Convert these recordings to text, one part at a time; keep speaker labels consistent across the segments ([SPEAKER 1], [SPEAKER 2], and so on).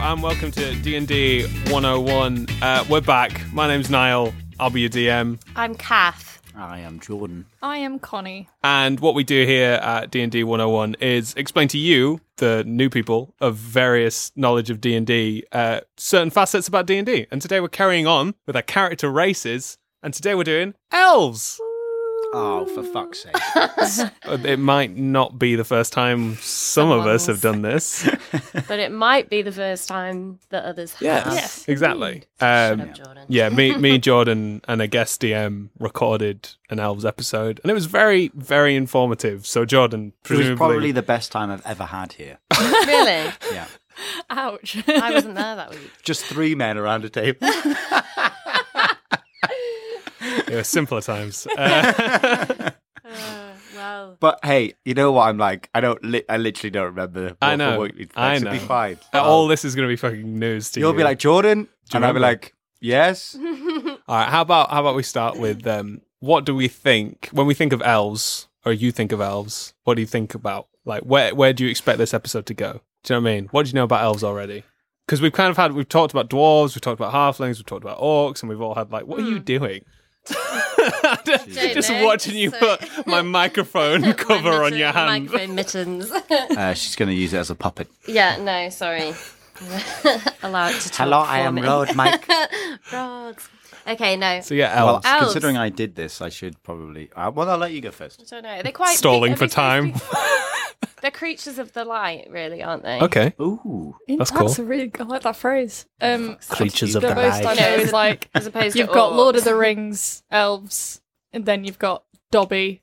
[SPEAKER 1] and welcome to D&D 101. Uh, we're back. My name's Niall. I'll be your DM.
[SPEAKER 2] I'm Kath.
[SPEAKER 3] I am Jordan.
[SPEAKER 4] I am Connie.
[SPEAKER 1] And what we do here at D&D 101 is explain to you, the new people of various knowledge of D&D, uh, certain facets about D&D. And today we're carrying on with our character races, and today we're doing elves.
[SPEAKER 3] Oh, for fuck's sake.
[SPEAKER 1] Uh, It might not be the first time some of us have done this.
[SPEAKER 2] But it might be the first time that others
[SPEAKER 1] Yes.
[SPEAKER 2] have.
[SPEAKER 4] Yes.
[SPEAKER 1] Exactly.
[SPEAKER 2] Shut
[SPEAKER 1] Um,
[SPEAKER 2] up, Jordan.
[SPEAKER 1] Yeah, me, me, Jordan, and a guest DM recorded an elves episode, and it was very, very informative. So Jordan,
[SPEAKER 3] It was
[SPEAKER 1] presumably,
[SPEAKER 3] probably the best time I've ever had here.
[SPEAKER 2] really?
[SPEAKER 3] Yeah.
[SPEAKER 4] Ouch.
[SPEAKER 2] I wasn't there that week.
[SPEAKER 3] Just three men around a table.
[SPEAKER 1] it was simpler times. Uh,
[SPEAKER 2] Uh, well,
[SPEAKER 3] But hey, you know what I'm like? I don't li- I literally don't remember.
[SPEAKER 1] I
[SPEAKER 3] what-
[SPEAKER 1] know.
[SPEAKER 3] what we-
[SPEAKER 1] I
[SPEAKER 3] should be
[SPEAKER 1] know.
[SPEAKER 3] fine.
[SPEAKER 1] all this is going to be fucking news to you.
[SPEAKER 3] You'll be like, "Jordan?" and I'll be
[SPEAKER 1] remember?
[SPEAKER 3] like, "Yes."
[SPEAKER 1] all right, how about how about we start with um, what do we think when we think of elves, or you think of elves? What do you think about? Like, where where do you expect this episode to go? Do you know what I mean? What do you know about elves already? Because we've kind of had, we've talked about dwarves, we've talked about halflings, we've talked about orcs, and we've all had like, what are you doing? just
[SPEAKER 2] Don't know.
[SPEAKER 1] watching you
[SPEAKER 2] So-
[SPEAKER 1] put my microphone cover on your hand.
[SPEAKER 2] Microphone mittens.
[SPEAKER 3] Uh, she's going to use it as a puppet.
[SPEAKER 2] yeah, no, sorry. Allow it to talk
[SPEAKER 3] Hello,
[SPEAKER 2] for
[SPEAKER 3] I am
[SPEAKER 2] me.
[SPEAKER 3] Road Mike.
[SPEAKER 2] Rods. Okay, no.
[SPEAKER 1] So yeah,
[SPEAKER 3] well,
[SPEAKER 1] elves.
[SPEAKER 2] Elves.
[SPEAKER 3] considering I did this, I should probably. Uh, well, I'll let you go first.
[SPEAKER 2] I don't know. They're quite
[SPEAKER 1] Stalling
[SPEAKER 2] are
[SPEAKER 1] for
[SPEAKER 2] they supposed
[SPEAKER 1] time.
[SPEAKER 2] to be- They're creatures of the light, really, aren't they?
[SPEAKER 1] okay.
[SPEAKER 3] Ooh,
[SPEAKER 1] That's
[SPEAKER 4] That's
[SPEAKER 1] cool.
[SPEAKER 4] a really. I like that phrase. Um,
[SPEAKER 3] creatures
[SPEAKER 4] the most I know is like
[SPEAKER 2] As opposed
[SPEAKER 4] you've
[SPEAKER 2] to
[SPEAKER 4] got
[SPEAKER 2] orcs.
[SPEAKER 4] Lord of the Rings elves, and then you've got Dobby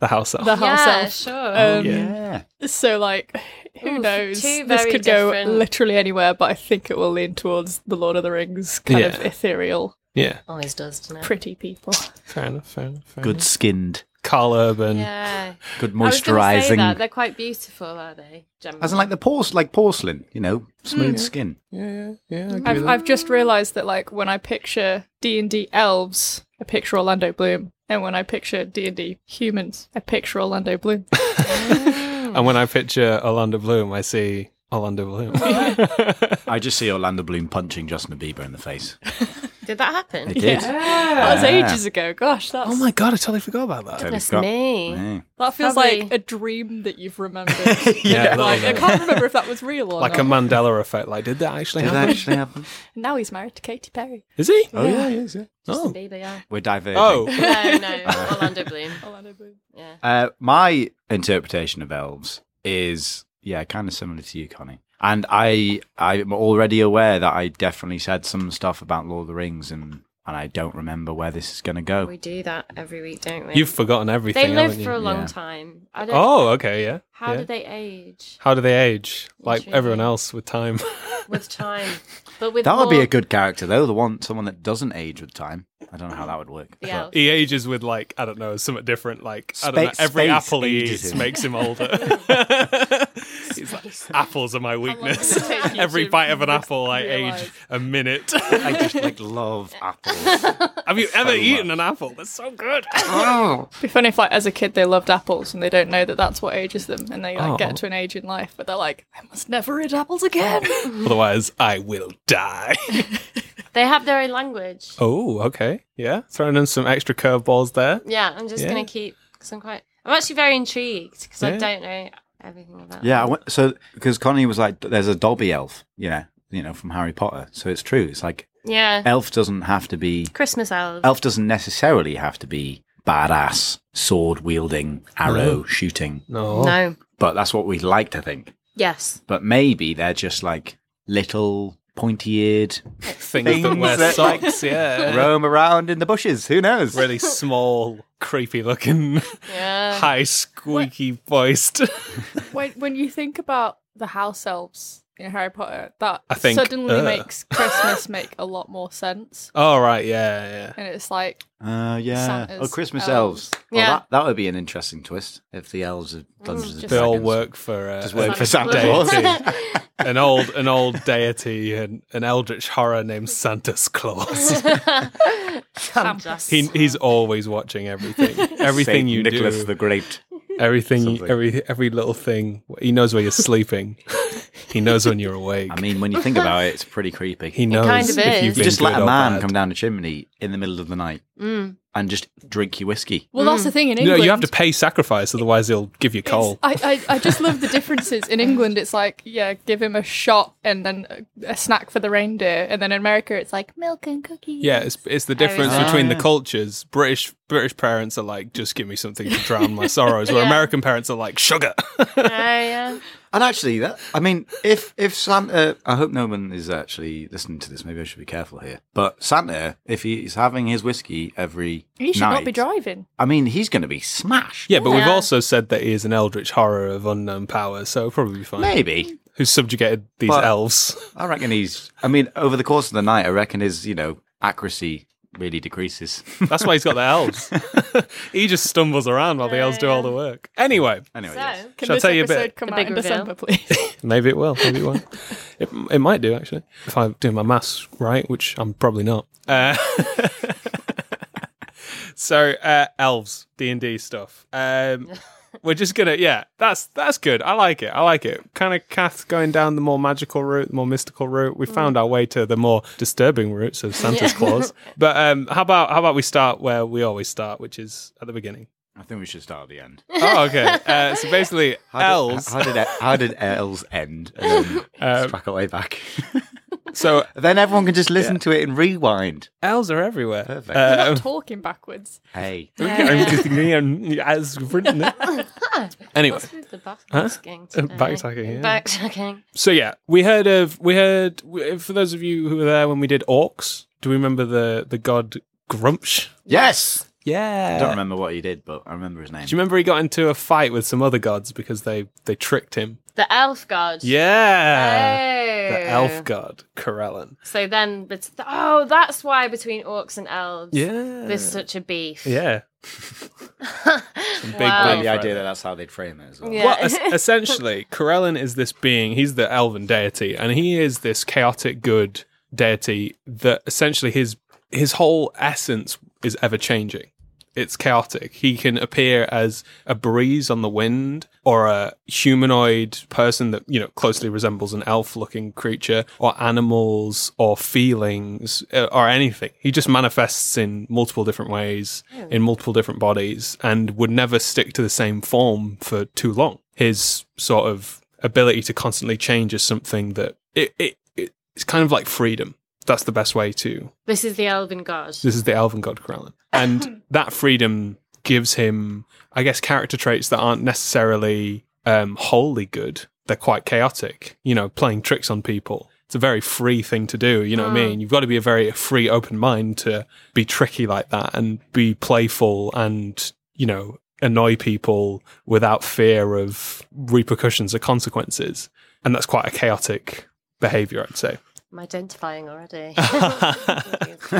[SPEAKER 1] The house elf.
[SPEAKER 4] the house
[SPEAKER 2] Yeah,
[SPEAKER 4] elf.
[SPEAKER 2] sure.
[SPEAKER 4] Um,
[SPEAKER 3] Oh, yeah.
[SPEAKER 4] So like, who
[SPEAKER 2] Ooh,
[SPEAKER 4] knows?
[SPEAKER 2] two
[SPEAKER 4] This
[SPEAKER 2] very
[SPEAKER 4] could
[SPEAKER 2] different-
[SPEAKER 4] go literally anywhere, but I think it will lean towards the Lord of the Rings kind of
[SPEAKER 1] Yeah.
[SPEAKER 4] ethereal,
[SPEAKER 1] Yeah.
[SPEAKER 2] Always does, doesn't it?
[SPEAKER 4] pretty people.
[SPEAKER 1] Fair enough. Fair enough. Fair
[SPEAKER 3] Good
[SPEAKER 1] Enough.
[SPEAKER 3] skinned,
[SPEAKER 1] Carl Urban.
[SPEAKER 2] Yeah.
[SPEAKER 3] good
[SPEAKER 2] I was gonna say that.
[SPEAKER 3] moisturising.
[SPEAKER 2] They're quite beautiful, are they? Generally?
[SPEAKER 3] As in, like the porce- like porcelain, you know, smooth
[SPEAKER 2] Hmm.
[SPEAKER 3] skin.
[SPEAKER 1] Yeah. Yeah.
[SPEAKER 2] Mm-hmm.
[SPEAKER 1] yeah
[SPEAKER 4] I've, I've just realised that like when I picture D and D elves, I picture Orlando Bloom, and when I picture D and D humans, I picture Orlando Bloom.
[SPEAKER 1] and when I picture Orlando Bloom, I see Orlando Bloom.
[SPEAKER 3] I just see Orlando Bloom punching Justin Bieber in the face.
[SPEAKER 2] Did that happen?
[SPEAKER 3] It did.
[SPEAKER 4] That was ages ago. Gosh, that's,
[SPEAKER 1] oh my god! I totally forgot about that.
[SPEAKER 2] Goodness
[SPEAKER 3] got-
[SPEAKER 2] me.
[SPEAKER 3] Yeah.
[SPEAKER 4] that feels
[SPEAKER 2] Probably-
[SPEAKER 4] like a dream that you've remembered.
[SPEAKER 1] Yeah. a little
[SPEAKER 4] like I
[SPEAKER 1] bit.
[SPEAKER 4] can't remember if that was real or
[SPEAKER 1] Like a
[SPEAKER 4] not.
[SPEAKER 1] Mandela effect. Like, did that actually
[SPEAKER 3] Did
[SPEAKER 1] happen?
[SPEAKER 3] that actually happen?
[SPEAKER 4] now he's married to Katy Perry.
[SPEAKER 1] Is he?
[SPEAKER 3] Oh yeah, yes, yeah.
[SPEAKER 2] Justin
[SPEAKER 1] Oh.
[SPEAKER 2] Bieber, yeah.
[SPEAKER 3] We're diverging.
[SPEAKER 1] Oh.
[SPEAKER 2] No, no, Orlando Bloom.
[SPEAKER 4] Orlando Bloom.
[SPEAKER 2] Yeah.
[SPEAKER 3] Uh, my interpretation of elves is yeah, kind of similar to you, Connie. And I I'm already aware that I definitely said some stuff about Lord of the Rings and and I don't remember where this is going to go.
[SPEAKER 2] We do that every week, don't we?
[SPEAKER 1] You've forgotten
[SPEAKER 2] they
[SPEAKER 1] everything.
[SPEAKER 2] live
[SPEAKER 1] haven't you?
[SPEAKER 2] for a long
[SPEAKER 3] Yeah.
[SPEAKER 2] time. I don't.
[SPEAKER 1] Oh, okay, yeah.
[SPEAKER 2] How
[SPEAKER 1] yeah.
[SPEAKER 2] do they age
[SPEAKER 1] How do they age? Like
[SPEAKER 2] Intriguing.
[SPEAKER 1] everyone else with time.
[SPEAKER 2] with time? But with
[SPEAKER 3] That would be
[SPEAKER 2] more-
[SPEAKER 3] a good character though, the one someone that doesn't age with time. I don't know how that would work.
[SPEAKER 2] The
[SPEAKER 3] but-
[SPEAKER 2] elf.
[SPEAKER 1] he ages with like I don't know something different. Like I don't know,
[SPEAKER 3] Space-
[SPEAKER 1] every
[SPEAKER 3] space
[SPEAKER 1] apple he
[SPEAKER 3] ages
[SPEAKER 1] eats
[SPEAKER 3] him.
[SPEAKER 1] makes him older. He's like, apples are my weakness.
[SPEAKER 4] does it take you
[SPEAKER 1] Every
[SPEAKER 4] to
[SPEAKER 1] bite of an apple, I
[SPEAKER 4] realise?
[SPEAKER 1] age a minute.
[SPEAKER 3] I just like love apples.
[SPEAKER 1] Have you ever
[SPEAKER 3] so
[SPEAKER 1] eaten an apple? That's so good.
[SPEAKER 4] Be funny if, like, as a kid, they loved apples and they don't know that that's what ages them, and they like
[SPEAKER 1] Oh.
[SPEAKER 4] get to an age in life where they're like, "I must never eat apples again."
[SPEAKER 1] Otherwise, I will die.
[SPEAKER 2] They have their own language.
[SPEAKER 1] oh, okay, yeah. Throwing in some extra curveballs there.
[SPEAKER 2] Yeah, I'm just
[SPEAKER 1] Yeah.
[SPEAKER 2] gonna keep. Cause I'm quite. I'm actually very intrigued because I
[SPEAKER 1] Yeah.
[SPEAKER 2] don't know everything about.
[SPEAKER 3] Yeah, I went, so because Connie was like, "There's a Dobby elf," you know, you know from Harry Potter. So it's true. It's like
[SPEAKER 2] Yeah.
[SPEAKER 3] elf doesn't have to be
[SPEAKER 2] Christmas elves.
[SPEAKER 3] elf doesn't necessarily have to be badass, sword wielding, arrow shooting.
[SPEAKER 1] No.
[SPEAKER 2] No.
[SPEAKER 3] But that's what we like to think.
[SPEAKER 2] Yes.
[SPEAKER 3] But maybe they're just like little pointy eared
[SPEAKER 1] Things, that
[SPEAKER 3] Things
[SPEAKER 1] wear
[SPEAKER 3] that-
[SPEAKER 1] socks, yeah.
[SPEAKER 3] roam around in the bushes. Who knows?
[SPEAKER 1] Uh. really small, creepy looking,
[SPEAKER 2] Yeah.
[SPEAKER 1] high, squeaky voiced.
[SPEAKER 4] when when you think about the house elves in Harry Potter, that
[SPEAKER 1] I think,
[SPEAKER 4] suddenly
[SPEAKER 1] uh.
[SPEAKER 4] makes Christmas make a lot more sense.
[SPEAKER 1] All right, yeah, yeah.
[SPEAKER 4] And it's like,
[SPEAKER 3] Uh, yeah.
[SPEAKER 4] Santa's
[SPEAKER 3] oh, Christmas elves.
[SPEAKER 4] elves.
[SPEAKER 3] Well,
[SPEAKER 2] Um, Yeah. Mm,
[SPEAKER 3] that, that would be an interesting twist if the elves of Dungeons and
[SPEAKER 2] just-
[SPEAKER 1] They all
[SPEAKER 3] Dragons-
[SPEAKER 1] work for uh,
[SPEAKER 3] Just work
[SPEAKER 1] an-
[SPEAKER 3] for Santa
[SPEAKER 1] Claus.
[SPEAKER 2] Claus.
[SPEAKER 1] an old an old deity and an eldritch horror named Santa's Claus.
[SPEAKER 2] Krampus.
[SPEAKER 1] He, he's always watching everything, everything
[SPEAKER 3] Saint
[SPEAKER 1] you
[SPEAKER 3] Nicholas
[SPEAKER 1] do,
[SPEAKER 3] the Great.
[SPEAKER 1] everything,
[SPEAKER 3] something.
[SPEAKER 1] every every little thing. He knows where you're sleeping. He knows when you're awake.
[SPEAKER 3] I mean, when you think about it, it's pretty creepy.
[SPEAKER 1] he knows
[SPEAKER 2] kind of
[SPEAKER 1] if
[SPEAKER 2] is.
[SPEAKER 1] you've
[SPEAKER 3] you
[SPEAKER 1] been
[SPEAKER 3] just let
[SPEAKER 1] good
[SPEAKER 3] a
[SPEAKER 1] or
[SPEAKER 3] man
[SPEAKER 1] bad.
[SPEAKER 3] come down a chimney in the middle of the night
[SPEAKER 2] Mm.
[SPEAKER 3] and just drink your whiskey.
[SPEAKER 4] Well, that's the thing in
[SPEAKER 1] No,
[SPEAKER 4] England.
[SPEAKER 1] you have to pay sacrifice, otherwise they'll give you coal.
[SPEAKER 4] it's- I, I, I just love the differences. In England, it's like, yeah, give him a shot and then a- a snack for the reindeer. And then in America, it's like milk and cookies.
[SPEAKER 1] Yeah, it's, it's the difference
[SPEAKER 3] Ah,
[SPEAKER 1] between
[SPEAKER 3] yeah.
[SPEAKER 1] the cultures. British British parents are like, just give me something to drown my sorrows, where
[SPEAKER 2] Yeah.
[SPEAKER 1] American parents are like, sugar.
[SPEAKER 2] Oh, yeah.
[SPEAKER 3] And actually, that I mean, if if Santa, I hope no one is actually listening to this. Maybe I should be careful here. But Santa, if he's having his whiskey every
[SPEAKER 4] You should
[SPEAKER 3] night,
[SPEAKER 4] not be driving.
[SPEAKER 3] I mean, he's going to be smashed.
[SPEAKER 1] yeah, but we've
[SPEAKER 2] Yeah.
[SPEAKER 1] also said that he is an eldritch horror of unknown power, so it'll probably be fine.
[SPEAKER 3] maybe.
[SPEAKER 1] Who subjugated these
[SPEAKER 3] But-
[SPEAKER 1] elves?
[SPEAKER 3] I reckon he's. I mean, over the course of the night, I reckon his you know accuracy really decreases.
[SPEAKER 1] That's why he's got the elves. he just stumbles around while the elves do all the work. Anyway,
[SPEAKER 3] anyway,
[SPEAKER 2] So,
[SPEAKER 3] yes.
[SPEAKER 4] Can
[SPEAKER 1] Shall I
[SPEAKER 4] this
[SPEAKER 1] tell you a bit-
[SPEAKER 4] episode come
[SPEAKER 2] The
[SPEAKER 4] out
[SPEAKER 2] big
[SPEAKER 4] in
[SPEAKER 2] reveal.
[SPEAKER 4] December, please?
[SPEAKER 1] Maybe it will. Maybe it won't. it, it might do actually. If I'm doing my maths right, which I'm probably not. Uh, so uh, elves, D and D stuff. Um, we're just gonna yeah. That's that's good. I like it. I like it. Kind of Kath going down the more magical route, the more mystical route.
[SPEAKER 3] Mm.
[SPEAKER 1] We found our way to the more disturbing routes of Santa's
[SPEAKER 2] Yeah.
[SPEAKER 1] Claus. But um, how about how about we start where we always start, which is at the beginning.
[SPEAKER 3] I think we should start at the end.
[SPEAKER 1] Oh, okay. Uh, so basically,
[SPEAKER 3] How
[SPEAKER 1] elves.
[SPEAKER 3] Did, how did how did elves end? And then
[SPEAKER 1] Um,
[SPEAKER 3] back way back.
[SPEAKER 1] so
[SPEAKER 3] then everyone can just listen to it and rewind.
[SPEAKER 1] elves are everywhere.
[SPEAKER 3] Perfect.
[SPEAKER 4] We're
[SPEAKER 1] Um,
[SPEAKER 4] not talking backwards.
[SPEAKER 3] Hey,
[SPEAKER 1] I'm just thinking, um, as you've written it. Anyway,
[SPEAKER 2] What's with the backsacking?
[SPEAKER 1] Uh,
[SPEAKER 2] today?
[SPEAKER 1] backsacking, yeah.
[SPEAKER 2] Backsacking.
[SPEAKER 1] so yeah, we heard of we heard we- for those of you who were there when we did orcs. Do we remember the the god Grumsh?
[SPEAKER 3] yes.
[SPEAKER 1] Yeah.
[SPEAKER 3] I don't remember what he did, but I remember his name.
[SPEAKER 1] Do you remember he got into a fight with some other gods because they they tricked him?
[SPEAKER 2] The elf god.
[SPEAKER 1] Yeah.
[SPEAKER 2] Oh.
[SPEAKER 1] The elf god Corellan.
[SPEAKER 2] So then, bet- oh, that's why between orcs and elves,
[SPEAKER 1] Yeah.
[SPEAKER 2] there's such a beef.
[SPEAKER 1] yeah. big
[SPEAKER 2] Wow.
[SPEAKER 3] I
[SPEAKER 1] belief.
[SPEAKER 3] like the idea that that's how they'd frame it as well.
[SPEAKER 2] Yeah.
[SPEAKER 1] Well, es- essentially, Corellan is this being. He's the elven deity, and he is this chaotic good deity that essentially his his whole essence is ever changing. It's chaotic. He can appear as a breeze on the wind, or a humanoid person that you know closely resembles an elf-looking creature, or animals, or feelings, uh, or anything. He just manifests in multiple different ways in multiple different bodies and would never stick to the same form for too long. His sort of ability to constantly change is something that it, it, it it's kind of like freedom. That's the best way to.
[SPEAKER 2] This is the elven god.
[SPEAKER 1] This is the elven god Kralin, and that freedom gives him, I guess, character traits that aren't necessarily um, wholly good. They're quite chaotic. You know, playing tricks on people. It's a very free thing to do. You know what I mean? You've got to be a very free, open mind to be tricky like that and be playful and you know annoy people without fear of repercussions or consequences. And that's quite a chaotic behavior, I'd say.
[SPEAKER 2] I'm identifying already.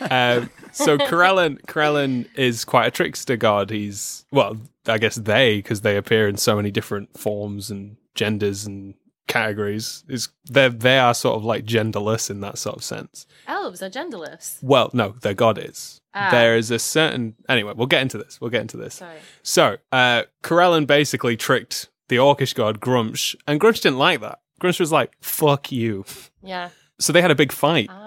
[SPEAKER 1] Um, so Corellan, Corellan is quite a trickster god. He's well, I guess they because they appear in so many different forms and genders and categories. Is they they are sort of like genderless in that sort of sense.
[SPEAKER 2] Elves are genderless.
[SPEAKER 1] Well, no, their god is.
[SPEAKER 2] Ah.
[SPEAKER 1] There is a certain anyway. We'll get into this. We'll get into this.
[SPEAKER 2] Sorry.
[SPEAKER 1] So, uh, Corellan basically tricked the orcish god Grumsh, and Grumsh didn't like that. Grumsh was like, "Fuck you."
[SPEAKER 2] Yeah.
[SPEAKER 1] So they had a big fight.
[SPEAKER 2] Ah.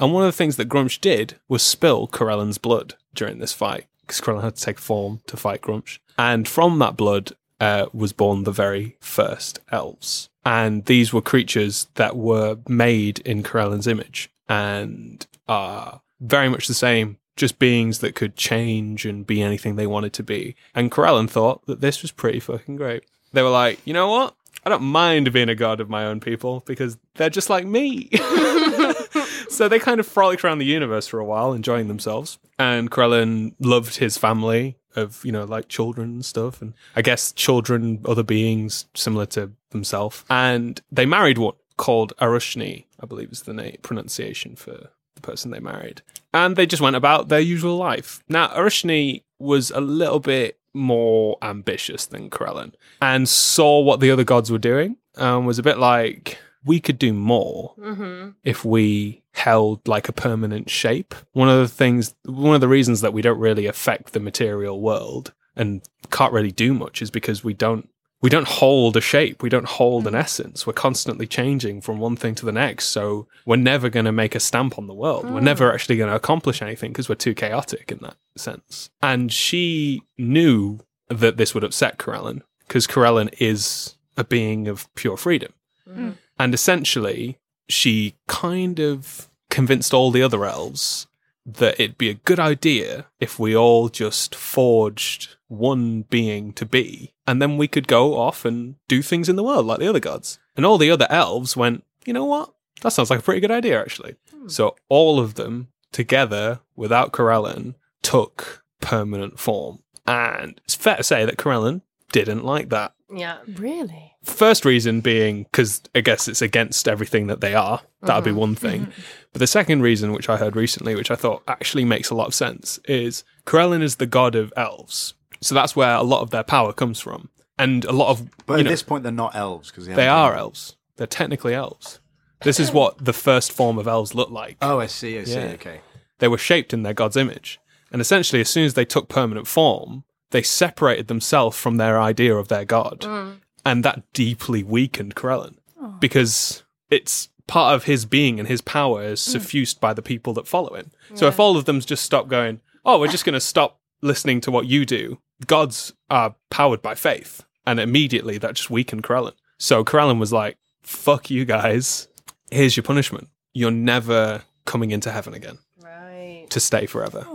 [SPEAKER 1] And one of the things that Grumsh did was spill Corellan's blood during this fight because Corellan had to take form to fight Grumsh. And from that blood uh, was born the very first elves. And these were creatures that were made in Corellan's image and are very much the same, just beings that could change and be anything they wanted to be. And Corellan thought that this was pretty fucking great. They were like, you know what? I don't mind being a god of my own people because they're just like me. so they kind of frolicked around the universe for a while, enjoying themselves. And Krellin loved his family of, you know, like children and stuff. And I guess children, other beings similar to themselves. And they married one called Arushni, I believe is the name, pronunciation for the person they married. And they just went about their usual life. Now, Arushni was a little bit more ambitious than Krellin and saw what the other gods were doing and was a bit like, we could do more
[SPEAKER 2] Mm-hmm.
[SPEAKER 1] if we held like a permanent shape. One of the things, one of the reasons that we don't really affect the material world and can't really do much is because we don't we don't hold a shape, we don't hold an essence. We're constantly changing from one thing to the next. So we're never going to make a stamp on the world. We're never actually going to accomplish anything because we're too chaotic in that sense. And she knew that this would upset Corellin because Corellin is a being of pure freedom.
[SPEAKER 2] Mhm.
[SPEAKER 1] And essentially, she kind of convinced all the other elves that it'd be a good idea if we all just forged one being to be, and then we could go off and do things in the world like the other gods. And all the other elves went, you know what? That sounds like a pretty good idea, actually. So all of them together, without Corellin, took permanent form. And it's fair to say that Corellin didn't like that.
[SPEAKER 2] Yeah.
[SPEAKER 5] Really?
[SPEAKER 1] First reason being because I guess it's against everything that they are. That would be one thing. But the second reason, which I heard recently, which I thought actually makes a lot of sense, is Corellin is the god of elves. So that's where a lot of their power comes from. And a lot of.
[SPEAKER 3] But
[SPEAKER 1] you
[SPEAKER 3] at
[SPEAKER 1] know,
[SPEAKER 3] this point, they're not elves because
[SPEAKER 1] they are elves. They're technically elves. This is what the first form of elves look like.
[SPEAKER 3] Oh, I see. I see.
[SPEAKER 1] Yeah.
[SPEAKER 3] Okay.
[SPEAKER 1] They were shaped in their god's image. And essentially, as soon as they took permanent form, they separated themselves from their idea of their god.
[SPEAKER 2] Oh. Mm.
[SPEAKER 1] And that deeply weakened Corellin because it's part of his being and his power is suffused by the people that follow him. So if all of them just stop going, oh, we're just going to stop listening to what you do, gods are powered by faith. And immediately that just weakened Corellin. So Corellin was like, fuck you guys. Here's your punishment. You're never coming into heaven again
[SPEAKER 2] Right.
[SPEAKER 1] to stay forever.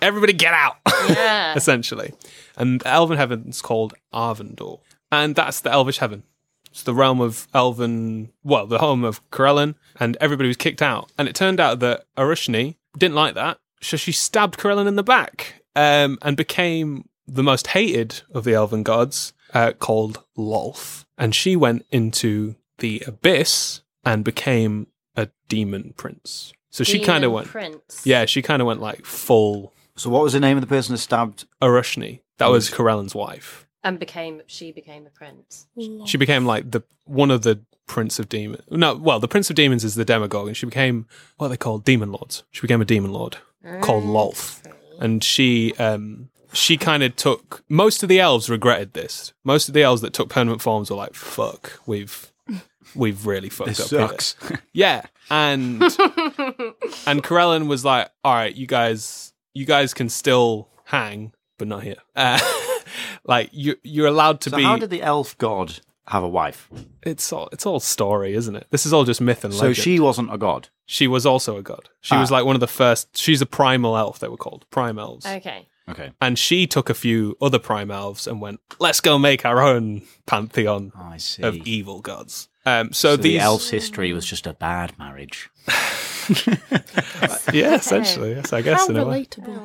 [SPEAKER 1] Everybody get out,
[SPEAKER 2] Yeah.
[SPEAKER 1] essentially. And the Elven Heaven's called Arvindor. And that's the Elvish Heaven. It's the realm of Elven, well, the home of Corellin, and everybody was kicked out. And it turned out that Arushni didn't like that, so she stabbed Corellin in the back um, and became the most hated of the Elven gods, uh, called Lolth. And she went into the Abyss and became a demon prince. So she kind of
[SPEAKER 2] Demon
[SPEAKER 1] went.
[SPEAKER 2] Prince.
[SPEAKER 1] Yeah, she kind of went like full
[SPEAKER 3] So, what was the name of the person that stabbed?
[SPEAKER 1] Arushni. That
[SPEAKER 3] Hmm.
[SPEAKER 1] was Corellin's wife.
[SPEAKER 2] And became she became a prince.
[SPEAKER 1] She became like the one of the Prince of Demons. No, well, the Prince of Demons is the demagogue, and she became what are they called demon lords. She became a demon lord called
[SPEAKER 2] Mm.
[SPEAKER 1] Lolth, and she um she kind of took most of the elves regretted this. Most of the elves that took permanent forms were like, "Fuck, we've we've really fucked
[SPEAKER 3] This
[SPEAKER 1] up." here."
[SPEAKER 3] sucks.
[SPEAKER 1] Yeah, and and Corellin was like, "All right, you guys, you guys can still hang, but not here. Uh, like you, you're allowed to
[SPEAKER 3] So,
[SPEAKER 1] be.
[SPEAKER 3] how did the elf god have a wife?
[SPEAKER 1] it's all, it's all story, isn't it? This is all just myth and
[SPEAKER 3] So
[SPEAKER 1] legend.
[SPEAKER 3] she wasn't a god.
[SPEAKER 1] she was also a god. She was
[SPEAKER 3] Ah.
[SPEAKER 1] like one of the first. She's a primal elf. They were called prime elves,
[SPEAKER 2] Okay.
[SPEAKER 3] Okay.
[SPEAKER 1] and she took a few other prime elves and went, "Let's go make our own pantheon
[SPEAKER 3] I see.
[SPEAKER 1] of evil gods." Um, so,
[SPEAKER 3] so
[SPEAKER 1] these,
[SPEAKER 3] the elf's history was just a bad marriage.
[SPEAKER 1] yeah, essentially, yes, I guess
[SPEAKER 4] How
[SPEAKER 1] in a way.
[SPEAKER 4] relatable.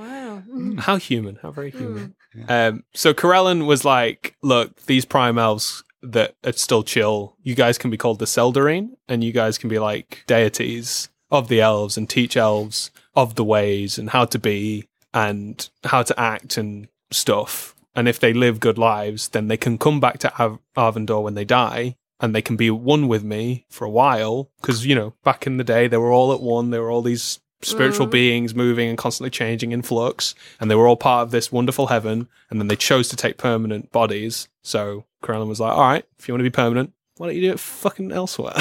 [SPEAKER 2] wow.
[SPEAKER 1] How human, how very human. Um, so Corellin was like, look, these prime elves that are still chill, you guys can be called the Seldarine, and you guys can be like deities of the elves and teach elves of the ways and how to be and how to act and stuff. And if they live good lives, then they can come back to Ar- Arvindor when they die and they can be one with me for a while. Because, you know, back in the day, they were all at one. There were all these spiritual beings moving and constantly changing in flux. And they were all part of this wonderful heaven. And then they chose to take permanent bodies. So Corellin was like, all right, if you want to be permanent, why don't you do it fucking elsewhere?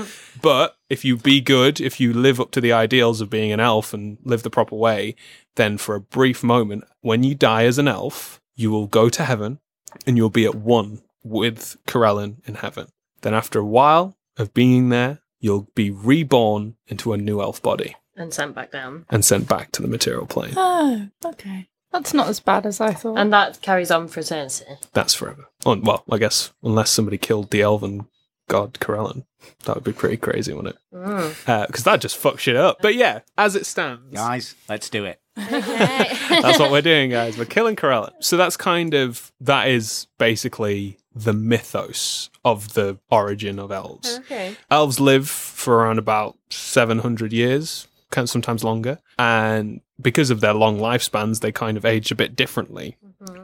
[SPEAKER 1] but if you be good, if you live up to the ideals of being an elf and live the proper way, then for a brief moment, when you die as an elf, you will go to heaven and you'll be at one with Corellin in heaven. Then, after a while of being there, you'll be reborn into a new elf body
[SPEAKER 2] and sent back down.
[SPEAKER 1] and sent back to the material plane.
[SPEAKER 5] Oh, okay.
[SPEAKER 4] That's not as bad as I thought.
[SPEAKER 2] And that carries on for eternity.
[SPEAKER 1] That's forever. Un- Well, I guess unless somebody killed the elven god Corellin, that would be pretty crazy, wouldn't it?
[SPEAKER 2] Mm.
[SPEAKER 1] Because that just fucks shit up. But yeah, as it stands,
[SPEAKER 3] Guys, let's do it.
[SPEAKER 2] Okay.
[SPEAKER 1] That's what we're doing, guys. We're killing Corellin. So that's kind of that is basically the mythos of the origin of elves.
[SPEAKER 2] okay.
[SPEAKER 1] Elves live for around about seven hundred years, can- sometimes longer, and because of their long lifespans, they kind of age a bit differently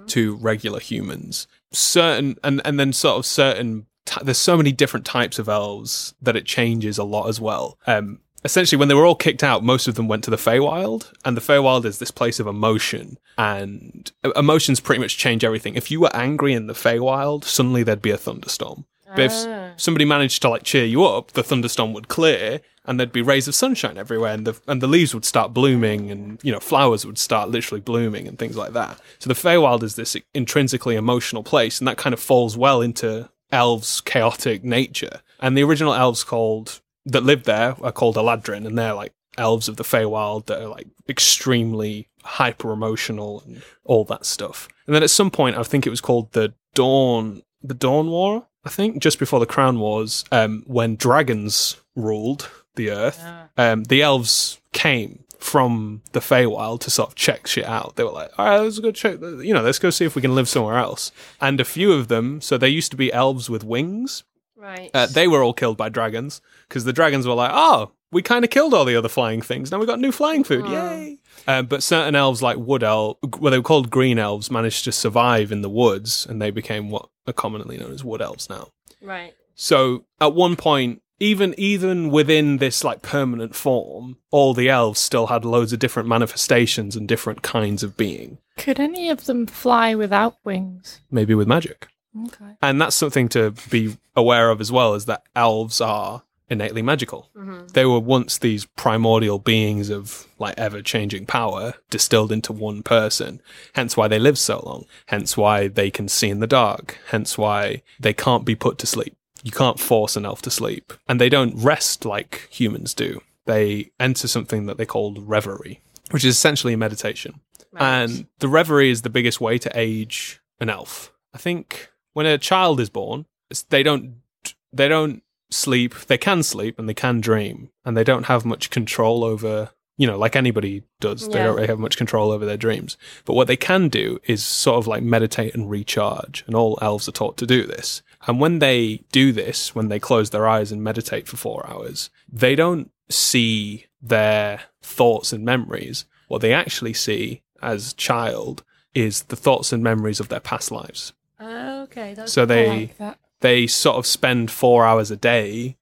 [SPEAKER 1] to regular humans. Certain and and then sort of certain. T- there's so many different types of elves that it changes a lot as well. Um, essentially when they were all kicked out, most of them went to the Feywild, and the Feywild is this place of emotion, and e- emotions pretty much change everything. If you were angry in the Feywild, suddenly there'd be a thunderstorm. But if s-
[SPEAKER 5] Ah.
[SPEAKER 1] somebody managed to like cheer you up, the thunderstorm would clear, and there'd be rays of sunshine everywhere, and the and the leaves would start blooming, and you know flowers would start literally blooming and things like that. So the Feywild is this intrinsically emotional place, and that kind of falls well into elves' chaotic nature. And the original elves called that live there are called Eladrin, and they're like elves of the Feywild that are like extremely hyper emotional and all that stuff. And then at some point, I think it was called the Dawn, the Dawn War, I think, just before the Crown Wars, um, when dragons ruled the Earth um, the elves came from the Feywild to sort of check shit out. They were like, all right, let's go check, you know, let's go see if we can live somewhere else. And a few of them, so they used to be elves with wings.
[SPEAKER 2] Right.
[SPEAKER 1] Uh, they were all killed by dragons because the dragons were like, oh, we kind of killed all the other flying things. Now we got new flying food. Yay. Um, but certain elves, like wood elf, well, they were called green elves, managed to survive in the woods and they became what are commonly known as wood elves now.
[SPEAKER 2] right.
[SPEAKER 1] So at one point, even even within this like permanent form, all the elves still had loads of different manifestations and different kinds of being,
[SPEAKER 4] Could any of them fly without wings?
[SPEAKER 1] maybe with magic.
[SPEAKER 4] Okay.
[SPEAKER 1] And that's something to be aware of as well is that elves are innately magical.
[SPEAKER 2] hmm
[SPEAKER 1] They were once these primordial beings of like ever changing power distilled into one person. Hence why they live so long. Hence why they can see in the dark. Hence why they can't be put to sleep. You can't force an elf to sleep. And they don't rest like humans do. They enter something that they call reverie, which is essentially a meditation. And the reverie is the biggest way to age an elf. I think when a child is born, it's- they don't they don't sleep. They can sleep and they can dream, and they don't have much control over you know like anybody does. They
[SPEAKER 2] Yeah.
[SPEAKER 1] don't really have much control over their dreams. But what they can do is sort of like meditate and recharge, and all elves are taught to do this. And when they do this, when they close their eyes and meditate for four hours, they don't see their thoughts and memories. What they actually see as child is the thoughts and memories of their past lives.
[SPEAKER 2] Oh, okay. That's
[SPEAKER 1] So
[SPEAKER 4] I
[SPEAKER 1] they
[SPEAKER 4] like that.
[SPEAKER 1] they sort of spend four hours a day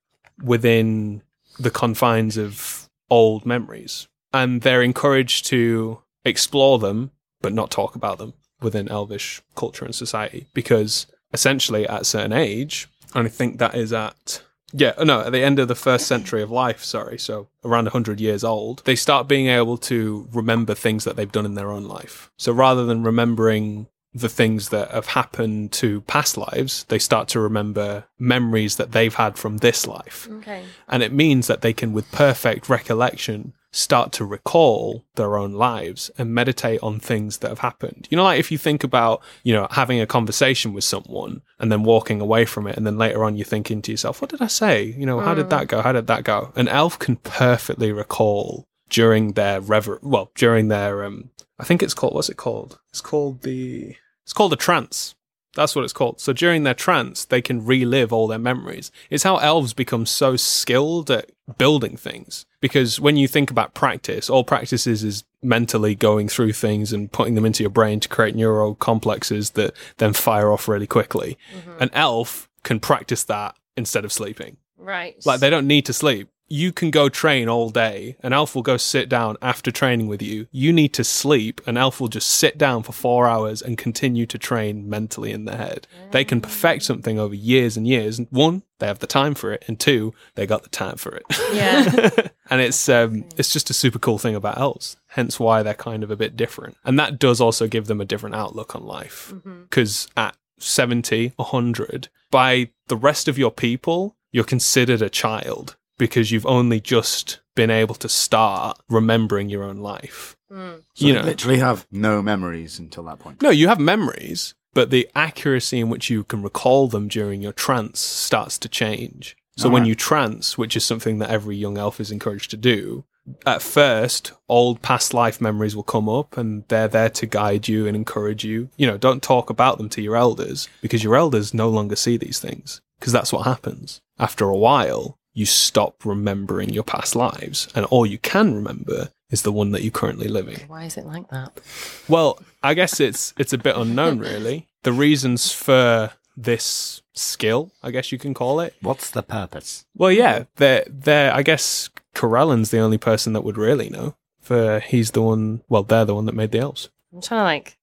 [SPEAKER 1] within the confines of old memories. And they're encouraged to explore them, but not talk about them within Elvish culture and society. Because essentially, at a certain age, and I think that is at, yeah, no, at the end of the first century of life, sorry, so around 100 years old, they start being able to remember things that they've done in their own life. So rather than remembering the things that have happened to past lives, they start to remember memories that they've had from this life.
[SPEAKER 2] okay.
[SPEAKER 1] And it means that they can, with perfect recollection, start to recall their own lives and meditate on things that have happened. You know, like if you think about, you know, having a conversation with someone and then walking away from it, and then later on you're thinking to yourself, what did I say? You know, how did that go? How did that go? An elf can perfectly recall during their rever well, during their um I think it's called what's it called? It's called the it's called a trance. That's what it's called. So during their trance, they can relive all their memories. It's how elves become so skilled at building things. Because when you think about practice, all practice is, is mentally going through things and putting them into your brain to create neural complexes that then fire off really quickly. An elf can practice that instead of sleeping.
[SPEAKER 2] Right.
[SPEAKER 1] Like they don't need to sleep. You can go train all day. An elf will go sit down after training with you. You need to sleep. An elf will just sit down for four hours and continue to train mentally in their head. They can perfect something over years and years. And One, they have the time for it, and two, they got the time for it.
[SPEAKER 2] Yeah.
[SPEAKER 1] and it's um, it's just a super cool thing about elves. Hence why they're kind of a bit different, and that does also give them a different outlook on life.
[SPEAKER 2] Mm-hmm.
[SPEAKER 1] Because at 70, 100, by the rest of your people, you're considered a child because you've only just been able to start remembering your own life.
[SPEAKER 2] Mm.
[SPEAKER 3] So
[SPEAKER 1] you
[SPEAKER 3] they
[SPEAKER 1] know,
[SPEAKER 3] literally have no memories until that point.
[SPEAKER 1] no, you have memories, but the accuracy in which you can recall them during your trance starts to change. So when
[SPEAKER 3] Alright.
[SPEAKER 1] you trance, which is something that every young elf is encouraged to do, at first, old past life memories will come up and they're there to guide you and encourage you. You know, don't talk about them to your elders because your elders no longer see these things because that's what happens. After a while, you stop remembering your past lives and all you can remember is the one that you're currently living.
[SPEAKER 2] Why is it like that?
[SPEAKER 1] Well, I guess it's it's a bit unknown, really. The reasons for this skill, I guess you can call it.
[SPEAKER 3] What's the purpose?
[SPEAKER 1] Well, yeah, they're they're I guess Corellan's the only person that would really know. For he's the one. Well, they're the one that made the elves.
[SPEAKER 2] I'm trying to like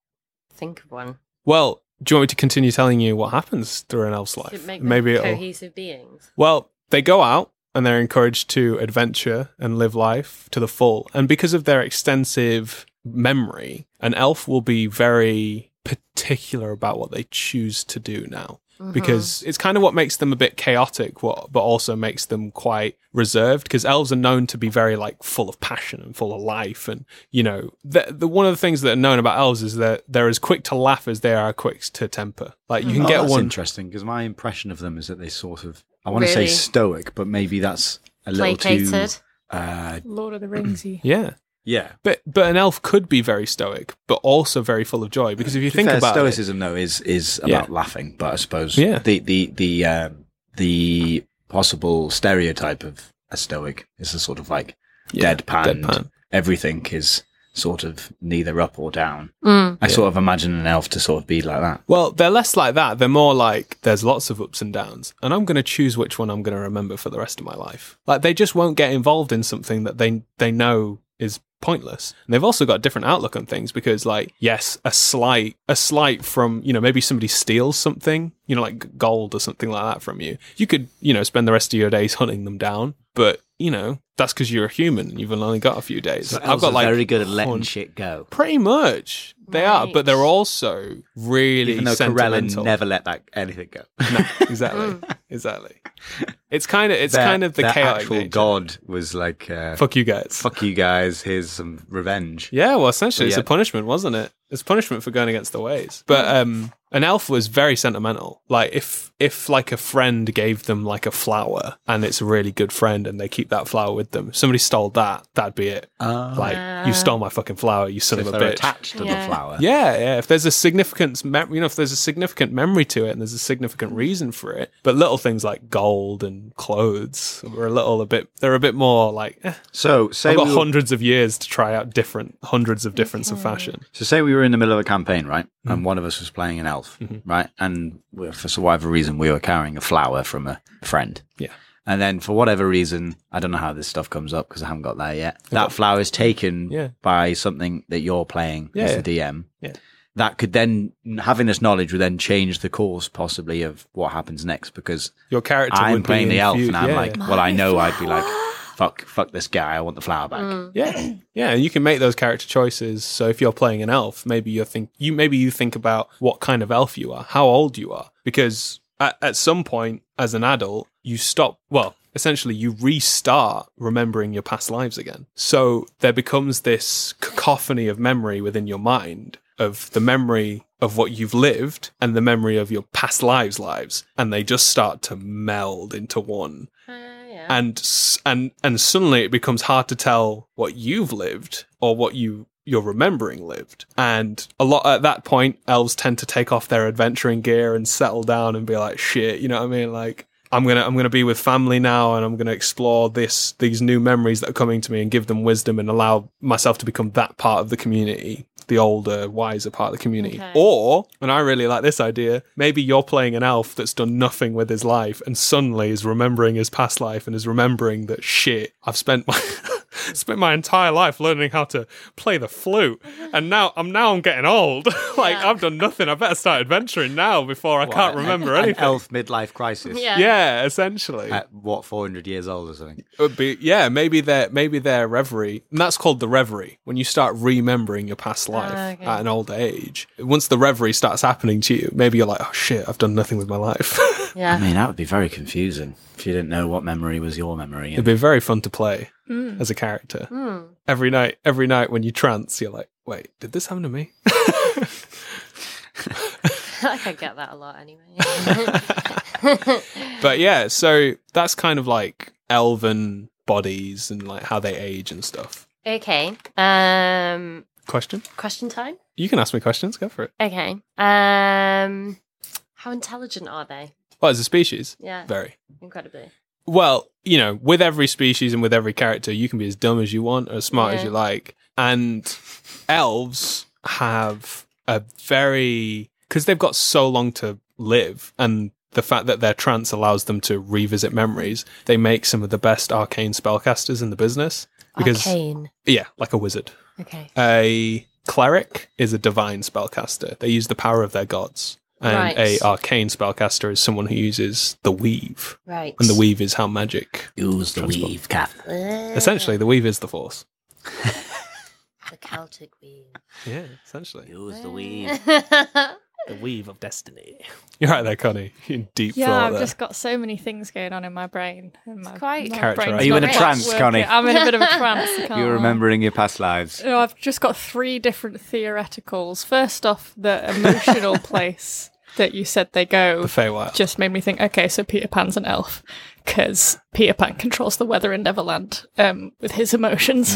[SPEAKER 2] think of one.
[SPEAKER 1] Well, do you want me to continue telling you what happens through an elf's
[SPEAKER 2] Does
[SPEAKER 1] life?
[SPEAKER 2] it make them
[SPEAKER 1] Maybe it'll.
[SPEAKER 2] cohesive beings.
[SPEAKER 1] Well, they go out and they're encouraged to adventure and live life to the full. And because of their extensive memory, an elf will be very particular about what they choose to do now
[SPEAKER 3] Mm-hmm.
[SPEAKER 2] Mhm.
[SPEAKER 1] because it's kind of what makes them a bit chaotic, what, but also makes them quite reserved. Because elves are known to be very like full of passion and full of life, and you know, the, the one of the things that are known about elves is that they're as quick to laugh as they are quick to temper. Like you can
[SPEAKER 3] Oh,
[SPEAKER 1] get
[SPEAKER 3] that's
[SPEAKER 1] one.
[SPEAKER 3] interesting because my impression of them is that they sort of I want to say
[SPEAKER 2] Really?
[SPEAKER 3] stoic, but maybe that's a little
[SPEAKER 2] placated.
[SPEAKER 3] too. Uh,
[SPEAKER 4] Lord of the Ringsy.
[SPEAKER 1] Yeah,
[SPEAKER 3] yeah.
[SPEAKER 1] but but an elf could be very stoic, but also very full of joy. Because if you
[SPEAKER 3] To be
[SPEAKER 1] think
[SPEAKER 3] fair,
[SPEAKER 1] about it,
[SPEAKER 3] stoicism though is is
[SPEAKER 1] Yeah.
[SPEAKER 3] about laughing, but I suppose
[SPEAKER 1] Yeah.
[SPEAKER 3] the the the um, the possible stereotype of a stoic is a sort of like
[SPEAKER 1] Yeah,
[SPEAKER 3] deadpan. everything is sort of neither up or down.
[SPEAKER 2] Mm.
[SPEAKER 3] I
[SPEAKER 1] Yeah.
[SPEAKER 3] sort of imagine an elf to sort of be like that.
[SPEAKER 1] Well, they're less like that. They're more like there's lots of ups and downs, and I'm going to choose which one I'm going to remember for the rest of my life. Like they just won't get involved in something that they they know is pointless. And they've also got a different outlook on things because like yes, a slight a slight from, you know, maybe somebody steals something, you know, like gold or something like that from you. You could, you know, spend the rest of your days hunting them down, but you know, that's because you're a human and you've only got a few days. I've got like hun-
[SPEAKER 3] shit go.
[SPEAKER 1] Pretty much, they are, but
[SPEAKER 2] Right.
[SPEAKER 1] they're also really
[SPEAKER 3] Even though
[SPEAKER 1] sentimental.
[SPEAKER 3] Corellin never let that anything go.
[SPEAKER 1] No, exactly, exactly. It's kind of it's
[SPEAKER 3] Their-
[SPEAKER 1] kind of the
[SPEAKER 3] their
[SPEAKER 1] chaotic
[SPEAKER 3] actual
[SPEAKER 1] nature.
[SPEAKER 3] god was like, uh, fuck,
[SPEAKER 1] Fuck you guys.
[SPEAKER 3] you guys. Here's some revenge.
[SPEAKER 1] Yeah, well, essentially, it's
[SPEAKER 3] Yeah.
[SPEAKER 1] a punishment, wasn't it? It's punishment for going against the ways. But um, an elf was very sentimental. Like if if like a friend gave them like a flower, and it's a really good friend, and they keep that flower with them. Somebody stole that, that'd be it. Like you stole my fucking flower, you son
[SPEAKER 3] Ah. so if
[SPEAKER 1] of a
[SPEAKER 3] they're
[SPEAKER 1] bitch.
[SPEAKER 3] attached to
[SPEAKER 2] Yeah.
[SPEAKER 3] the flower.
[SPEAKER 1] Yeah, yeah. If there's a significant, mem- you know, if there's a significant memory to it, and there's a significant reason for it, but little things like gold and clothes were a little a bit. They're a bit more like eh,
[SPEAKER 3] So say
[SPEAKER 1] I've got
[SPEAKER 3] we were,
[SPEAKER 1] hundreds of years to try out different hundreds of difference of fashion.
[SPEAKER 3] so say we were in the middle of a campaign, right?
[SPEAKER 1] Mm-hmm.
[SPEAKER 3] And one of us was playing an elf, right? And we, for so whatever reason, we were carrying a flower from a friend.
[SPEAKER 1] Yeah.
[SPEAKER 3] And then for whatever reason, I don't know how this stuff comes up because I haven't got there yet. That flower is taken
[SPEAKER 1] Yeah.
[SPEAKER 3] by something that you're playing
[SPEAKER 1] Yeah,
[SPEAKER 3] as
[SPEAKER 1] yeah.
[SPEAKER 3] the DM.
[SPEAKER 1] Yeah.
[SPEAKER 3] That could then having this knowledge would then change the course possibly of what happens next because
[SPEAKER 1] Your character.
[SPEAKER 3] I'm
[SPEAKER 1] would be
[SPEAKER 3] playing the elf
[SPEAKER 1] infused-
[SPEAKER 3] and I'm
[SPEAKER 1] yeah,
[SPEAKER 3] like, well, I know I'd be like, fuck, fuck this guy. I want the flower back.
[SPEAKER 1] yeah, yeah. And you can make those character choices. So if you're playing an elf, maybe you think you maybe you think about what kind of elf you are, how old you are, because at, at some point as an adult you stop. Well, essentially you restart remembering your past lives again. So there becomes this cacophony of memory within your mind of the memory of what you've lived and the memory of your past lives lives and they just start to meld into one
[SPEAKER 2] Uh, yeah.
[SPEAKER 1] and s- and and suddenly it becomes hard to tell what you've lived or what you you're remembering lived and a lot at that point elves tend to take off their adventuring gear and settle down and be like shit you know what i mean like i'm gonna i'm gonna be with family now and i'm gonna explore this these new memories that are coming to me and give them wisdom and allow myself to become that part of the community the older wiser part of the community
[SPEAKER 2] Okay.
[SPEAKER 1] or and i really like this idea maybe you're playing an elf that's done nothing with his life and suddenly is remembering his past life and is remembering that shit i've spent my spent my entire life learning how to play the flute and now i'm now i'm getting old like
[SPEAKER 2] Yeah.
[SPEAKER 1] i've done nothing i better start adventuring now before i can't
[SPEAKER 3] Well,
[SPEAKER 1] remember
[SPEAKER 3] an,
[SPEAKER 1] anything
[SPEAKER 3] An elf midlife crisis.
[SPEAKER 2] yeah.
[SPEAKER 1] yeah essentially
[SPEAKER 3] At what, 400 years old or something?
[SPEAKER 1] it would be yeah maybe their maybe their reverie and that's called the reverie when you start remembering your past life
[SPEAKER 2] Ah, okay.
[SPEAKER 1] at an old age once the reverie starts happening to you maybe you're like oh shit i've done nothing with my life
[SPEAKER 2] Yeah.
[SPEAKER 3] I mean, that would be very confusing if you didn't know what memory was your memory.
[SPEAKER 1] it'd
[SPEAKER 3] And
[SPEAKER 1] be very fun to play
[SPEAKER 2] Hmm.
[SPEAKER 1] as a character
[SPEAKER 2] Mm.
[SPEAKER 1] every night every night when you trance you're like wait did this happen to me
[SPEAKER 2] I could get that a lot anyway.
[SPEAKER 1] but yeah so that's kind of like elven bodies and like how they age and stuff
[SPEAKER 2] okay. Um,
[SPEAKER 1] question
[SPEAKER 2] question time.
[SPEAKER 1] you can ask me questions go for it
[SPEAKER 2] Okay. Um, how intelligent are they?
[SPEAKER 1] well as a species
[SPEAKER 2] Yeah,
[SPEAKER 1] very
[SPEAKER 2] incredibly.
[SPEAKER 1] well, you know, with every species and with every character, you can be as dumb as you want or as smart as
[SPEAKER 2] Yeah.
[SPEAKER 1] you like. And elves have a very because they've got so long to live and the fact that their trance allows them to revisit memories, they make some of the best arcane spellcasters in the business. Because
[SPEAKER 2] Arcane.
[SPEAKER 1] yeah, like a wizard.
[SPEAKER 2] Okay.
[SPEAKER 1] A cleric is a divine spellcaster. They use the power of their gods. And
[SPEAKER 2] Right.
[SPEAKER 1] a arcane spellcaster is someone who uses the weave.
[SPEAKER 2] Right.
[SPEAKER 1] And the weave is how magic.
[SPEAKER 6] Use the
[SPEAKER 1] Transport.
[SPEAKER 6] weave, Kath.
[SPEAKER 1] Essentially, the weave is the force.
[SPEAKER 2] the Celtic weave.
[SPEAKER 1] Yeah, essentially.
[SPEAKER 6] Use the weave. The weave of destiny.
[SPEAKER 1] You're right there, Connie. In deep
[SPEAKER 4] Yeah,
[SPEAKER 1] thought
[SPEAKER 4] I've
[SPEAKER 1] there.
[SPEAKER 4] just got so many things going on in my brain. and my-
[SPEAKER 2] quite-
[SPEAKER 4] my
[SPEAKER 1] Characterised.
[SPEAKER 4] brain's
[SPEAKER 1] Are you
[SPEAKER 4] not
[SPEAKER 1] in a
[SPEAKER 4] quite
[SPEAKER 3] trance,
[SPEAKER 4] working.
[SPEAKER 3] Connie?
[SPEAKER 4] I'm in a bit of a trance. I can't
[SPEAKER 3] You're
[SPEAKER 4] lie.
[SPEAKER 3] remembering your past lives.
[SPEAKER 4] No, I've just got three different theoreticals. First off, the emotional place that you said they go
[SPEAKER 1] the Feywild.
[SPEAKER 4] just made me think. Okay, so Peter Pan's an elf because Peter Pan controls the weather in Neverland um, with his emotions.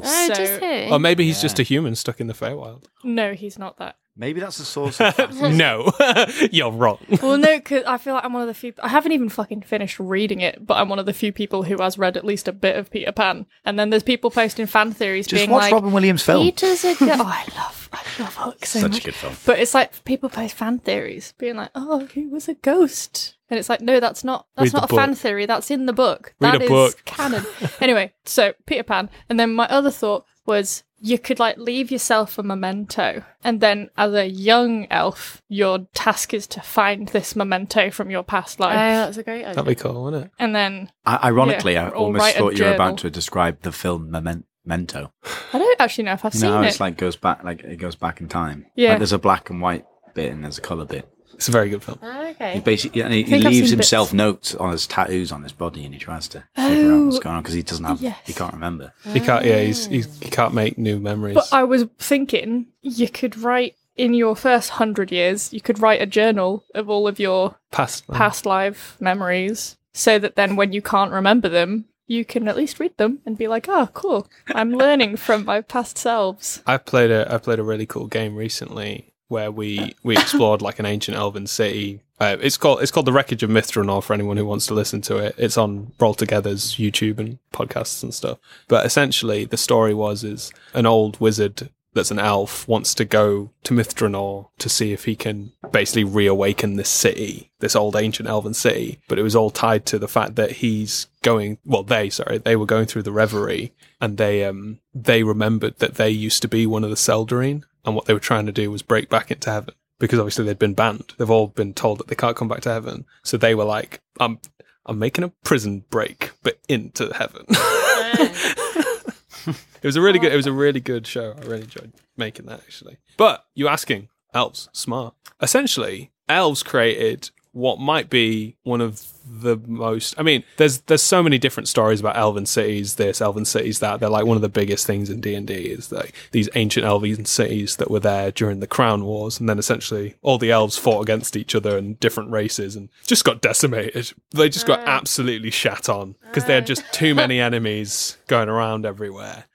[SPEAKER 5] Uh,
[SPEAKER 2] oh,
[SPEAKER 4] So-
[SPEAKER 2] just who?
[SPEAKER 1] or maybe he's just a human stuck in the Feywild.
[SPEAKER 4] No, he's not that.
[SPEAKER 3] Maybe that's the source of
[SPEAKER 1] Um, no, you're wrong.
[SPEAKER 4] Well, no, because I feel like I'm one of the few. I haven't even fucking finished reading it, but I'm one of the few people who has read at least a bit of Peter Pan. And then there's people posting fan theories
[SPEAKER 3] Just
[SPEAKER 4] being
[SPEAKER 3] watch
[SPEAKER 4] like,
[SPEAKER 3] Robin Williams' film.
[SPEAKER 2] Peter's a girl.
[SPEAKER 4] "Oh, I love, I love Hook so
[SPEAKER 3] Such
[SPEAKER 4] much."
[SPEAKER 3] a good film.
[SPEAKER 4] But it's like people post fan theories, being like, "Oh, he was a ghost," and it's like, "No, that's not.
[SPEAKER 1] Read
[SPEAKER 4] That's
[SPEAKER 1] the
[SPEAKER 4] not a fan
[SPEAKER 1] book.
[SPEAKER 4] theory. That's in the book.
[SPEAKER 1] Read
[SPEAKER 4] That
[SPEAKER 1] a
[SPEAKER 4] is
[SPEAKER 1] book."
[SPEAKER 4] canon." anyway, so Peter Pan, and then my other thought was you could like leave yourself a memento, and then as a young elf, your task is to find this memento from your past
[SPEAKER 5] Oh,
[SPEAKER 4] life,
[SPEAKER 2] Uh,
[SPEAKER 5] that's a great idea.
[SPEAKER 1] That'd be cool, wouldn't it?
[SPEAKER 4] and then
[SPEAKER 3] I- ironically,
[SPEAKER 4] Yeah,
[SPEAKER 3] I
[SPEAKER 4] or
[SPEAKER 3] almost
[SPEAKER 4] write a
[SPEAKER 3] thought you were
[SPEAKER 4] journal.
[SPEAKER 3] about to describe the film Memen- Memento.
[SPEAKER 4] I don't actually know if I've
[SPEAKER 3] You
[SPEAKER 4] seen
[SPEAKER 3] know how
[SPEAKER 4] it.
[SPEAKER 3] it's like goes back, like it goes back in time. Like,
[SPEAKER 4] Yeah.
[SPEAKER 3] there's a black and white bit and there's a color bit.
[SPEAKER 1] It's a very good film.
[SPEAKER 5] Oh,
[SPEAKER 3] He
[SPEAKER 5] okay.
[SPEAKER 3] basically and he,
[SPEAKER 4] think I've
[SPEAKER 3] leaves
[SPEAKER 4] seen
[SPEAKER 3] himself
[SPEAKER 4] bits.
[SPEAKER 3] notes on his tattoos on his body, and he tries to figure out what's
[SPEAKER 4] Oh,
[SPEAKER 3] going on because he doesn't have,
[SPEAKER 4] yes.
[SPEAKER 3] he can't remember.
[SPEAKER 1] He can't. Yeah,
[SPEAKER 2] Mm.
[SPEAKER 1] he's, he's he can't make new memories.
[SPEAKER 4] But uh, I was thinking you could write in your first hundred years, you could write a journal of all of your
[SPEAKER 1] past life.
[SPEAKER 4] past life memories so that then when you can't remember them, you can at least read them and be like, oh, cool. I'm learning from my past selves.
[SPEAKER 1] I played a I played a really cool game recently where we we explored like an ancient elven city. Uh, it's called it's called the Wreckage of Mithranor for anyone who wants to listen to it. It's on Roll Together's YouTube and podcasts and stuff. But essentially, the story was is an old wizard that's an elf wants to go to Mithranor to see if he can basically reawaken this city, this old ancient elven city. But it was all tied to the fact that he's going well they sorry they were going through the reverie and they um they remembered that they used to be one of the Seldarine, and what they were trying to do was break back into heaven because obviously they'd been banned. They've all been told that they can't come back to heaven, so they were like, "I'm I'm making a prison break, but into heaven." it was a really good. It was a really good show. I really enjoyed making that actually. But you asking elves smart. Essentially, elves created what might be one of the most I mean there's there's so many different stories about elven cities this elven cities that they're like one of the biggest things in D&D is like these ancient elven cities that were there during the crown wars and then essentially all the elves fought against each other and different races and just got decimated they just got absolutely shat on because they had just too many enemies going around everywhere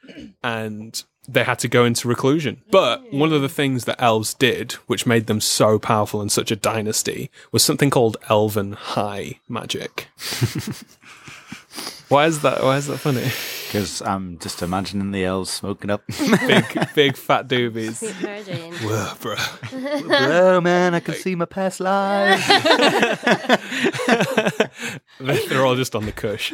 [SPEAKER 1] and they had to go into reclusion. But one of the things that elves did, which made them so powerful and such a dynasty, was something called elven high magic. why is that? Why is that funny?
[SPEAKER 3] Because I'm just imagining the elves smoking up.
[SPEAKER 1] Big, big fat doobies.
[SPEAKER 2] Keep murdering.
[SPEAKER 1] Ugh, bruh.
[SPEAKER 3] oh man, I can see my past lives.
[SPEAKER 1] They- They're all just on the cush.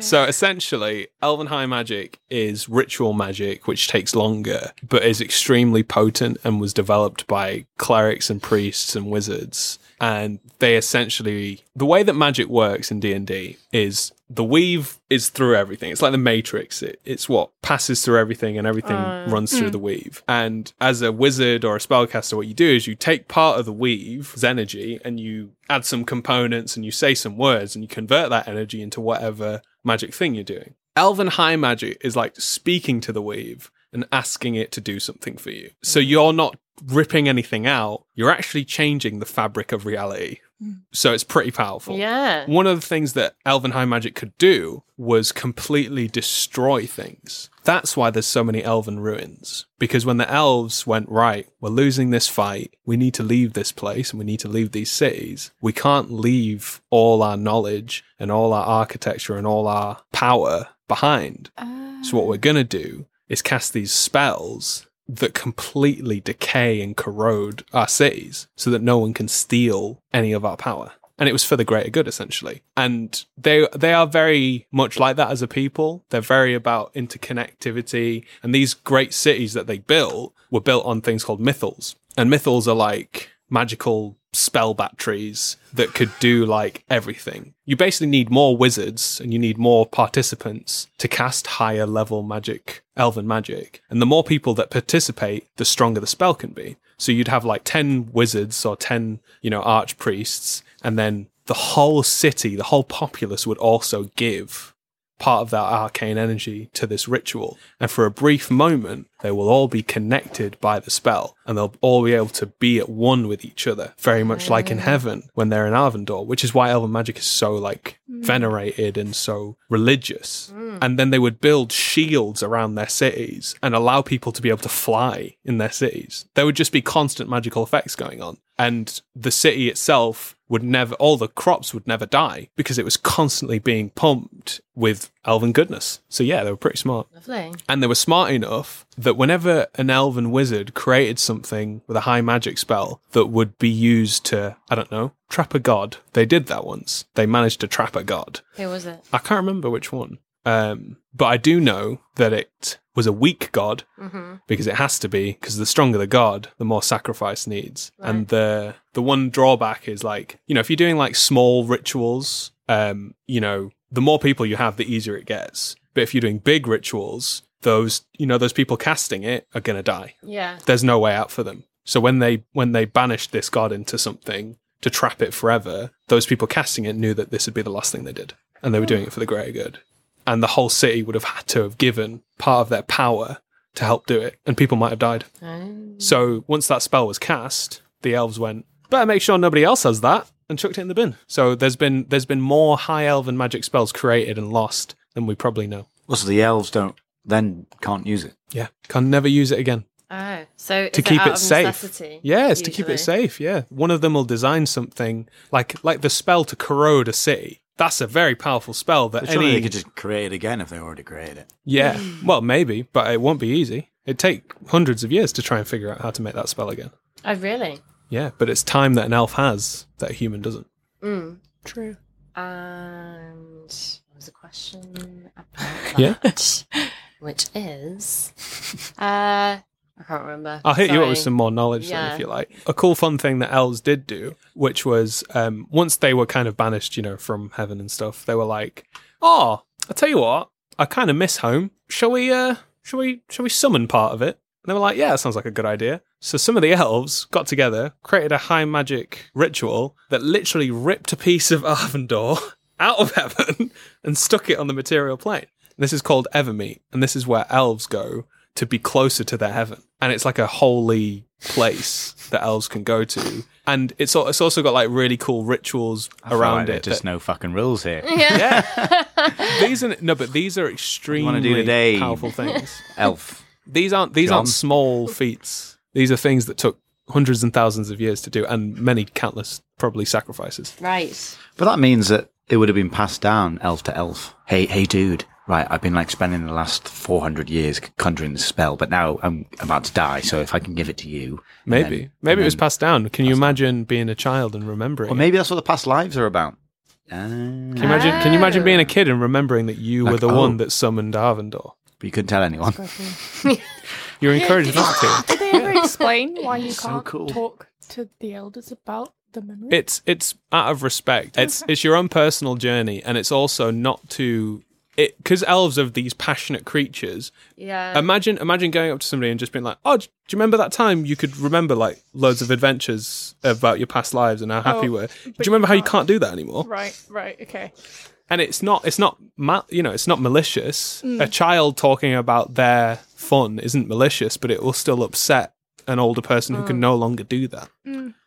[SPEAKER 1] So essentially, elven high magic is ritual magic, which takes longer, but is extremely potent and was developed by clerics and priests and wizards. And they essentially, the way that magic works in D and D is the weave is through everything. It's like the Matrix. It, it's what passes through everything, and everything runs through the weave. And as a wizard or a spellcaster, what you do is you take part of the weave's energy and you add some components and you say some words and you convert that energy into whatever magic thing you're doing. Elven high magic is like speaking to the weave and asking it to do something for you. So you're not ripping anything out, you're actually changing the fabric of reality. So it's pretty powerful.
[SPEAKER 5] Yeah.
[SPEAKER 1] One of the things that elven high magic could do was completely destroy things. That's why there's so many elven ruins. Because when the elves went, right, we're losing this fight, we need to leave this place and we need to leave these cities, we can't leave all our knowledge and all our architecture and all
[SPEAKER 4] Ah.
[SPEAKER 1] our power behind. So what we're gonna do is cast these spells that completely decay and corrode our cities so that no one can steal any of our power. And it was for the greater good, essentially. And they they are very much like that as a people. They're very about interconnectivity. And these great cities that they built were built on things called mythals. And mythals are like magical spell batteries that could do like everything. You basically need more wizards and you need more participants to cast higher level magic, elven magic. And the more people that participate, the stronger the spell can be. So you'd have like 10 wizards or 10, you know, archpriests and then the whole city, the whole populace would also give part of that arcane energy to this ritual. And for a brief moment, they will all be connected by the spell and they'll all be able to be at one with each other, very much like in heaven when they're in Arvindor, which is why elven magic is so like venerated and so religious. And then they would build shields around their cities and allow people to be able to fly in their cities. There would just be constant magical effects going on. And the city itself would never, all the crops would never die because it was constantly being pumped with elven goodness. So, yeah, they were pretty smart.
[SPEAKER 2] Lovely.
[SPEAKER 1] And they were smart enough that whenever an elven wizard created something with a high magic spell that would be used to, I don't know, trap a god, they did that once. They managed to trap a god.
[SPEAKER 2] Who was it?
[SPEAKER 1] I can't remember which one. Um, but I do know that it was a weak god
[SPEAKER 2] Mm-hmm.
[SPEAKER 1] because it has to be because the stronger the god, the more sacrifice needs. And the the one drawback is like you know if you're doing like small rituals, um, you know the more people you have, the easier it gets. But if you're doing big rituals, those you know those people casting it are gonna die
[SPEAKER 2] Yeah.
[SPEAKER 1] there's no way out for them. So when they when they banished this god into something to trap it forever, those people casting it knew that this would be the last thing they did, and they were doing it for the greater good. And the whole city would have had to have given part of their power to help do it, and people might have died.
[SPEAKER 5] Um,
[SPEAKER 2] Oh.
[SPEAKER 1] So once that spell was cast, the elves went, "Better make sure nobody else has that," and chucked it in the bin. So there's been there's been more high elven magic spells created and lost than we probably know.
[SPEAKER 3] Well, so the elves don't then can't use it.
[SPEAKER 1] Yeah, can never use it again.
[SPEAKER 2] Oh. So is
[SPEAKER 1] to keep
[SPEAKER 2] out
[SPEAKER 1] it
[SPEAKER 2] of
[SPEAKER 1] safe.
[SPEAKER 2] Necessity,
[SPEAKER 1] Yes, to keep
[SPEAKER 2] usually?
[SPEAKER 1] it safe. Yeah, one of them will design something like like the spell to corrode a city. That's a very powerful spell that
[SPEAKER 3] But surely
[SPEAKER 1] any
[SPEAKER 3] they could just create it again if they already created it.
[SPEAKER 1] yeah. Well, maybe, but it won't be easy. It'd take hundreds of years to try and figure out how to make that spell again.
[SPEAKER 2] Oh, really?
[SPEAKER 1] Yeah, but it's time that an elf has that a human doesn't.
[SPEAKER 2] Mm.
[SPEAKER 5] True.
[SPEAKER 2] And there was a question about
[SPEAKER 1] Yeah.
[SPEAKER 2] that, which is, uh, I can't remember.
[SPEAKER 1] I'll hit you up with
[SPEAKER 2] Sorry.
[SPEAKER 1] some more knowledge then, if
[SPEAKER 2] Yeah.
[SPEAKER 1] you like. A cool, fun thing that elves did do, which was um, once they were kind of banished, you know, from heaven and stuff, they were like, "Oh, I tell you what, I kind of miss home. Shall we? Uh, shall we? Shall we summon part of it?" And they were like, "Yeah, that sounds like a good idea." So some of the elves got together, created a high magic ritual that literally ripped a piece of Arvindor out of heaven and stuck it on the material plane. This is called Evermeet, and this is where elves go to be closer to their heaven. And it's like a holy place that elves can go to. And it's al- it's also got like really cool rituals around it.
[SPEAKER 3] just
[SPEAKER 1] that-
[SPEAKER 3] no fucking rules here.
[SPEAKER 1] yeah. these are no, but these are extremely
[SPEAKER 3] today?
[SPEAKER 1] powerful things.
[SPEAKER 3] Elf.
[SPEAKER 1] These aren't these
[SPEAKER 3] John?
[SPEAKER 1] aren't small feats. These are things that took hundreds and thousands of years to do and many countless probably sacrifices.
[SPEAKER 2] Right.
[SPEAKER 3] But that means that it would have been passed down elf to elf. Hey, hey, dude. Right, I've been like spending the last 400 years conjuring this spell, but now I'm about to die, so if I can give it to you. and then-
[SPEAKER 1] Maybe. Maybe it was
[SPEAKER 3] and then-
[SPEAKER 1] passed down. Can you imagine being a child and remembering?
[SPEAKER 3] Or
[SPEAKER 1] it?
[SPEAKER 3] maybe that's what the past lives are about. Ah.
[SPEAKER 1] Can you imagine can you imagine being a kid and remembering that you were
[SPEAKER 3] Like,
[SPEAKER 1] the
[SPEAKER 3] oh.
[SPEAKER 1] one that summoned Arvindor?
[SPEAKER 3] but you couldn't tell anyone.
[SPEAKER 1] You're encouraged not to.
[SPEAKER 4] Did they ever explain why you
[SPEAKER 3] So
[SPEAKER 4] can't
[SPEAKER 3] cool.
[SPEAKER 4] talk to the elders about the memory?
[SPEAKER 1] it's it's out of respect. It's it's your own personal journey, and it's also not to it because elves are these passionate creatures.
[SPEAKER 2] Yeah.
[SPEAKER 1] Imagine imagine going up to somebody and just being like, "Oh, d- do you remember that time you could remember like loads of adventures about your past lives and how happy you
[SPEAKER 4] Oh,
[SPEAKER 1] were? Do you
[SPEAKER 4] but
[SPEAKER 1] remember
[SPEAKER 4] you
[SPEAKER 1] how you
[SPEAKER 4] can't."
[SPEAKER 1] can't do that anymore?"
[SPEAKER 4] Right, right, okay.
[SPEAKER 1] and it's not it's not ma- you know it's not malicious
[SPEAKER 4] Mm.
[SPEAKER 1] a child talking about their fun isn't malicious but it will still upset an older person who
[SPEAKER 4] Oh.
[SPEAKER 1] can no longer do that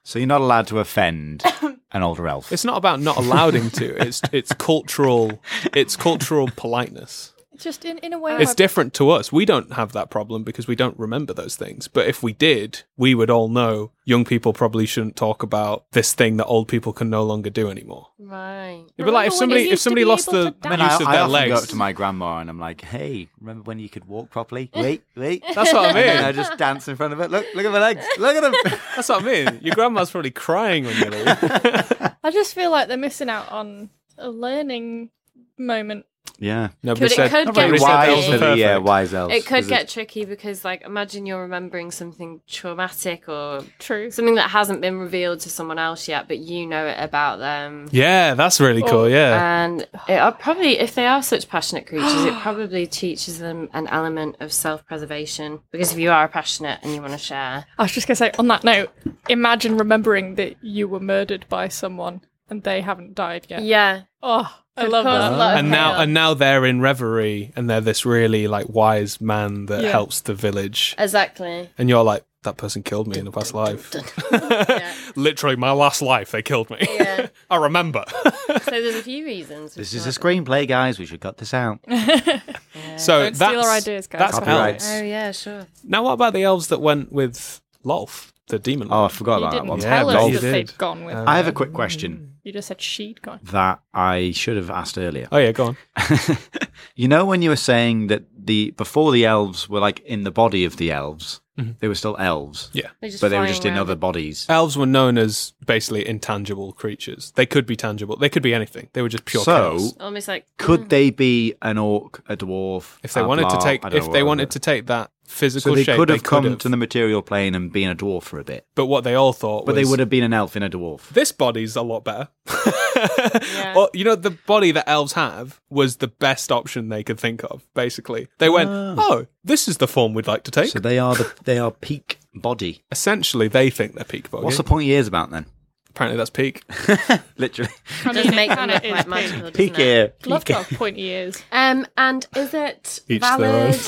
[SPEAKER 3] So you're not allowed to offend an older elf.
[SPEAKER 1] it's not about not allowing to it's it's cultural it's cultural politeness
[SPEAKER 4] Just in, in a way,
[SPEAKER 1] It's
[SPEAKER 4] my-
[SPEAKER 1] different to us. We don't have that problem because we don't remember those things. But if we did, we would all know young people probably shouldn't talk about this thing that old people can no longer do anymore.
[SPEAKER 2] Right.
[SPEAKER 1] Yeah, but like if
[SPEAKER 4] Remember when
[SPEAKER 1] somebody
[SPEAKER 4] you
[SPEAKER 1] if
[SPEAKER 4] used to
[SPEAKER 1] somebody
[SPEAKER 4] be
[SPEAKER 1] lost
[SPEAKER 4] able
[SPEAKER 1] the use
[SPEAKER 4] to dance?
[SPEAKER 3] I,
[SPEAKER 1] of
[SPEAKER 3] I
[SPEAKER 1] their
[SPEAKER 3] often
[SPEAKER 1] legs,
[SPEAKER 3] go up to my grandma and I'm like, "Hey, remember when you could walk properly? Wait, wait."
[SPEAKER 1] that's what I
[SPEAKER 3] And then I
[SPEAKER 1] mean.
[SPEAKER 3] just dance in front of it. Look, look at my legs. Look at them.
[SPEAKER 1] that's what I mean. Your grandma's probably crying when you leave.
[SPEAKER 4] I just feel like they're missing out on a learning moment.
[SPEAKER 3] Yeah.
[SPEAKER 1] Nobody
[SPEAKER 2] But it
[SPEAKER 1] said.
[SPEAKER 2] could
[SPEAKER 1] nobody
[SPEAKER 2] get
[SPEAKER 1] said
[SPEAKER 3] Wise
[SPEAKER 1] elves
[SPEAKER 2] tricky.
[SPEAKER 1] were
[SPEAKER 3] for the yeah,
[SPEAKER 1] perfect.
[SPEAKER 3] wise elves.
[SPEAKER 2] It could
[SPEAKER 3] Is
[SPEAKER 2] get tricky because, like, imagine you're remembering something traumatic or
[SPEAKER 4] True.
[SPEAKER 2] something that hasn't been revealed to someone else yet, but you know it about them.
[SPEAKER 1] Yeah, that's really
[SPEAKER 4] Oh,
[SPEAKER 1] cool. Yeah,
[SPEAKER 2] And it are probably, if they are such passionate creatures, it probably teaches them an element of self preservation. Because if you are passionate and you want to share,
[SPEAKER 4] I was just gonna say on that note, imagine remembering that you were murdered by someone and they haven't died yet.
[SPEAKER 2] yeah,
[SPEAKER 4] Oh, I
[SPEAKER 2] Could
[SPEAKER 4] love
[SPEAKER 2] cause a
[SPEAKER 4] that.
[SPEAKER 2] lot of
[SPEAKER 1] and now
[SPEAKER 2] chaos.
[SPEAKER 1] and now they're in reverie and they're this really like wise man that
[SPEAKER 4] Yeah.
[SPEAKER 1] helps the village.
[SPEAKER 2] exactly.
[SPEAKER 1] And you're like, that person killed me in a past life. Literally, my last life, they killed me.
[SPEAKER 2] Yeah.
[SPEAKER 1] I remember.
[SPEAKER 2] So there's a few reasons.
[SPEAKER 3] This is a screenplay, guys. We should cut this out.
[SPEAKER 1] so
[SPEAKER 4] Don't
[SPEAKER 1] that's
[SPEAKER 4] steal our ideas, guys.
[SPEAKER 1] That's
[SPEAKER 3] Copyrights.
[SPEAKER 1] elves.
[SPEAKER 2] Oh yeah, sure.
[SPEAKER 1] Now, what about the elves that went with Lolf, the demon?
[SPEAKER 3] Oh, I
[SPEAKER 1] lord?
[SPEAKER 3] forgot
[SPEAKER 4] you
[SPEAKER 3] about that
[SPEAKER 4] didn't
[SPEAKER 3] one.
[SPEAKER 1] Yeah,
[SPEAKER 4] tell
[SPEAKER 1] but
[SPEAKER 4] us
[SPEAKER 1] you
[SPEAKER 4] that
[SPEAKER 1] did.
[SPEAKER 4] they'd gone with.
[SPEAKER 1] Uh,
[SPEAKER 3] I have a quick question
[SPEAKER 4] you just said she'd gone.
[SPEAKER 3] that I should have asked earlier.
[SPEAKER 1] oh yeah, go on.
[SPEAKER 3] you know when you were saying that the before the elves were like in the body of the elves, they were still elves,
[SPEAKER 1] Mm-hmm. Yeah. Uh,
[SPEAKER 2] They just
[SPEAKER 3] but they were
[SPEAKER 2] flying
[SPEAKER 3] just in
[SPEAKER 2] around.
[SPEAKER 3] other bodies.
[SPEAKER 1] Elves were known as basically intangible creatures. They could be tangible. They could be anything. They were just pure
[SPEAKER 3] So-
[SPEAKER 1] chaos.
[SPEAKER 2] Almost like
[SPEAKER 3] Could they be an orc, a dwarf?
[SPEAKER 1] If they
[SPEAKER 3] a
[SPEAKER 1] wanted
[SPEAKER 3] blah,
[SPEAKER 1] to take,
[SPEAKER 3] uh, I don't know
[SPEAKER 1] if they
[SPEAKER 3] what-
[SPEAKER 1] wanted to take that physical
[SPEAKER 3] so they
[SPEAKER 1] shape,
[SPEAKER 3] could have
[SPEAKER 1] they
[SPEAKER 3] come
[SPEAKER 1] could have.
[SPEAKER 3] to the material plane and been a dwarf for a bit,
[SPEAKER 1] But what they all thought, was,
[SPEAKER 3] but they would have been an elf in a dwarf.
[SPEAKER 1] This body's a lot better. Or, you know, the body that elves have was the best option they could think of. Basically, they went, "Oh, this is the form we'd like to take."
[SPEAKER 3] So they are the they are peak body.
[SPEAKER 1] Essentially, they think they're peak body.
[SPEAKER 3] What's the point of years about then?
[SPEAKER 1] Apparently, that's peak.
[SPEAKER 3] Literally,
[SPEAKER 4] I
[SPEAKER 2] It
[SPEAKER 4] mean,
[SPEAKER 2] does
[SPEAKER 4] it
[SPEAKER 2] make them
[SPEAKER 4] kinda
[SPEAKER 2] look
[SPEAKER 4] is
[SPEAKER 2] quite
[SPEAKER 4] pink.
[SPEAKER 2] magical. doesn't
[SPEAKER 3] peak
[SPEAKER 2] it?
[SPEAKER 3] ear.
[SPEAKER 4] Oh, Love how pointy he is.
[SPEAKER 2] Um, and is it
[SPEAKER 1] Each their
[SPEAKER 2] valid?
[SPEAKER 1] own.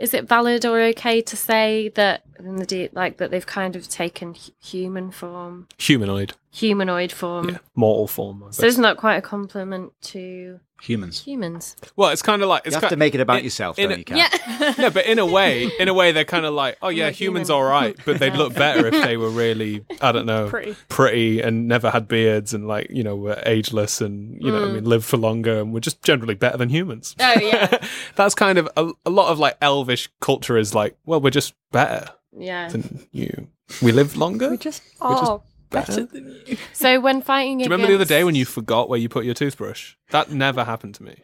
[SPEAKER 2] Is it valid or okay to say that in the de- like that they've kind of taken hu- human form,
[SPEAKER 1] Humanoid,
[SPEAKER 2] humanoid form?
[SPEAKER 1] yeah, mortal form. I
[SPEAKER 2] So
[SPEAKER 1] guess.
[SPEAKER 2] isn't that quite a compliment to
[SPEAKER 3] Humans.
[SPEAKER 2] humans?
[SPEAKER 1] well, it's kind of like
[SPEAKER 3] You
[SPEAKER 1] it's
[SPEAKER 3] have
[SPEAKER 1] ki-
[SPEAKER 3] to make it about
[SPEAKER 1] in-
[SPEAKER 3] yourself,
[SPEAKER 1] in a-
[SPEAKER 3] don't you? Kat?
[SPEAKER 1] No, but in a way, in a way, they're kind of like, oh yeah,
[SPEAKER 2] not
[SPEAKER 1] humans
[SPEAKER 2] human.
[SPEAKER 1] all right, but they'd
[SPEAKER 2] Yeah.
[SPEAKER 1] look better if they were really, I don't know,
[SPEAKER 4] Pretty.
[SPEAKER 1] pretty and never had beards and like you know were ageless and you know what I mean lived for longer and were just generally better than humans.
[SPEAKER 2] Oh yeah,
[SPEAKER 1] That's kind of a, a lot of like elvish culture is like, well, we're just better
[SPEAKER 2] yeah.
[SPEAKER 1] than you. We live longer.
[SPEAKER 4] We just
[SPEAKER 1] just
[SPEAKER 4] are
[SPEAKER 1] better.
[SPEAKER 4] better than you.
[SPEAKER 2] So when fighting,
[SPEAKER 1] Do you remember the other day when you forgot where you put your toothbrush? That never happened to me.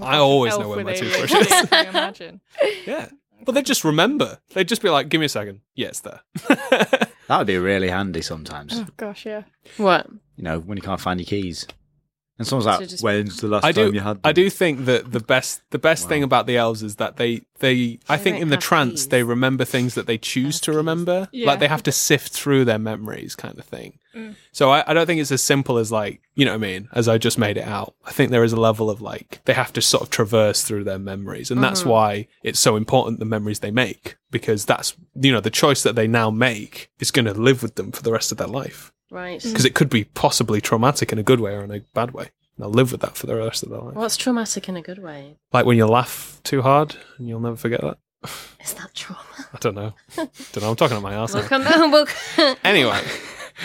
[SPEAKER 1] I always know where my toothbrush is.
[SPEAKER 4] Can you imagine?
[SPEAKER 1] Yeah. Well, they'd just remember. They'd just be like, give me a second. Yeah, it's there.
[SPEAKER 3] That would be really handy sometimes.
[SPEAKER 4] Oh gosh, yeah.
[SPEAKER 2] what?
[SPEAKER 3] You know, when you can't find your keys, and someone's like,
[SPEAKER 2] So just-
[SPEAKER 3] "When's the last
[SPEAKER 1] I do.
[SPEAKER 3] time you had?" Them?
[SPEAKER 1] I do think that the best the best thing about the elves is that they they I
[SPEAKER 2] They
[SPEAKER 1] think
[SPEAKER 2] don't
[SPEAKER 1] in the
[SPEAKER 2] have
[SPEAKER 1] trance they
[SPEAKER 2] keys.
[SPEAKER 1] remember things that they choose to
[SPEAKER 2] keys.
[SPEAKER 1] remember.
[SPEAKER 4] Yeah.
[SPEAKER 1] Like they have to sift through their memories, kind of thing.
[SPEAKER 4] Mm.
[SPEAKER 1] So I, I don't think it's as simple as like you know what I mean. As I just made it out, I think there is a level of like they have to sort of traverse through their memories, and that's
[SPEAKER 2] Mhm.
[SPEAKER 1] why it's so important the memories they make because that's you know the choice that they now make is going to live with them for the rest of their life
[SPEAKER 2] Right.
[SPEAKER 1] because it could be possibly traumatic in a good way or in a bad way. And they'll live with that for the rest of their life.
[SPEAKER 2] What's traumatic in a good way?
[SPEAKER 1] Like when you laugh too hard and you'll never forget that.
[SPEAKER 2] Is that trauma?
[SPEAKER 1] I don't know. don't know. I'm talking on my ass.
[SPEAKER 2] We'll come back. We'll...
[SPEAKER 1] Anyway,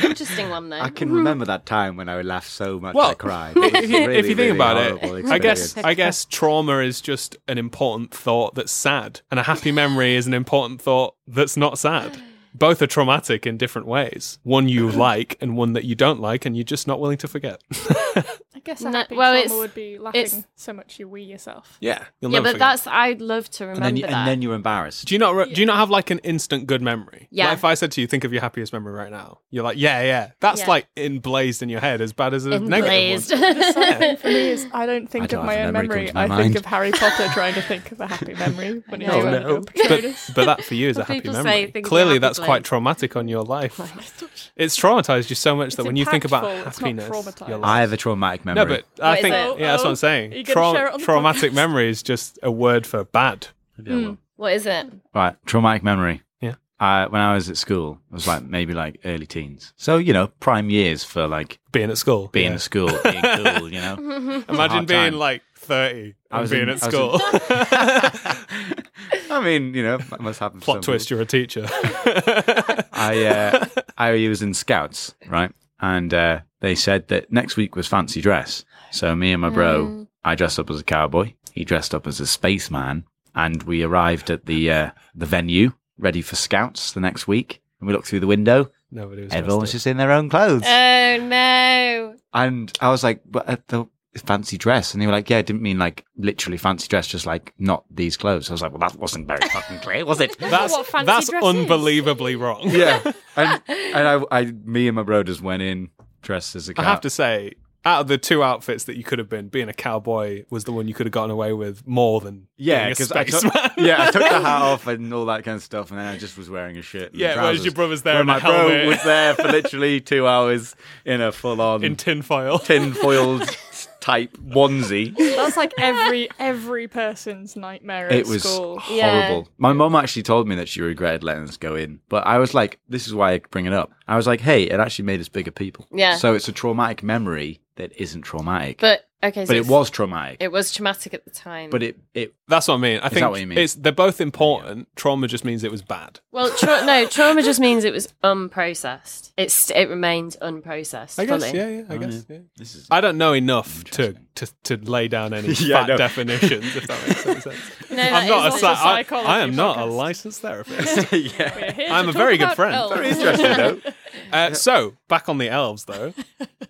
[SPEAKER 2] Interesting one though.
[SPEAKER 3] I can remember that time when I laughed so much
[SPEAKER 1] Well,
[SPEAKER 3] I cried.
[SPEAKER 1] if you, if you think about it, I guess
[SPEAKER 2] experience.
[SPEAKER 1] I guess trauma is just an important thought that's sad, and a happy memory is an important thought that's not sad. Both are traumatic in different ways. One you like, and one that you don't like, and you're just not willing to forget.
[SPEAKER 4] I guess
[SPEAKER 2] No,
[SPEAKER 4] a happy
[SPEAKER 2] well,
[SPEAKER 4] trauma
[SPEAKER 2] it's-
[SPEAKER 4] would be laughing
[SPEAKER 2] it's-
[SPEAKER 4] so much you wee yourself.
[SPEAKER 1] yeah, you'll
[SPEAKER 2] yeah,
[SPEAKER 1] never
[SPEAKER 2] but
[SPEAKER 1] forget.
[SPEAKER 2] that's I'd love to remember
[SPEAKER 3] and then you,
[SPEAKER 2] that.
[SPEAKER 3] and then you're embarrassed.
[SPEAKER 1] Do you not re- do you not have like an instant good memory?
[SPEAKER 2] Yeah.
[SPEAKER 1] Like if I said to you, think of your happiest memory right now, you're like, yeah, yeah. That's
[SPEAKER 2] Yeah.
[SPEAKER 1] like emblazed in your head, as bad as a negative one.
[SPEAKER 4] Sad thing for me is I don't think
[SPEAKER 3] I don't
[SPEAKER 4] of
[SPEAKER 3] have
[SPEAKER 4] my
[SPEAKER 3] a
[SPEAKER 4] own
[SPEAKER 3] memory
[SPEAKER 4] memory.
[SPEAKER 3] comes to my
[SPEAKER 4] I think
[SPEAKER 3] mind.
[SPEAKER 4] of Harry Potter trying to think of a happy memory when he's
[SPEAKER 2] know.
[SPEAKER 4] doing
[SPEAKER 3] Oh, no.
[SPEAKER 4] a Patronus.
[SPEAKER 1] But, but that for you is a
[SPEAKER 2] Well,
[SPEAKER 1] happy
[SPEAKER 2] people say
[SPEAKER 1] memory.
[SPEAKER 2] things are
[SPEAKER 1] Clearly,
[SPEAKER 2] happy
[SPEAKER 1] that's
[SPEAKER 2] place.
[SPEAKER 1] quite traumatic on your life. It's traumatized you so much that
[SPEAKER 4] It's
[SPEAKER 1] when you think about
[SPEAKER 4] impactful, it's not
[SPEAKER 1] happiness,
[SPEAKER 4] traumatizing.
[SPEAKER 1] you're like-
[SPEAKER 3] I have a traumatic memory.
[SPEAKER 1] no, but I
[SPEAKER 2] What is
[SPEAKER 1] think
[SPEAKER 2] it?
[SPEAKER 1] yeah, that's what
[SPEAKER 4] Oh,
[SPEAKER 1] I'm
[SPEAKER 4] are you
[SPEAKER 1] saying.
[SPEAKER 4] gonna share it on the
[SPEAKER 1] traumatic
[SPEAKER 4] podcast?
[SPEAKER 1] memory is just a word for bad.
[SPEAKER 2] What is it?
[SPEAKER 3] right, traumatic memory.
[SPEAKER 1] Yeah.
[SPEAKER 3] Uh, when I was at school, it was like maybe like early teens. So you know, prime years for like
[SPEAKER 1] Being at school,
[SPEAKER 3] being
[SPEAKER 1] Yeah.
[SPEAKER 3] at school, being cool. You know,
[SPEAKER 2] Oh,
[SPEAKER 1] Imagine
[SPEAKER 3] hard
[SPEAKER 1] being
[SPEAKER 3] time.
[SPEAKER 1] like 30
[SPEAKER 3] I
[SPEAKER 1] and
[SPEAKER 3] was
[SPEAKER 1] being
[SPEAKER 3] in-
[SPEAKER 1] at
[SPEAKER 3] I was
[SPEAKER 1] school.
[SPEAKER 3] I mean, you know, that must happen. to
[SPEAKER 1] Plot
[SPEAKER 3] some
[SPEAKER 1] twist, you're a teacher.
[SPEAKER 3] I uh, I was in Scouts, right? And uh, they said that next week was fancy dress. So me and my bro, I dressed up as a cowboy. He dressed up as a spaceman, and we arrived at the uh, the venue ready for Scouts the next week. And we looked through the window.
[SPEAKER 1] Nobody was
[SPEAKER 3] Everyone was
[SPEAKER 1] dressed
[SPEAKER 3] just in their own clothes,
[SPEAKER 2] Oh no!
[SPEAKER 3] and I was like, "But at the fancy dress?" And they were like, "Yeah, I didn't mean like literally fancy dress, just like not these clothes." I was like, "Well, that wasn't very fucking clear, was it?"
[SPEAKER 1] up.
[SPEAKER 4] what
[SPEAKER 1] That's,
[SPEAKER 4] fancy
[SPEAKER 1] that's
[SPEAKER 4] dress is.
[SPEAKER 1] unbelievably wrong.
[SPEAKER 3] yeah, and and I, I, me and my bro just went in dressed as a
[SPEAKER 1] I
[SPEAKER 3] cow.
[SPEAKER 1] have to say, out of the two outfits that you could have been, being a cowboy was the one you could have gotten away with more than
[SPEAKER 3] yeah,
[SPEAKER 1] being a
[SPEAKER 3] because I took,
[SPEAKER 1] spaceman.
[SPEAKER 3] yeah, I took the hat off and all that kind of stuff, and then I just was wearing a shirt. And
[SPEAKER 1] Yeah,
[SPEAKER 3] trousers,
[SPEAKER 1] whereas your brother's there
[SPEAKER 3] where
[SPEAKER 1] in
[SPEAKER 3] my
[SPEAKER 1] a helmet
[SPEAKER 3] bro was there for literally two hours in a full-on
[SPEAKER 1] in tinfoil.
[SPEAKER 3] tin-foiled type onesie.
[SPEAKER 4] That's like every every person's nightmare at
[SPEAKER 3] It was
[SPEAKER 4] school.
[SPEAKER 3] horrible.
[SPEAKER 2] Yeah.
[SPEAKER 3] My mum actually told me that she regretted letting us go in, but I was like, "This is why I bring it up." I was like, "Hey, it actually made us bigger people."
[SPEAKER 2] Yeah.
[SPEAKER 3] So it's a traumatic memory that isn't traumatic,
[SPEAKER 2] But okay, so
[SPEAKER 3] but it
[SPEAKER 2] it's-
[SPEAKER 3] was traumatic.
[SPEAKER 2] it was traumatic at the time.
[SPEAKER 3] but it it
[SPEAKER 1] That's what I mean. I think
[SPEAKER 3] that what you mean?
[SPEAKER 1] it's they're both important. Trauma just means it was bad.
[SPEAKER 2] well, tra- no, trauma just means it was unprocessed. It's it remained unprocessed.
[SPEAKER 1] I guess.
[SPEAKER 2] fully.
[SPEAKER 1] Yeah, yeah. I guess. Yeah.
[SPEAKER 3] Oh, this is
[SPEAKER 1] I don't know enough to,
[SPEAKER 3] Interesting.
[SPEAKER 1] to to lay down any
[SPEAKER 3] Yeah, I
[SPEAKER 1] fat
[SPEAKER 3] know.
[SPEAKER 1] definitions. If that makes any sense.
[SPEAKER 2] No, that
[SPEAKER 1] I'm not a,
[SPEAKER 2] is
[SPEAKER 4] also
[SPEAKER 1] psy- I-
[SPEAKER 4] psychology
[SPEAKER 1] I am not a
[SPEAKER 4] podcast.
[SPEAKER 1] licensed therapist.
[SPEAKER 3] yeah.
[SPEAKER 4] We're here to
[SPEAKER 1] I'm a
[SPEAKER 4] talk
[SPEAKER 1] very good
[SPEAKER 4] about
[SPEAKER 1] friend.
[SPEAKER 4] elves.
[SPEAKER 3] Very interesting though.
[SPEAKER 1] uh, so back on the elves though.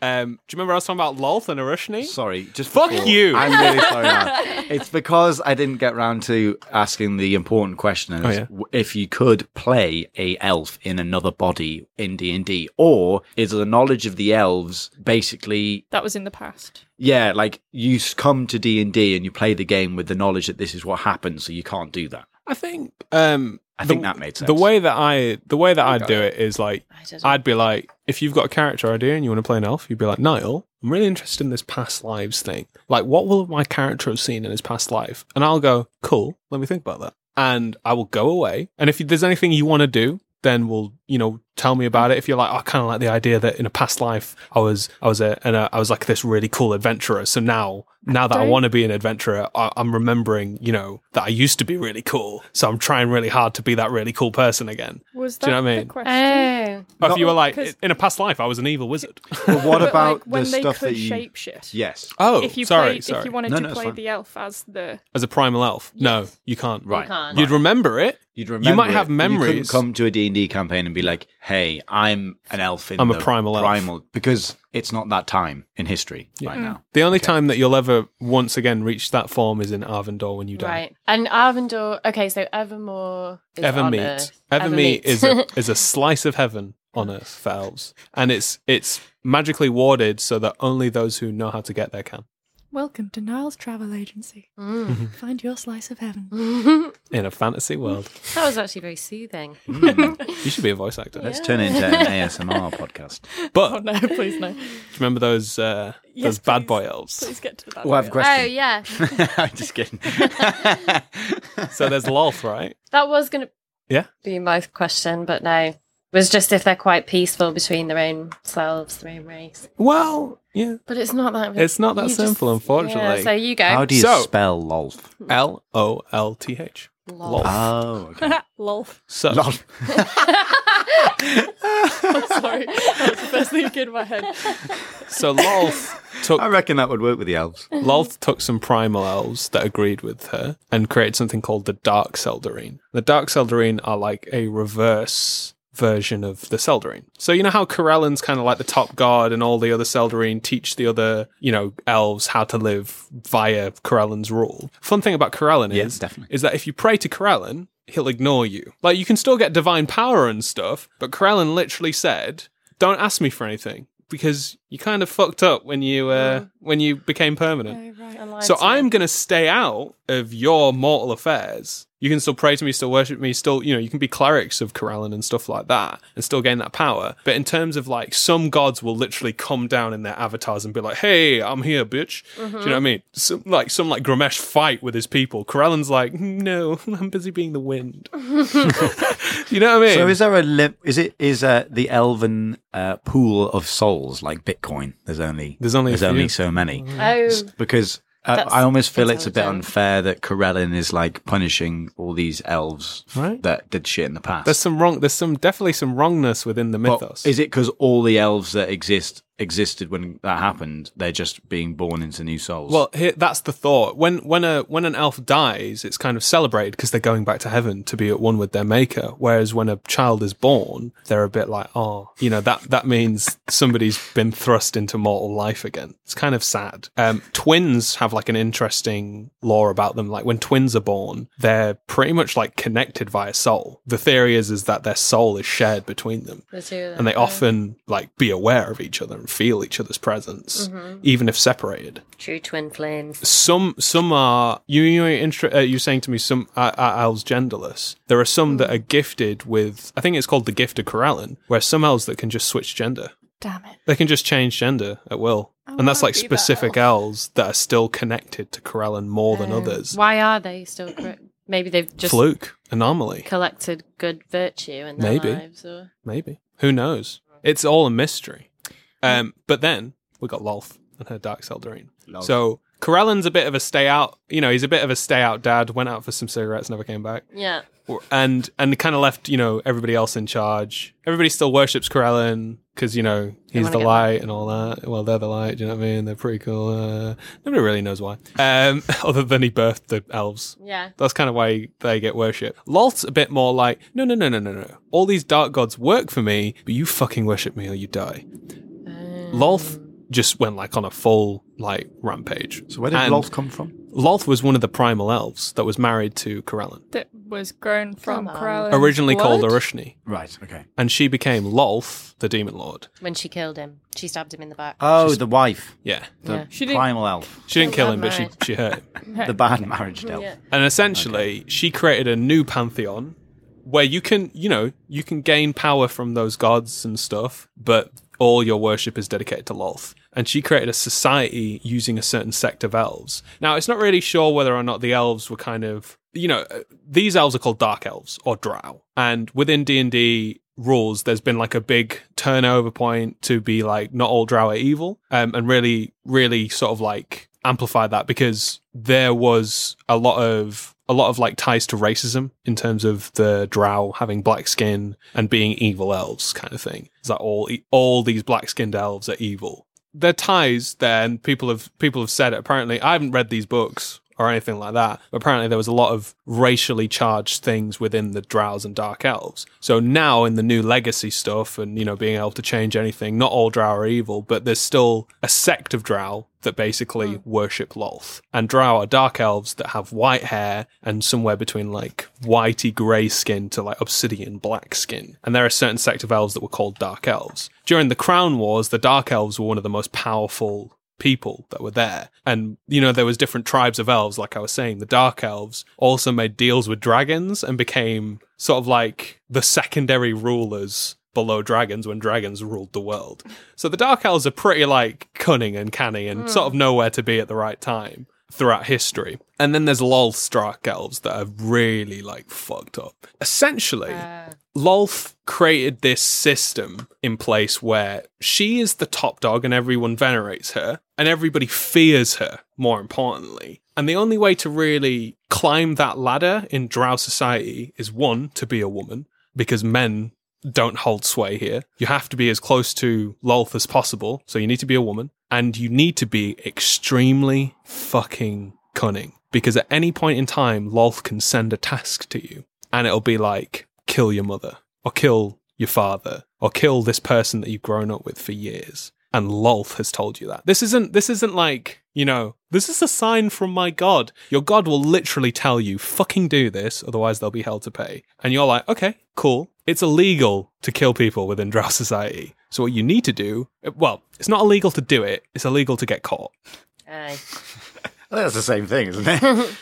[SPEAKER 1] Um, do you remember I was talking about Lolth and Arushni?
[SPEAKER 3] Sorry, just
[SPEAKER 1] Fuck
[SPEAKER 3] before-
[SPEAKER 1] you.
[SPEAKER 3] I'm really sorry. man. It's because I didn't get round to asking the important question: and
[SPEAKER 1] Oh,
[SPEAKER 3] it's
[SPEAKER 1] yeah.
[SPEAKER 3] w- if you could play a elf in another body in D and D, or is the knowledge of the elves basically,
[SPEAKER 4] That was in the past.
[SPEAKER 3] yeah, like you s- come to D and D and you play the game with the knowledge that this is what happens, so you can't do that.
[SPEAKER 1] I think. Um,
[SPEAKER 3] I
[SPEAKER 1] the-
[SPEAKER 3] think that made sense.
[SPEAKER 1] The way that I the way that I'd
[SPEAKER 3] got
[SPEAKER 1] do it is like
[SPEAKER 2] I don't know.
[SPEAKER 1] I'd be like, if you've got a character idea and you want to play an elf, you'd be like, Niall, I'm really interested in this past lives thing. Like, what will my character have seen in his past life? And I'll go, cool, let me think about that. And I will go away. And if there's anything you want to do, then we'll, you know, tell me about it. If you're like, "Oh, I kind of like the idea that in a past life I was, I was a, and a, I was like this really cool adventurer. So now, now that I
[SPEAKER 4] Don't-
[SPEAKER 1] want to be an adventurer, I, I'm remembering, you know, that I used to be really cool. So I'm trying really hard to be that really cool person again.
[SPEAKER 4] Was that
[SPEAKER 1] Do you know what I mean?
[SPEAKER 4] the question?
[SPEAKER 2] Oh,
[SPEAKER 1] Or if you were like,
[SPEAKER 4] 'cause-
[SPEAKER 1] in a past life, I was an evil wizard.
[SPEAKER 3] But what
[SPEAKER 4] But,
[SPEAKER 3] about
[SPEAKER 4] like, when
[SPEAKER 3] the
[SPEAKER 4] they
[SPEAKER 3] stuff
[SPEAKER 4] could
[SPEAKER 3] that you?
[SPEAKER 4] shapeshift?
[SPEAKER 3] Yes.
[SPEAKER 1] Oh,
[SPEAKER 4] if you
[SPEAKER 1] sorry,
[SPEAKER 4] played,
[SPEAKER 1] sorry.
[SPEAKER 4] if you wanted
[SPEAKER 3] No,
[SPEAKER 4] to
[SPEAKER 3] no, it's
[SPEAKER 4] play
[SPEAKER 3] fine.
[SPEAKER 4] the elf as the
[SPEAKER 1] As a primal elf, no,
[SPEAKER 4] Yes.
[SPEAKER 1] you can't.
[SPEAKER 3] Right.
[SPEAKER 2] can't.
[SPEAKER 1] You'd remember it.
[SPEAKER 3] You'd
[SPEAKER 1] might
[SPEAKER 3] remember
[SPEAKER 1] have
[SPEAKER 3] it, but You couldn't
[SPEAKER 1] memories.
[SPEAKER 3] come to a D&D campaign and be like, "Hey, I'm an elf in
[SPEAKER 1] I'm a
[SPEAKER 3] the
[SPEAKER 1] primal elf."
[SPEAKER 3] because it's not that time in history right now.
[SPEAKER 1] The only time that you'll ever once again reach that form is in Arvindor when you die.
[SPEAKER 2] right. And Arvindor. Okay, so Evermore. Is on
[SPEAKER 1] Evermeet.
[SPEAKER 2] Earth.
[SPEAKER 1] Evermeet is a, is a slice of heaven on earth for elves, and it's it's magically warded so that only those who know how to get there can.
[SPEAKER 5] Welcome to Niles Travel Agency.
[SPEAKER 2] Mm.
[SPEAKER 5] Find your slice of heaven.
[SPEAKER 1] In a fantasy world,
[SPEAKER 2] that was actually very soothing.
[SPEAKER 4] Hmm.
[SPEAKER 1] Mm.
[SPEAKER 2] Oh,
[SPEAKER 1] you should be a voice actor.
[SPEAKER 3] Let's turn it into an ASMR podcast.
[SPEAKER 1] But
[SPEAKER 4] oh
[SPEAKER 1] do
[SPEAKER 4] no, please no.
[SPEAKER 1] you remember those uh,
[SPEAKER 4] Yes,
[SPEAKER 1] those bad
[SPEAKER 4] please.
[SPEAKER 1] boy elves?
[SPEAKER 4] Please get to the bad
[SPEAKER 3] Well, I have a
[SPEAKER 4] bit.
[SPEAKER 2] Oh
[SPEAKER 3] question.
[SPEAKER 2] yeah,
[SPEAKER 3] I'm just kidding.
[SPEAKER 1] So there's Lolth, right?
[SPEAKER 2] that was gonna.
[SPEAKER 1] Yeah.
[SPEAKER 2] Be my question, but no, it was just if they're quite peaceful between their own selves, their own race.
[SPEAKER 1] Well, yeah,
[SPEAKER 2] But it's not that.
[SPEAKER 1] It's not that
[SPEAKER 2] you
[SPEAKER 1] simple, unfortunately.
[SPEAKER 2] Yeah, so you go.
[SPEAKER 3] How do you
[SPEAKER 1] So-
[SPEAKER 3] spell lolf?
[SPEAKER 1] L O L T H. Lolth.
[SPEAKER 2] Lol.
[SPEAKER 3] Oh, okay.
[SPEAKER 4] Lol.
[SPEAKER 1] So
[SPEAKER 3] Lolf.
[SPEAKER 4] Sorry, that was the first thing that came to my head.
[SPEAKER 1] so Lolth took
[SPEAKER 3] I reckon that would work with the elves.
[SPEAKER 1] Lolth took some primal elves that agreed with her and created something called the Dark Seldarine. The Dark Seldarine are like a reverse version of the Seldarine. So you know how Corellan's kind of like the top guard and all the other Seldarine teach the other, you know, elves how to live via Corellan's rule. Fun thing about Corellan
[SPEAKER 3] Yeah,
[SPEAKER 1] is
[SPEAKER 3] definitely.
[SPEAKER 1] is that if you pray to Corellan, he'll ignore you. Like you can still get divine power and stuff, but Corellan literally said, "Don't ask me for anything." Because you kind of fucked up when you uh, when you became permanent.
[SPEAKER 5] Oh, right.
[SPEAKER 1] So I'm going to stay out of your mortal affairs. You can still pray to me, still worship me, still, you know, you can be clerics of Corellan and stuff like that and still gain that power. But in terms of like, some gods will literally come down in their avatars and be like, hey, I'm here, bitch. Do you know what I mean? Some, like, some like Gramesh fight with his people. Corellan's like, no, I'm busy being the wind. you know what I mean?
[SPEAKER 3] So is there a lim- is it is uh, the elven uh, pool of souls like Bitcoin? There's only
[SPEAKER 1] There's only a
[SPEAKER 3] there's only
[SPEAKER 1] few.
[SPEAKER 3] so many.
[SPEAKER 2] Oh,
[SPEAKER 3] because Uh,
[SPEAKER 2] That's
[SPEAKER 3] I almost feel it's a bit
[SPEAKER 2] intelligent.
[SPEAKER 3] unfair that Corellin is like punishing all these elves
[SPEAKER 1] Right.
[SPEAKER 3] that did shit in the past.
[SPEAKER 1] There's some wrong. There's some definitely some wrongness within the
[SPEAKER 3] But
[SPEAKER 1] mythos.
[SPEAKER 3] is it because all the elves that exist existed when that happened? They're just being born into new souls.
[SPEAKER 1] Well, here, that's the thought. When when a when an elf dies, it's kind of celebrated because they're going back to heaven to be at one with their maker. Whereas when a child is born, they're a bit like, oh, you know that that means somebody's been thrust into mortal life again. It's kind of sad. Um, twins have like an interesting lore about them. Like when twins are born, they're pretty much like connected via soul. The theory is is that their soul is shared between them
[SPEAKER 2] The two of them.
[SPEAKER 1] and they
[SPEAKER 2] yeah.
[SPEAKER 1] often like be aware of each other and feel each other's presence even if separated
[SPEAKER 2] True twin flames.
[SPEAKER 1] some some are you you inter- uh, you're saying to me some are, are elves genderless there are some that are gifted with i think it's called the gift of corallin where some elves that can just switch gender
[SPEAKER 4] Damn it.
[SPEAKER 1] they can just change gender at will and that's like specific elves that are still connected to corallin more than
[SPEAKER 2] Um,
[SPEAKER 1] others
[SPEAKER 2] Why are they still correct? Maybe they've just
[SPEAKER 1] fluke anomaly
[SPEAKER 2] collected good virtue in their
[SPEAKER 1] Maybe.
[SPEAKER 2] lives. Or...
[SPEAKER 1] Maybe. Who knows? It's all a mystery. Um, but then we got Lolth and her Dark Seldarine.
[SPEAKER 3] Lolth.
[SPEAKER 1] So Corellin's a bit of a stay out. You know, he's a bit of a stay out dad. Went out for some cigarettes, never came back,
[SPEAKER 2] Yeah.
[SPEAKER 1] and and kind of left. You know, everybody else in charge. Everybody still worships Corellin because you know he's
[SPEAKER 2] wanna
[SPEAKER 1] the
[SPEAKER 2] get
[SPEAKER 1] light and all that. Well, they're the light. Do you know what I mean? They're pretty cool. Uh, nobody really knows why, um, other than he birthed the elves.
[SPEAKER 2] Yeah.
[SPEAKER 1] That's kind of why they get worship. Lolth's a bit more like, no, no, no, no, no, no. All these dark gods work for me, but you fucking worship me or you die.
[SPEAKER 2] Uh, Mm.
[SPEAKER 1] Lolth just went like on a full like rampage.
[SPEAKER 3] so where did
[SPEAKER 1] And
[SPEAKER 3] Lolth come from?
[SPEAKER 1] Lolth was one of the primal elves that was married to Corellin,
[SPEAKER 4] That was grown
[SPEAKER 2] Come
[SPEAKER 4] from
[SPEAKER 2] on.
[SPEAKER 4] Corellian
[SPEAKER 1] originally
[SPEAKER 4] blood?
[SPEAKER 1] called Arushni,
[SPEAKER 3] Right. Okay.
[SPEAKER 1] and she became Lolth, the demon lord.
[SPEAKER 2] When she killed him, she stabbed him in the back.
[SPEAKER 3] Oh, the wife,
[SPEAKER 1] Yeah,
[SPEAKER 3] the
[SPEAKER 2] Yeah.
[SPEAKER 4] She didn't-
[SPEAKER 3] primal elf,
[SPEAKER 1] she didn't kill
[SPEAKER 2] love
[SPEAKER 1] him, but she
[SPEAKER 2] marriage.
[SPEAKER 1] she hurt him.
[SPEAKER 3] the bad marriage elf.
[SPEAKER 2] Yeah.
[SPEAKER 1] And essentially, she created a new pantheon where you can, you know, you can gain power from those gods and stuff, but all your worship is dedicated to Lolth. And she created a society using a certain sect of elves. Now, it's not really sure whether or not the elves were kind of, you know, uh, these elves are called dark elves or drow. And within D&D rules, there's been like a big turnover point to be like not all drow are evil, um, and really, really sort of like amplify that because there was a lot of a lot of like ties to racism in terms of the drow having black skin and being evil elves kind of thing. It's like all e-, all these black skinned elves are evil. Their ties there, and people have people have said it. Apparently, I haven't read these books or anything like that. But apparently, there was a lot of racially charged things within the drows and dark elves. So now, in the new legacy stuff, and you know, being able to change anything, not all drow are evil, but there's still a sect of drow that basically worship Lolth, and drow are dark elves that have white hair and somewhere between like whitey grey skin to like obsidian black skin. And there are certain sect of elves that were called dark elves. During the Crown Wars, the dark elves were one of the most powerful people that were there. And, you know, there was different tribes of elves, like I was saying. The Dark Elves also made deals with dragons and became sort of like the secondary rulers below dragons when dragons ruled the world. So the Dark Elves are pretty like cunning and canny and sort of know where to be at the right time throughout history. And then there's Lolth's Dark Elves that are really like fucked up. Essentially,
[SPEAKER 2] Uh,
[SPEAKER 1] Lolth created this system in place where she is the top dog and everyone venerates her and everybody fears her, more importantly. And the only way to really climb that ladder in Drow society is one, to be a woman, because men don't hold sway here. You have to be as close to Lolth as possible, so you need to be a woman, and you need to be extremely fucking cunning. Because at any point in time, Lolth can send a task to you and it'll be like kill your mother or kill your father or kill this person that you've grown up with for years and lolth has told you that this isn't this isn't like you know this is a sign from my god your god will literally tell you fucking do this otherwise they'll be held to pay and you're like okay cool it's illegal to kill people within drow society so what you need to do well it's not illegal to do it it's illegal to get caught
[SPEAKER 2] Aye.
[SPEAKER 3] I think that's the same thing, isn't it?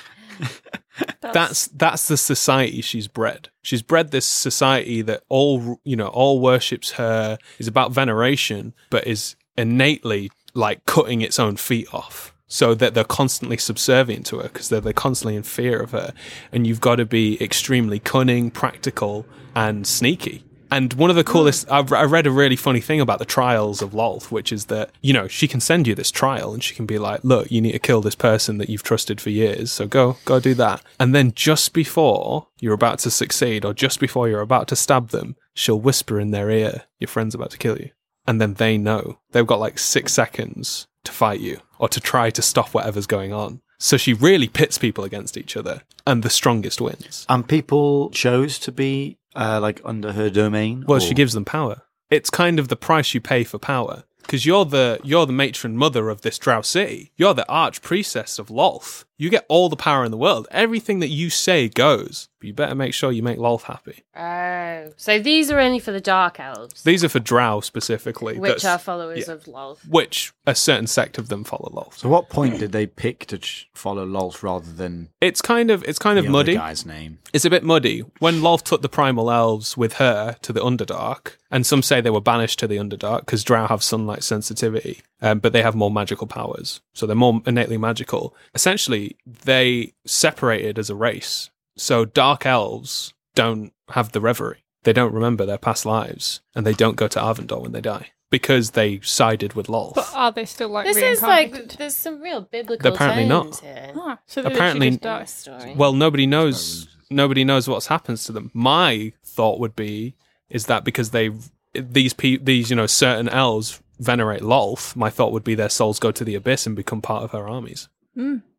[SPEAKER 1] that's that's the society she's bred. She's bred this society that all you know all worships her is about veneration, but is innately like cutting its own feet off, so that they're constantly subservient to her because they're they're constantly in fear of her, and you've got to be extremely cunning, practical, and sneaky And one of the coolest, I've, I read a really funny thing about the trials of Lolth, which is that, you know, she can send you this trial and she can be like, look, you need to kill this person that you've trusted for years. So go, go do that. And then just before you're about to succeed or just before you're about to stab them, she'll whisper in their ear, your friend's about to kill you. And then they know they've got like six seconds to fight you or to try to stop whatever's going on. So she really pits people against each other and the strongest wins.
[SPEAKER 3] And people chose to be uh, like under her domain.
[SPEAKER 1] Well,
[SPEAKER 3] or-
[SPEAKER 1] she gives them power. It's kind of the price you pay for power. Because you're the you're the matron mother of this Drow city. You're the arch priestess of Lolth. You get all the power in the world. Everything that you say goes. But you better make sure you make Lolth happy.
[SPEAKER 2] Oh, so these are only for the dark elves,
[SPEAKER 1] These are for Drow specifically,
[SPEAKER 2] which
[SPEAKER 1] that's-
[SPEAKER 2] are followers
[SPEAKER 1] yeah.
[SPEAKER 2] of Lolth.
[SPEAKER 1] which a certain sect of them follow Lolth.
[SPEAKER 3] So, what point did they pick to ch- follow Lolth rather than
[SPEAKER 1] It's kind of it's kind
[SPEAKER 3] the
[SPEAKER 1] of
[SPEAKER 3] other
[SPEAKER 1] muddy.
[SPEAKER 3] guy's name?
[SPEAKER 1] It's a bit muddy. When Lolth took the primal elves with her to the Underdark, and some say they were banished to the Underdark because Drow have sunlight sensitivity, um, but they have more magical powers. So they're more innately magical. Essentially, they separated as a race. So dark elves don't have the reverie. They don't remember their past lives, and they don't go to Arvindor when they die because they sided with Lolth.
[SPEAKER 4] But are they still like
[SPEAKER 2] This is like
[SPEAKER 4] reincarnated?
[SPEAKER 2] there's some real biblical
[SPEAKER 1] Apparently not.
[SPEAKER 2] tones here.
[SPEAKER 4] Ah, so they
[SPEAKER 1] Apparently-
[SPEAKER 4] apparently just
[SPEAKER 2] in
[SPEAKER 4] die.
[SPEAKER 2] this story.
[SPEAKER 1] Well, nobody knows. Nobody knows what's happens to them. My thought would be is that because they these pe- these you know certain elves venerate Lolth. My thought would be their souls go to the abyss and become part of her armies.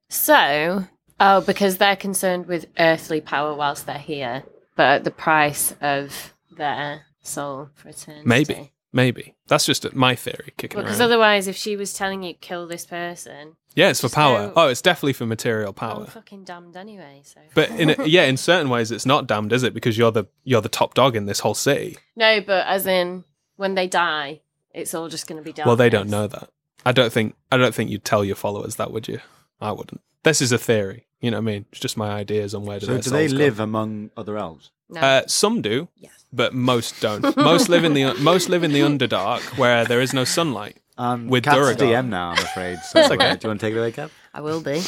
[SPEAKER 2] So, oh, because they're concerned with earthly power whilst they're here, but at the price of their soul for eternity.
[SPEAKER 1] Maybe, maybe that's just my theory kicking
[SPEAKER 2] Because
[SPEAKER 1] around.
[SPEAKER 2] otherwise, if she was telling you kill this person,
[SPEAKER 1] yeah, it's for
[SPEAKER 2] just
[SPEAKER 1] power.
[SPEAKER 2] no-
[SPEAKER 1] Oh, it's definitely for material
[SPEAKER 2] I'm
[SPEAKER 1] power.
[SPEAKER 2] fucking damned anyway. So
[SPEAKER 1] Oh. But in a, yeah, in certain ways, it's not damned, is it? Because you're the you're the top dog in this whole city.
[SPEAKER 2] no, but as in when they die, it's all just going to be darkness.
[SPEAKER 1] Well, they don't know that. I don't think I don't think you'd tell your followers that, would you? I wouldn't. This is a theory. You know what I mean? It's just my ideas on where do
[SPEAKER 3] So,
[SPEAKER 1] their
[SPEAKER 3] do they
[SPEAKER 1] souls go.
[SPEAKER 3] live among other elves?
[SPEAKER 2] No.
[SPEAKER 1] Uh, some do,
[SPEAKER 2] Yes.
[SPEAKER 1] but most don't. most live in the most live in the underdark where there is no sunlight.
[SPEAKER 3] Um,
[SPEAKER 1] With
[SPEAKER 3] Cat's a
[SPEAKER 1] Duragar.
[SPEAKER 3] DM now, I'm afraid. So, uh,
[SPEAKER 1] okay.
[SPEAKER 3] do you want to take it away, Cap?
[SPEAKER 2] I will be.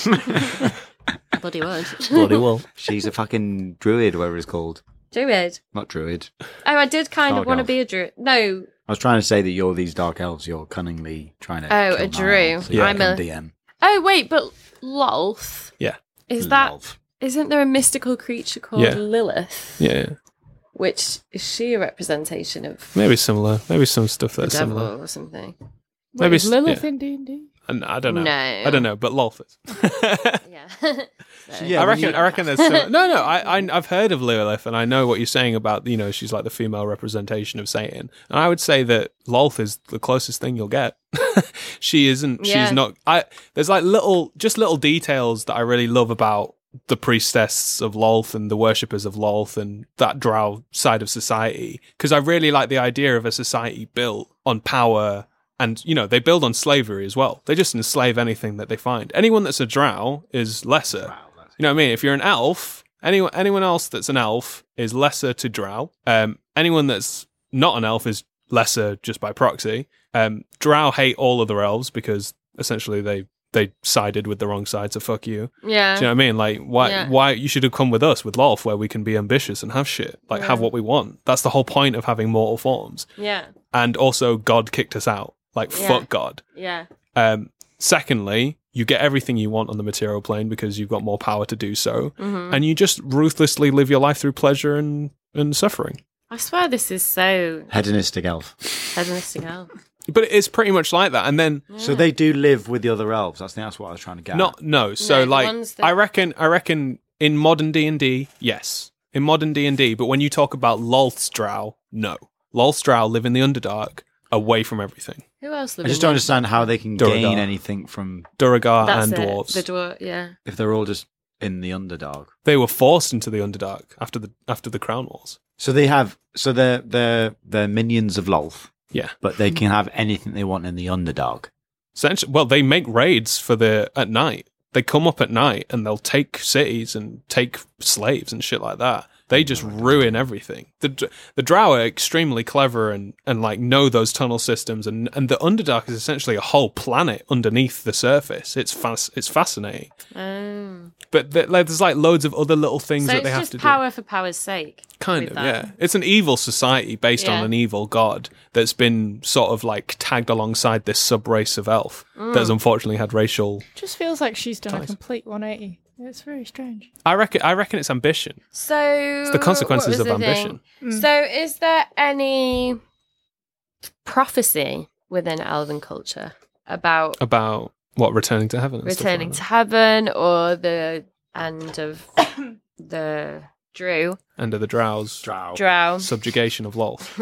[SPEAKER 2] Bloody would.
[SPEAKER 6] Bloody well.
[SPEAKER 3] She's a fucking druid, whatever it's called.
[SPEAKER 2] Druid.
[SPEAKER 3] Not druid.
[SPEAKER 2] Oh, I did kind
[SPEAKER 3] Dark
[SPEAKER 2] of want to
[SPEAKER 3] elf.
[SPEAKER 2] be a druid. No,
[SPEAKER 3] I was trying to say that you're these dark elves. You're cunningly trying to.
[SPEAKER 2] Oh,
[SPEAKER 3] kill
[SPEAKER 2] a druid.
[SPEAKER 3] Niall, so you
[SPEAKER 1] Yeah.
[SPEAKER 2] I'm a-
[SPEAKER 3] become DM.
[SPEAKER 2] Oh wait, but Lolth.
[SPEAKER 1] Yeah.
[SPEAKER 2] Is that
[SPEAKER 3] Lolth.
[SPEAKER 2] not there a mystical creature called
[SPEAKER 1] Yeah.
[SPEAKER 2] Lilith?
[SPEAKER 1] Yeah,
[SPEAKER 2] Which is she a representation of
[SPEAKER 1] maybe similar. Maybe some stuff
[SPEAKER 2] the
[SPEAKER 1] that's
[SPEAKER 2] devil
[SPEAKER 1] similar.
[SPEAKER 2] or something?
[SPEAKER 4] Wait,
[SPEAKER 1] Maybe
[SPEAKER 4] is
[SPEAKER 1] s-
[SPEAKER 4] Lilith
[SPEAKER 1] yeah.
[SPEAKER 4] in D and D?
[SPEAKER 1] And I don't know.
[SPEAKER 2] No.
[SPEAKER 1] I don't know, but Lolth is.
[SPEAKER 2] Yeah.
[SPEAKER 3] Yeah,
[SPEAKER 1] I
[SPEAKER 3] when you-
[SPEAKER 1] reckon. I reckon there's some, no, no. I, I I've heard of Lilith, and I know what you're saying about you know she's like the female representation of Satan, and I would say that Lolth is the closest thing you'll get. she isn't.
[SPEAKER 2] Yeah.
[SPEAKER 1] She's not. I there's like little, just little details that I really love about the priestess of Lolth and the worshippers of Lolth and that Drow side of society because I really like the idea of a society built on power and you know they build on slavery as well. They just enslave anything that they find. Anyone that's a Drow is lesser. You know what I mean? If you're an elf, anyone anyone else that's an elf is lesser to Drow. Um, anyone that's not an elf is lesser just by proxy. Um, Drow hate all other elves because essentially they they sided with the wrong side to fuck you.
[SPEAKER 2] yeah.
[SPEAKER 1] Do you know what I mean? Like, why?
[SPEAKER 2] Yeah.
[SPEAKER 1] Why you should have come with us with Lolf, where we can be ambitious and have shit, like have what we want. That's the whole point of having mortal forms.
[SPEAKER 2] yeah.
[SPEAKER 1] And also, God kicked us out. Like,
[SPEAKER 2] Yeah.
[SPEAKER 1] fuck God.
[SPEAKER 2] Yeah.
[SPEAKER 1] Um, secondly, you get everything you want on the material plane because you've got more power to do so,
[SPEAKER 2] Mhm.
[SPEAKER 1] and you just ruthlessly live your life through pleasure and and suffering.
[SPEAKER 2] I swear this is so
[SPEAKER 3] Hedonistic elf.
[SPEAKER 2] hedonistic hell.
[SPEAKER 1] But it's pretty much like that. And then
[SPEAKER 3] So they do live with the other elves. That's that's what I was trying to get.
[SPEAKER 1] Not no. So
[SPEAKER 2] the
[SPEAKER 1] like,
[SPEAKER 2] ones that-
[SPEAKER 1] I reckon, I reckon in modern D and D, yes, in modern D and D. But when you talk about Lolth's Drow, no, Lolth's Drow live in the Underdark, away from everything.
[SPEAKER 2] Who else
[SPEAKER 3] at.
[SPEAKER 2] lives
[SPEAKER 3] I just don't understand how they can
[SPEAKER 1] Duragar.
[SPEAKER 3] gain anything from
[SPEAKER 1] Duragar
[SPEAKER 2] That's
[SPEAKER 1] and
[SPEAKER 2] it.
[SPEAKER 1] dwarves.
[SPEAKER 2] The dwarf, yeah.
[SPEAKER 3] if they're all just in the underdog.
[SPEAKER 1] they were forced into the Underdark after the after the Crown Wars.
[SPEAKER 3] So they have. So they're they're they're minions of Lolth,
[SPEAKER 1] Yeah,
[SPEAKER 3] but they can have anything they want in the underdog.
[SPEAKER 1] essentially. Well, they make raids for the at night. They come up at night and they'll take cities and take slaves and shit like that. They just ruin everything. The d- the Drow are extremely clever and, and like know those tunnel systems and, and the Underdark is essentially a whole planet underneath the surface. It's fas- it's fascinating.
[SPEAKER 2] Oh.
[SPEAKER 1] But th- like, there's like loads of other little things
[SPEAKER 2] So
[SPEAKER 1] that
[SPEAKER 2] it's
[SPEAKER 1] they have
[SPEAKER 2] just
[SPEAKER 1] to do.
[SPEAKER 2] power for power's sake.
[SPEAKER 1] Kind
[SPEAKER 2] with
[SPEAKER 1] of,
[SPEAKER 2] that.
[SPEAKER 1] yeah. It's an evil society based on
[SPEAKER 2] Yeah.
[SPEAKER 1] an evil god that's been sort of like tagged alongside this sub race of elf
[SPEAKER 2] Mm.
[SPEAKER 1] that's unfortunately had racial.
[SPEAKER 4] Just feels like she's done a
[SPEAKER 1] Nice.
[SPEAKER 4] complete 180. It's very strange.
[SPEAKER 1] I reckon. I reckon it's ambition.
[SPEAKER 2] So
[SPEAKER 1] It's the consequences of ambition.
[SPEAKER 3] Hmm.
[SPEAKER 2] So is there any prophecy within elven culture about
[SPEAKER 1] About what returning to heaven. And stuff like
[SPEAKER 2] returning
[SPEAKER 1] that.
[SPEAKER 2] to heaven or the end of the Drew
[SPEAKER 1] under the Drow's
[SPEAKER 3] Drow.
[SPEAKER 2] Drow
[SPEAKER 1] subjugation of Lolth.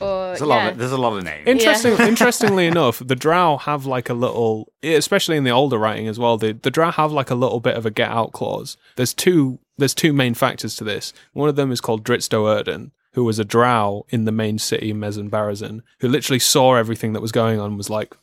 [SPEAKER 2] or
[SPEAKER 3] There's a lot.
[SPEAKER 2] yeah.
[SPEAKER 3] Of, there's a lot of names.
[SPEAKER 1] Interesting, interestingly enough, the Drow have like a little, especially in the older writing as well. The the Drow have like a little bit of a get out clause. There's two. There's two main factors to this. One of them is called Dritsto Erden, who was a Drow in the main city Mezan Barazin, who literally saw everything that was going on and was like,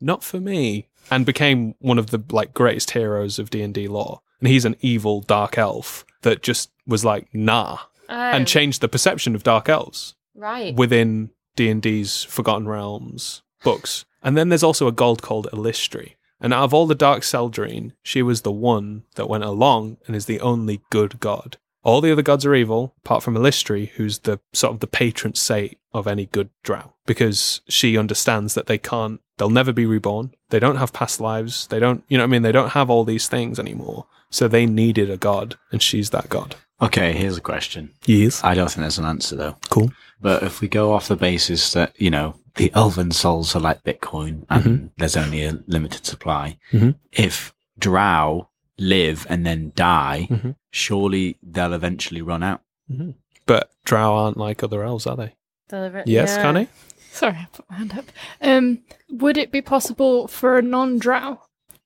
[SPEAKER 1] "Not for me," and became one of the like greatest heroes of D and D lore. And he's an evil dark elf that just was like, "Nah,"
[SPEAKER 2] Oh,
[SPEAKER 1] and changed the perception of dark elves
[SPEAKER 2] right.
[SPEAKER 1] within D&D's Forgotten Realms books. And then there's also a gold called Illistri. And out of all the Dark Seldrine, she was the one that went along and is the only good god. All the other gods are evil, apart from Illistri, who's the sort of the patron saint of any good drow, because she understands that they can't, they'll never be reborn. They don't have past lives. They don't, you know what I mean? They don't have all these things anymore. So they needed a god, and she's that god.
[SPEAKER 3] Okay, here's a question.
[SPEAKER 1] Yes.
[SPEAKER 3] I don't think there's an answer though.
[SPEAKER 1] Cool.
[SPEAKER 3] But if we go off the basis that you know the elven souls are like Bitcoin and there's only a limited supply,
[SPEAKER 1] Mhm.
[SPEAKER 3] if Drow live and then die,
[SPEAKER 1] Mhm.
[SPEAKER 3] surely they'll eventually run out.
[SPEAKER 1] But drow aren't like other elves, are they?
[SPEAKER 2] Deliver-
[SPEAKER 1] Yes,
[SPEAKER 2] yeah.
[SPEAKER 1] Connie?
[SPEAKER 4] Sorry, I put my hand up. Um, would it be possible for a non-drow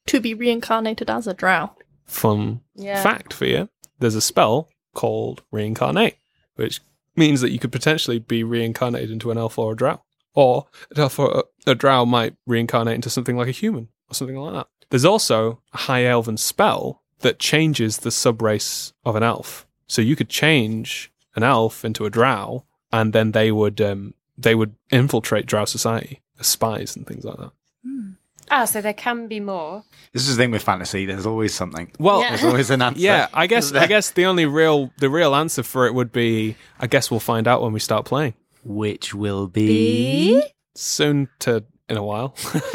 [SPEAKER 4] to be reincarnated as a drow?
[SPEAKER 1] fun
[SPEAKER 2] Yeah.
[SPEAKER 1] fact for you. There's a spell called reincarnate, which means that you could potentially be reincarnated into an elf or a drow, or an elf or a, a drow might reincarnate into something like a human or something like that. There's also a high elven spell that changes the subrace of an elf, so you could change an elf into a drow, and then they would um, they would infiltrate drow society as spies and things like that.
[SPEAKER 2] Ah, so there can be more.
[SPEAKER 3] This is the thing with fantasy. There's always something.
[SPEAKER 1] Well,
[SPEAKER 2] Yeah.
[SPEAKER 3] There's always an answer.
[SPEAKER 1] Yeah, I guess
[SPEAKER 3] Isn't there?
[SPEAKER 1] I guess the only real the real answer for it would be I guess we'll find out when we start playing.
[SPEAKER 3] which will be
[SPEAKER 1] Soon to in a while.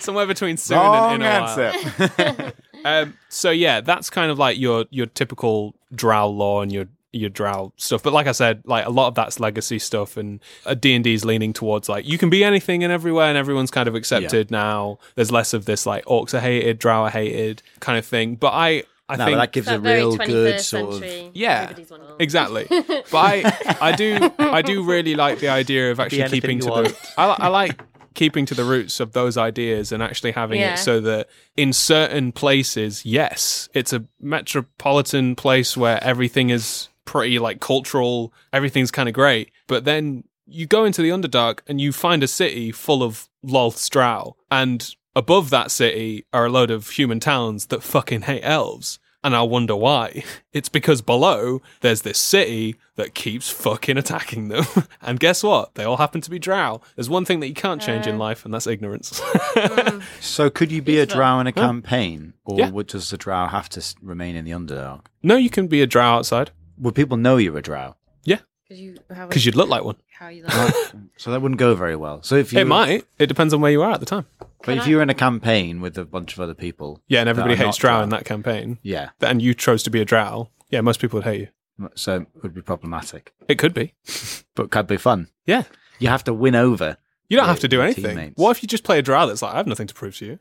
[SPEAKER 1] Somewhere between soon
[SPEAKER 3] wrong
[SPEAKER 1] and in a
[SPEAKER 3] answer.
[SPEAKER 1] while. Um so yeah, that's kind of like your your typical drow law and your your drow stuff. But like I said, like a lot of that's legacy stuff and uh, D&D's leaning towards like you can be anything and everywhere and everyone's kind of accepted now. There's less of this like orcs are hated, drow are hated kind of thing. But I I
[SPEAKER 3] no, but
[SPEAKER 1] think
[SPEAKER 3] that gives a
[SPEAKER 2] That very
[SPEAKER 3] real
[SPEAKER 2] 21st
[SPEAKER 3] good sort of.
[SPEAKER 2] century,
[SPEAKER 1] Yeah.
[SPEAKER 2] everybody's one of them.
[SPEAKER 1] Exactly. But I, I do I do really like the idea of actually
[SPEAKER 6] anything
[SPEAKER 1] keeping
[SPEAKER 6] you
[SPEAKER 1] to the
[SPEAKER 6] want.
[SPEAKER 1] I, li- I like keeping to the roots of those ideas and actually having
[SPEAKER 2] Yeah.
[SPEAKER 1] it so that in certain places, yes, it's a metropolitan place where everything is pretty like cultural, everything's kind of great, but then you go into the Underdark and you find a city full of Lolth Strow, and above that city are a load of human towns that fucking hate elves. And I wonder why. It's because below there's this city that keeps fucking attacking them. And guess what? They all happen to be drow. There's one thing that you can't change in life, and that's ignorance.
[SPEAKER 3] So, could you be a drow in a campaign, or
[SPEAKER 1] Yeah.
[SPEAKER 3] would, does the drow have to s- remain in the underdark?
[SPEAKER 1] no, you can be a drow outside
[SPEAKER 3] Would people know you're a drow?
[SPEAKER 2] Because you, how,
[SPEAKER 1] because you'd look like one.
[SPEAKER 2] how you like.
[SPEAKER 3] so that wouldn't go very well. So if you,
[SPEAKER 1] It might. It depends on where you are at the time.
[SPEAKER 3] but if you were in a campaign with a bunch of other people,
[SPEAKER 1] Yeah, and everybody
[SPEAKER 3] that are
[SPEAKER 1] hates
[SPEAKER 3] not
[SPEAKER 1] drow in that campaign.
[SPEAKER 3] yeah,
[SPEAKER 1] And you chose to be a drow. Yeah, most people would hate you.
[SPEAKER 3] so it would be problematic,
[SPEAKER 1] It could be.
[SPEAKER 3] but could be fun.
[SPEAKER 1] Yeah.
[SPEAKER 3] You have to win over.
[SPEAKER 1] You don't
[SPEAKER 3] Yeah,
[SPEAKER 1] have to do
[SPEAKER 3] your
[SPEAKER 1] anything.
[SPEAKER 3] teammates.
[SPEAKER 1] What if you just play a drow that's like, I have nothing to prove to you?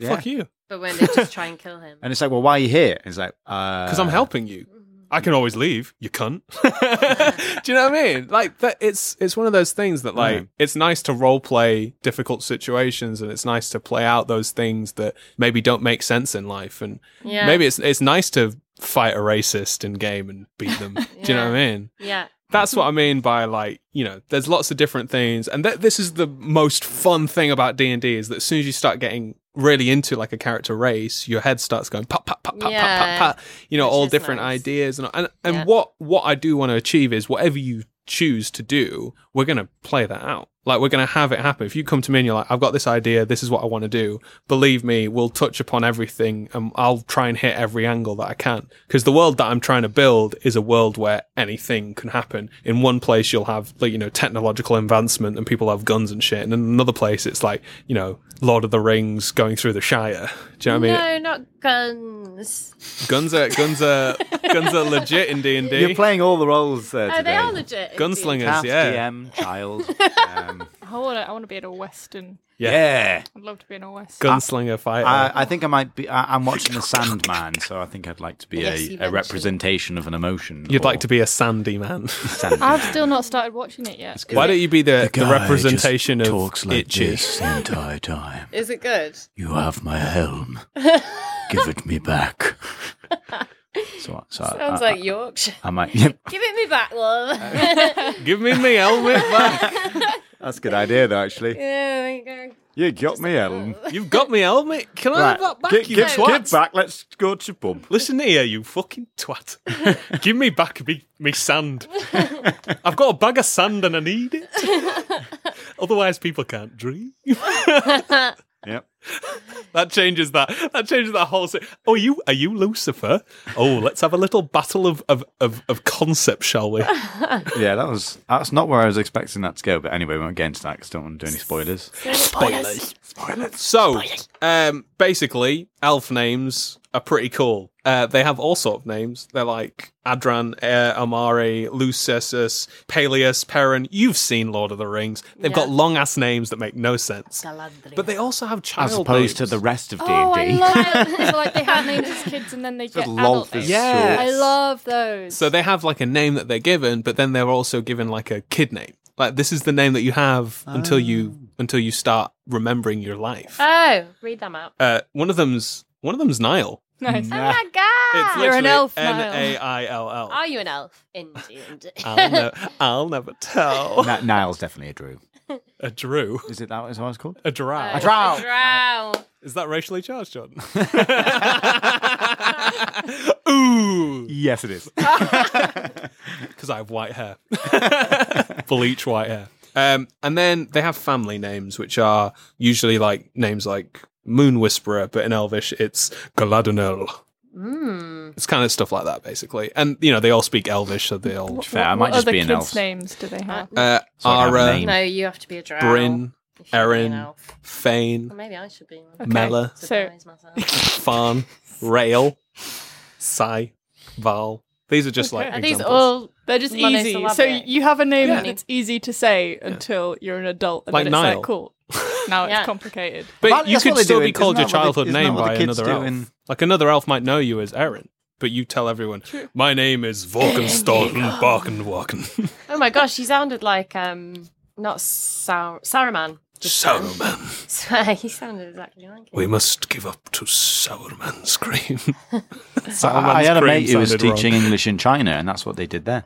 [SPEAKER 1] Fuck you.
[SPEAKER 2] but when they just try and kill him.
[SPEAKER 3] And it's like, well, why are you here? It's like, uh, because
[SPEAKER 1] Because I'm helping you. I can always leave, you cunt. do you know what I mean? Like that it's it's one of those things that like
[SPEAKER 3] Yeah.
[SPEAKER 1] it's nice to role play difficult situations and it's nice to play out those things that maybe don't make sense in life and
[SPEAKER 2] yeah.
[SPEAKER 1] maybe it's it's nice to fight a racist in game and beat them. Do you know what I mean?
[SPEAKER 2] Yeah.
[SPEAKER 1] That's what I mean by like, you know, there's lots of different things, and th- this is the most fun thing about D and D is that as soon as you start getting really into like a character race, your head starts going pop, pop, pop, pop,
[SPEAKER 2] Yeah.
[SPEAKER 1] pop, pop, pop. You know,
[SPEAKER 2] Which
[SPEAKER 1] all
[SPEAKER 2] is
[SPEAKER 1] different
[SPEAKER 2] nice.
[SPEAKER 1] ideas and and, and
[SPEAKER 2] Yeah.
[SPEAKER 1] what what I do want to achieve is whatever you choose to do, we're gonna play that out. Like we're gonna have it happen. If you come to me and you're like, I've got this idea, this is what I want to do. Believe me, we'll touch upon everything, and I'll try and hit every angle that I can. Because the world that I'm trying to build is a world where anything can happen. In one place, you'll have like you know technological advancement, and people have guns and shit. And in another place, it's like you know Lord of the Rings going through the Shire. Do you know what I mean?
[SPEAKER 2] no, not guns.
[SPEAKER 1] Guns are guns are guns are legit in D and
[SPEAKER 3] You're
[SPEAKER 1] D.
[SPEAKER 3] playing all the roles there
[SPEAKER 2] Oh, they are legit.
[SPEAKER 1] Gunslingers,
[SPEAKER 3] Cast,
[SPEAKER 1] yeah,
[SPEAKER 3] DM, child. Um,
[SPEAKER 4] I want to. I want to be in a western.
[SPEAKER 1] Yeah.
[SPEAKER 3] yeah.
[SPEAKER 4] I'd love to be in a western.
[SPEAKER 1] gunslinger fighter.
[SPEAKER 3] I, I think I might be. I, I'm watching The Sandman, so I think I'd like to be
[SPEAKER 2] Yes, you
[SPEAKER 3] a, a
[SPEAKER 2] mentioned.
[SPEAKER 3] representation of an emotion.
[SPEAKER 1] You'd like to be a sandy man.
[SPEAKER 4] I've still not started watching it yet.
[SPEAKER 1] Why don't you be the, the, representation of
[SPEAKER 3] talks like
[SPEAKER 1] itchy?
[SPEAKER 3] this the entire time.
[SPEAKER 2] Is it good?
[SPEAKER 3] You have my helm. Give it me back. So, so I-
[SPEAKER 2] Sounds
[SPEAKER 3] I,
[SPEAKER 2] like Yorkshire.
[SPEAKER 3] I, I might. Yep.
[SPEAKER 2] Give it me back, love.
[SPEAKER 1] Give me my helmet back.
[SPEAKER 3] That's a good idea, though, actually.
[SPEAKER 2] there you go.
[SPEAKER 3] You got me helm.
[SPEAKER 1] You've got me helmet. Can I have that back, you twat?
[SPEAKER 3] back. Let's go to pub.
[SPEAKER 1] Listen here, you fucking twat. Give me back me, me sand. I've got a bag of sand and I need it. Otherwise, people can't dream.
[SPEAKER 3] Yep.
[SPEAKER 1] That changes that. That changes that whole. Se- oh, are you are you Lucifer? Oh, let's have a little battle of of of, of concept, shall we?
[SPEAKER 3] Yeah, that was. That's not where I was expecting that to go. But anyway, we won't get into that 'cause I don't want to do any spoilers.
[SPEAKER 1] Spoilers. So, um, basically, elf names are pretty cool. Uh, they have all sort of names. They're like Adran, uh, Amari, Lucersus, Peleus, Perrin. You've seen Lord of the Rings. They've
[SPEAKER 2] Yeah.
[SPEAKER 1] got long ass names that make no sense.
[SPEAKER 2] Galadriel.
[SPEAKER 1] But they also have child
[SPEAKER 3] As opposed to
[SPEAKER 1] names.
[SPEAKER 3] the rest of D
[SPEAKER 4] Oh, I
[SPEAKER 3] and D.
[SPEAKER 4] love it. So, like they have names as kids and then they get adult names.
[SPEAKER 1] Yeah.
[SPEAKER 4] I love those.
[SPEAKER 1] So they have like a name that they're given, but then they're also given like a kid name. Like this is the name that you have until you until you start remembering your life.
[SPEAKER 2] oh, read them out.
[SPEAKER 1] Uh, one of them's one of them's Nile.
[SPEAKER 4] nice.
[SPEAKER 2] Oh my god!
[SPEAKER 1] It's
[SPEAKER 4] You're an
[SPEAKER 1] literally
[SPEAKER 4] elf, Niall.
[SPEAKER 1] N A I L L.
[SPEAKER 2] Are you an elf? Indeed.
[SPEAKER 1] I'll ne- I'll never tell.
[SPEAKER 3] Ni- Niall's definitely a Drew.
[SPEAKER 1] A Drew.
[SPEAKER 3] Is it that? Is what it's called?
[SPEAKER 1] A drow.
[SPEAKER 2] A
[SPEAKER 3] drow.
[SPEAKER 2] drow.
[SPEAKER 1] Is that racially charged, John? Ooh.
[SPEAKER 3] Yes, it is.
[SPEAKER 1] Because I have white hair. Bleach white hair. Um, and then they have family names, which are usually like names like Moon Whisperer, but in Elvish it's Galadonel.
[SPEAKER 2] Mm.
[SPEAKER 1] It's kind of stuff like that, basically. And, you know, they all speak Elvish, so they all.
[SPEAKER 3] fair, I might
[SPEAKER 4] what
[SPEAKER 3] just
[SPEAKER 4] other
[SPEAKER 3] be an
[SPEAKER 4] kids'
[SPEAKER 3] elf.
[SPEAKER 4] names do they have?
[SPEAKER 1] Uh,
[SPEAKER 3] So I have a
[SPEAKER 1] Ara,
[SPEAKER 3] name.
[SPEAKER 2] No, you have to be a drow.
[SPEAKER 1] Bryn,
[SPEAKER 2] if you're
[SPEAKER 1] Erin.
[SPEAKER 2] an elf.
[SPEAKER 1] Fane,
[SPEAKER 2] Well, maybe I should be one.
[SPEAKER 4] Okay.
[SPEAKER 1] Mela.
[SPEAKER 4] So
[SPEAKER 2] Surprise myself.
[SPEAKER 1] Farn, Rail, Sai, Val. These are just like
[SPEAKER 4] Okay.
[SPEAKER 2] Are
[SPEAKER 1] examples.
[SPEAKER 2] these all?
[SPEAKER 4] they're just easy. So
[SPEAKER 2] Monosyllabic.
[SPEAKER 4] you have a name
[SPEAKER 1] Yeah.
[SPEAKER 4] that's easy to say until you're an adult, and
[SPEAKER 1] Like
[SPEAKER 4] then it's
[SPEAKER 1] Niall.
[SPEAKER 4] like cool. Now
[SPEAKER 2] Yeah.
[SPEAKER 4] it's complicated.
[SPEAKER 1] but
[SPEAKER 3] Well,
[SPEAKER 1] you
[SPEAKER 3] that's
[SPEAKER 1] could
[SPEAKER 3] what they
[SPEAKER 1] still
[SPEAKER 3] do,
[SPEAKER 1] be
[SPEAKER 3] isn't
[SPEAKER 1] called
[SPEAKER 3] that
[SPEAKER 1] your
[SPEAKER 3] what the-
[SPEAKER 1] childhood
[SPEAKER 3] isn't that
[SPEAKER 1] name
[SPEAKER 3] what the
[SPEAKER 1] by
[SPEAKER 3] kids
[SPEAKER 1] another
[SPEAKER 3] do
[SPEAKER 1] elf.
[SPEAKER 3] in-
[SPEAKER 1] Like another elf might know you as Erin, but you tell everyone, "My name is Valkenstocken Barkenwaken
[SPEAKER 2] Oh my gosh, he sounded like um, not Sar- Saruman. Just
[SPEAKER 1] Sauerman.
[SPEAKER 2] he sounded exactly like him.
[SPEAKER 1] We must give up to Sauerman's scream."
[SPEAKER 3] I, I had a
[SPEAKER 1] Someone's
[SPEAKER 3] mate who was
[SPEAKER 1] sounded wrong.
[SPEAKER 3] teaching English in China, and that's what they did there.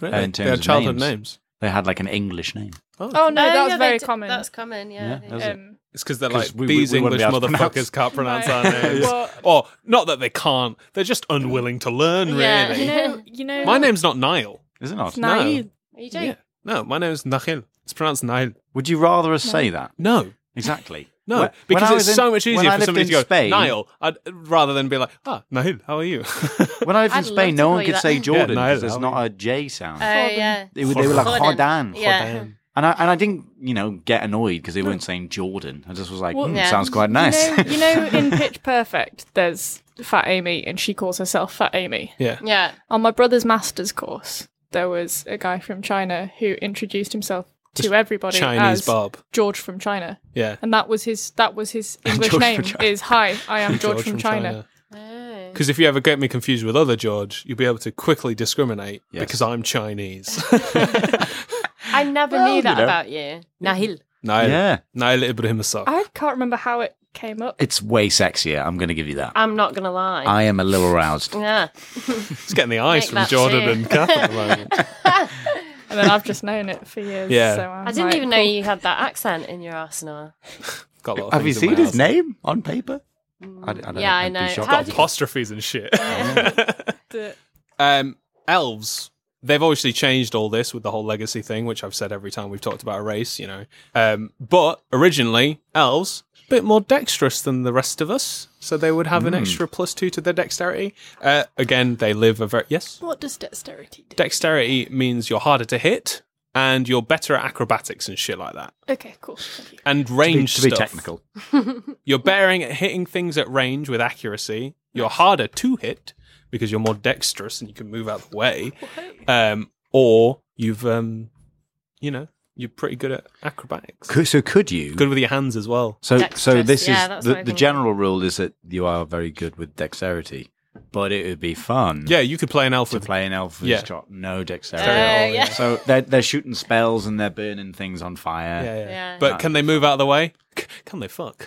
[SPEAKER 1] really?
[SPEAKER 3] in terms
[SPEAKER 1] They had
[SPEAKER 3] of
[SPEAKER 1] childhood
[SPEAKER 3] names.
[SPEAKER 1] names.
[SPEAKER 3] They had like an English name.
[SPEAKER 4] Oh no,
[SPEAKER 2] Oh,
[SPEAKER 4] that's
[SPEAKER 2] yeah, they
[SPEAKER 4] very
[SPEAKER 2] d-
[SPEAKER 4] common.
[SPEAKER 2] That's common, yeah.
[SPEAKER 3] Yeah,
[SPEAKER 2] they
[SPEAKER 3] that was
[SPEAKER 2] do.
[SPEAKER 3] it.
[SPEAKER 4] um,
[SPEAKER 1] It's because they're
[SPEAKER 3] 'Cause
[SPEAKER 1] like
[SPEAKER 3] we- we-
[SPEAKER 1] these
[SPEAKER 3] we wouldn't
[SPEAKER 1] English
[SPEAKER 3] be able to
[SPEAKER 1] motherfuckers
[SPEAKER 3] pronounce-
[SPEAKER 1] can't pronounce our
[SPEAKER 4] No.
[SPEAKER 1] names,
[SPEAKER 4] Well-
[SPEAKER 1] or not that they can't. They're just unwilling to learn. Really,
[SPEAKER 2] Yeah.
[SPEAKER 4] you know, you know,
[SPEAKER 1] my name's not Niall.
[SPEAKER 3] Is it not?
[SPEAKER 4] It's Niall.
[SPEAKER 2] you don't.
[SPEAKER 1] Yeah. No, my name is Nahil. It's pronounced Nile.
[SPEAKER 3] Would you rather us say that?
[SPEAKER 1] No,
[SPEAKER 3] Exactly.
[SPEAKER 1] no,
[SPEAKER 3] When- when
[SPEAKER 1] because
[SPEAKER 3] I
[SPEAKER 1] it's
[SPEAKER 3] was in-
[SPEAKER 1] so much
[SPEAKER 3] when
[SPEAKER 1] easier
[SPEAKER 3] I
[SPEAKER 1] for
[SPEAKER 3] lived
[SPEAKER 1] somebody
[SPEAKER 3] in
[SPEAKER 1] to go
[SPEAKER 3] Spain-
[SPEAKER 1] Niall I'd, rather than be like, ah, Nahil, how are you?
[SPEAKER 3] When I lived
[SPEAKER 2] I'd
[SPEAKER 3] in
[SPEAKER 2] love
[SPEAKER 3] Spain,
[SPEAKER 2] to
[SPEAKER 3] no
[SPEAKER 2] call
[SPEAKER 3] one
[SPEAKER 2] you
[SPEAKER 3] could
[SPEAKER 2] that.
[SPEAKER 3] say
[SPEAKER 2] Yeah,
[SPEAKER 3] Jordan
[SPEAKER 1] Niall,
[SPEAKER 3] because there's
[SPEAKER 1] how
[SPEAKER 3] not a J sound.
[SPEAKER 2] Oh, yeah.
[SPEAKER 3] they, were- they were like
[SPEAKER 2] Jordan.
[SPEAKER 3] Jordan.
[SPEAKER 2] Yeah.
[SPEAKER 1] Um,
[SPEAKER 3] And I, and I didn't, you know, get annoyed because they weren't saying Jordan. I just was like,
[SPEAKER 4] Well,
[SPEAKER 3] "Hmm,
[SPEAKER 2] Hmm. Yeah.
[SPEAKER 3] sounds quite
[SPEAKER 4] you
[SPEAKER 3] nice.
[SPEAKER 4] know, you know, in Pitch Perfect, there's Fat Amy, and she calls herself Fat Amy.
[SPEAKER 1] Yeah.
[SPEAKER 2] Yeah.
[SPEAKER 4] On my brother's master's course, there was a guy from China who introduced himself to everybody
[SPEAKER 1] Chinese
[SPEAKER 4] as
[SPEAKER 1] Bob.
[SPEAKER 4] George from China,
[SPEAKER 1] Yeah.
[SPEAKER 4] and that was his that was his
[SPEAKER 3] George
[SPEAKER 4] English
[SPEAKER 3] from
[SPEAKER 4] name.
[SPEAKER 3] China.
[SPEAKER 4] Is hi, I am George, from, China.
[SPEAKER 2] Oh.
[SPEAKER 1] Because if you ever get me confused with other George, you'll be able to quickly discriminate
[SPEAKER 3] Yes.
[SPEAKER 1] because I'm Chinese.
[SPEAKER 2] I never
[SPEAKER 3] Well,
[SPEAKER 2] knew
[SPEAKER 3] you
[SPEAKER 2] that
[SPEAKER 3] know.
[SPEAKER 2] about you. Nahil.
[SPEAKER 1] Niall,
[SPEAKER 3] yeah.
[SPEAKER 1] Niall Ibrahimasov.
[SPEAKER 4] I can't remember how it came up.
[SPEAKER 3] It's way sexier. I'm going to give you that.
[SPEAKER 2] I'm not going to lie.
[SPEAKER 3] I am a little roused.
[SPEAKER 2] yeah.
[SPEAKER 1] It's getting the eyes
[SPEAKER 2] Make
[SPEAKER 1] from
[SPEAKER 2] that
[SPEAKER 1] Jordan
[SPEAKER 2] too.
[SPEAKER 1] and Kath at the moment.
[SPEAKER 4] and then I've just known it for years.
[SPEAKER 1] Yeah.
[SPEAKER 4] so I'm
[SPEAKER 2] I didn't
[SPEAKER 4] like,
[SPEAKER 2] even know
[SPEAKER 4] cool.
[SPEAKER 2] you had that accent in your arsenal.
[SPEAKER 1] Got a lot of
[SPEAKER 3] Have you
[SPEAKER 1] things in my
[SPEAKER 3] seen his
[SPEAKER 1] house.
[SPEAKER 3] name on paper? I d- I don't
[SPEAKER 2] Mm, yeah, I
[SPEAKER 3] think
[SPEAKER 2] know.
[SPEAKER 3] he's shot
[SPEAKER 2] How
[SPEAKER 3] that
[SPEAKER 2] do you-
[SPEAKER 1] Apostrophes and shit.
[SPEAKER 4] The-
[SPEAKER 1] um, elves. They've obviously changed all this with the whole legacy thing, which I've said every time we've talked about a race, you know. Um, but originally, elves a bit more dexterous than the rest of us, so they would have
[SPEAKER 3] Hmm.
[SPEAKER 1] an extra plus two to their dexterity. Uh, again, they live a very yes.
[SPEAKER 4] what does dexterity do?
[SPEAKER 1] Dexterity means you're harder to hit and you're better at acrobatics and shit like that,
[SPEAKER 4] Okay, cool. Thank you.
[SPEAKER 1] and
[SPEAKER 3] To be,
[SPEAKER 1] range
[SPEAKER 3] to be
[SPEAKER 1] stuff.
[SPEAKER 3] technical.
[SPEAKER 1] You're bearing at hitting things at range with accuracy. You're harder to hit because you're more dexterous and you can move out of the way. Um, or you've, um, you know, you're pretty good at acrobatics.
[SPEAKER 3] Could- So could you?
[SPEAKER 1] Good with your hands as well.
[SPEAKER 3] So, so
[SPEAKER 2] Dexterous.
[SPEAKER 3] this
[SPEAKER 2] Yeah,
[SPEAKER 3] is
[SPEAKER 2] that's what
[SPEAKER 3] the,
[SPEAKER 2] I
[SPEAKER 3] the
[SPEAKER 2] think.
[SPEAKER 3] general rule is that you are very good with dexterity, but it would be fun
[SPEAKER 1] Yeah, you could play an elf
[SPEAKER 3] to
[SPEAKER 1] with.
[SPEAKER 3] play an elf who's
[SPEAKER 1] Yeah.
[SPEAKER 3] got no dexterity.
[SPEAKER 2] Uh, yeah.
[SPEAKER 3] So they're, they're shooting spells and they're burning things on fire.
[SPEAKER 1] Yeah, yeah.
[SPEAKER 2] Yeah.
[SPEAKER 1] But can they move out of the way? C- can they fuck?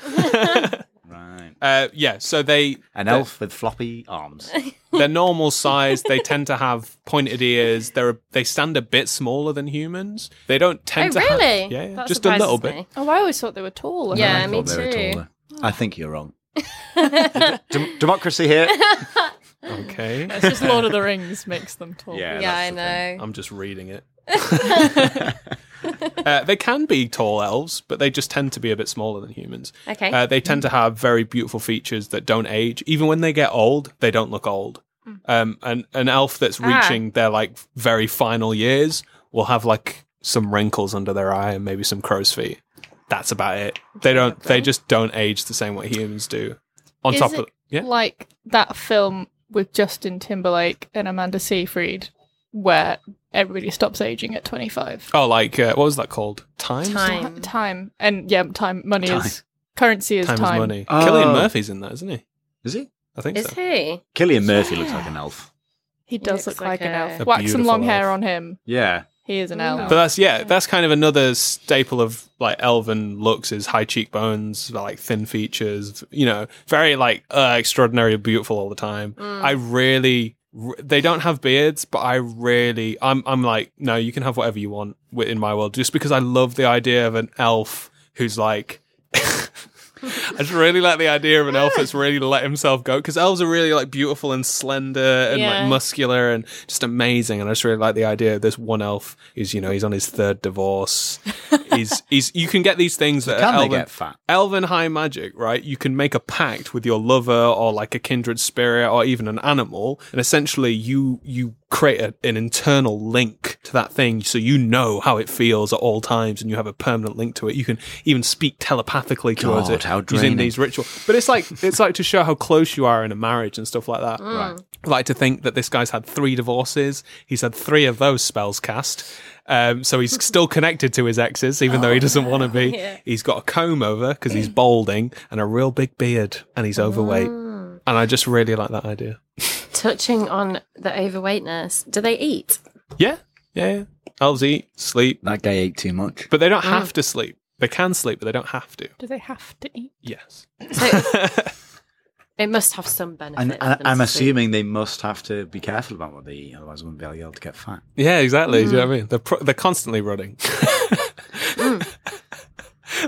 [SPEAKER 3] Right.
[SPEAKER 1] uh, yeah. So they
[SPEAKER 3] An elf with floppy arms.
[SPEAKER 1] they're normal size. They tend to have pointed ears. They're they stand a bit smaller than humans. They don't
[SPEAKER 2] Oh,
[SPEAKER 1] tend to. have-
[SPEAKER 2] really?
[SPEAKER 1] yeah, yeah.
[SPEAKER 2] That
[SPEAKER 1] just a little
[SPEAKER 2] surprises
[SPEAKER 1] bit.
[SPEAKER 2] me.
[SPEAKER 4] Oh, I always thought they were taller.
[SPEAKER 2] Yeah,
[SPEAKER 3] I
[SPEAKER 2] me
[SPEAKER 3] thought they were
[SPEAKER 2] too.
[SPEAKER 3] taller. I think you're wrong. Dem- democracy here.
[SPEAKER 1] Okay.
[SPEAKER 4] It's just Lord of the Rings makes them tall.
[SPEAKER 3] Yeah,
[SPEAKER 2] Yeah, I
[SPEAKER 3] that's the thing.
[SPEAKER 2] know.
[SPEAKER 1] I'm just reading it. uh, they can be tall elves, but they just tend to be a bit smaller than humans.
[SPEAKER 3] Oh.
[SPEAKER 2] Okay.
[SPEAKER 1] Uh, they tend to have very beautiful features that don't age. Even when they get old, they don't look old. Um, and an elf that's
[SPEAKER 2] Ah.
[SPEAKER 1] reaching their like very final years will have like some wrinkles under their eye and maybe some crow's feet. That's about it. They don't. They just don't age the same way humans do. On
[SPEAKER 4] Is
[SPEAKER 1] top
[SPEAKER 4] it
[SPEAKER 1] of yeah,
[SPEAKER 4] Like that film with Justin Timberlake and Amanda Seyfried, where everybody stops aging at 25.
[SPEAKER 1] oh, like uh, what was that called? Time.
[SPEAKER 2] Time.
[SPEAKER 4] Time. And yeah, time, money is currency is
[SPEAKER 1] Time,
[SPEAKER 4] time.
[SPEAKER 1] is money.
[SPEAKER 3] Oh.
[SPEAKER 1] Killian Murphy's in that, isn't he?
[SPEAKER 3] Is he?
[SPEAKER 1] I think
[SPEAKER 2] Is
[SPEAKER 1] so.
[SPEAKER 2] he?
[SPEAKER 3] Killian Murphy looks like an elf.
[SPEAKER 4] He does
[SPEAKER 2] looks
[SPEAKER 4] look like,
[SPEAKER 2] like
[SPEAKER 4] an
[SPEAKER 2] a-
[SPEAKER 4] elf.
[SPEAKER 1] A
[SPEAKER 4] Wax some
[SPEAKER 1] beautiful
[SPEAKER 4] long hair
[SPEAKER 1] elf.
[SPEAKER 4] on him.
[SPEAKER 3] Yeah.
[SPEAKER 4] He is an
[SPEAKER 5] Ooh.
[SPEAKER 4] elf.
[SPEAKER 1] But that's yeah, that's kind of another staple of like elven looks is high cheekbones, like thin features, you know, very like uh, extraordinary beautiful all the time.
[SPEAKER 2] Mm.
[SPEAKER 1] I really r- they don't have beards, but I really I'm I'm like no, you can have whatever you want wi- in my world just because I love the idea of an elf who's like I just really like the idea of an elf that's really let himself go because elves are really like beautiful and slender and
[SPEAKER 2] Yeah.
[SPEAKER 1] like muscular and just amazing. And I just really like the idea of this one elf is you know he's on his third divorce. he's he's you can get these things that
[SPEAKER 3] Can
[SPEAKER 1] are
[SPEAKER 3] they
[SPEAKER 1] elven,
[SPEAKER 3] get fat?
[SPEAKER 1] elven high magic, right? You can make a pact with your lover or like a kindred spirit or even an animal, and essentially you you create a, an internal link to that thing, so you know how it feels at all times, and you have a permanent link to it. You can even speak telepathically towards
[SPEAKER 3] God,
[SPEAKER 1] it
[SPEAKER 3] how
[SPEAKER 1] using
[SPEAKER 3] draining.
[SPEAKER 1] these rituals. But it's like it's like to show how close you are in a marriage and stuff like that.
[SPEAKER 3] Right.
[SPEAKER 1] I like to think that this guy's had three divorces. He's had three of those spells cast. Um, so he's still connected to his exes, even though he doesn't want to be. He's got a comb over because he's balding and a real big beard and he's overweight. And I just really like that idea.
[SPEAKER 2] Touching on the overweightness, do they eat?
[SPEAKER 1] Yeah. Yeah. yeah. Elves eat, sleep,
[SPEAKER 3] That guy ate too much.
[SPEAKER 1] but they don't have to sleep. They can sleep, but they don't have to.
[SPEAKER 4] Do they have to eat?
[SPEAKER 1] Yes.
[SPEAKER 2] It must have some benefit.
[SPEAKER 3] And
[SPEAKER 2] for
[SPEAKER 3] I,
[SPEAKER 2] them
[SPEAKER 3] I'm
[SPEAKER 2] to sleep.
[SPEAKER 3] assuming they must have to be careful about what they eat, otherwise, they wouldn't be able to get fat.
[SPEAKER 1] Yeah, exactly. Do you know what I mean? They're pro- they're constantly running.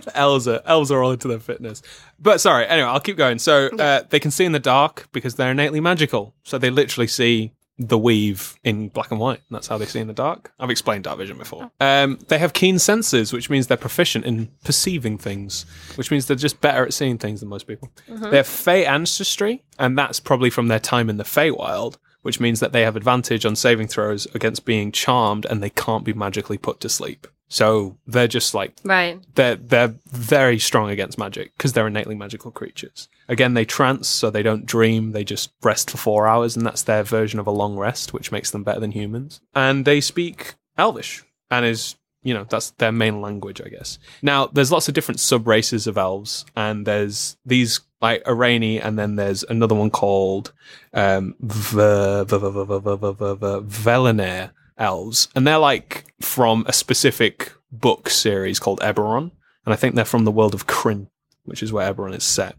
[SPEAKER 1] The elves are elves are all into their fitness. But sorry, anyway, I'll keep going. So uh, they can see in the dark because they're innately magical. So they literally see the weave in black and white. That's how they see in the dark. I've explained dark vision before. Um, they have keen senses, which means they're proficient in perceiving things, which means they're just better at seeing things than most people. They have Fey ancestry, and that's probably from their time in the Feywild which means that they have advantage on saving throws against being charmed and they can't be magically put to sleep. So they're just like
[SPEAKER 2] Right.
[SPEAKER 1] they're they're very strong against magic because they're innately magical creatures. Again, they trance, so they don't dream. They just rest for four hours, and that's their version of a long rest, which makes them better than humans. And they speak Elvish, and is you know that's their main language, I guess. Now, there's lots of different sub races of elves, and there's these like Irani, and then there's another one called um, Ve- Ve- Ve- Ve- Ve- Ve- Ve- Ve- Ve- Velenair elves, and they're like from a specific book series called Eberron, and I think they're from the world of Kryn, which is where Eberron is set.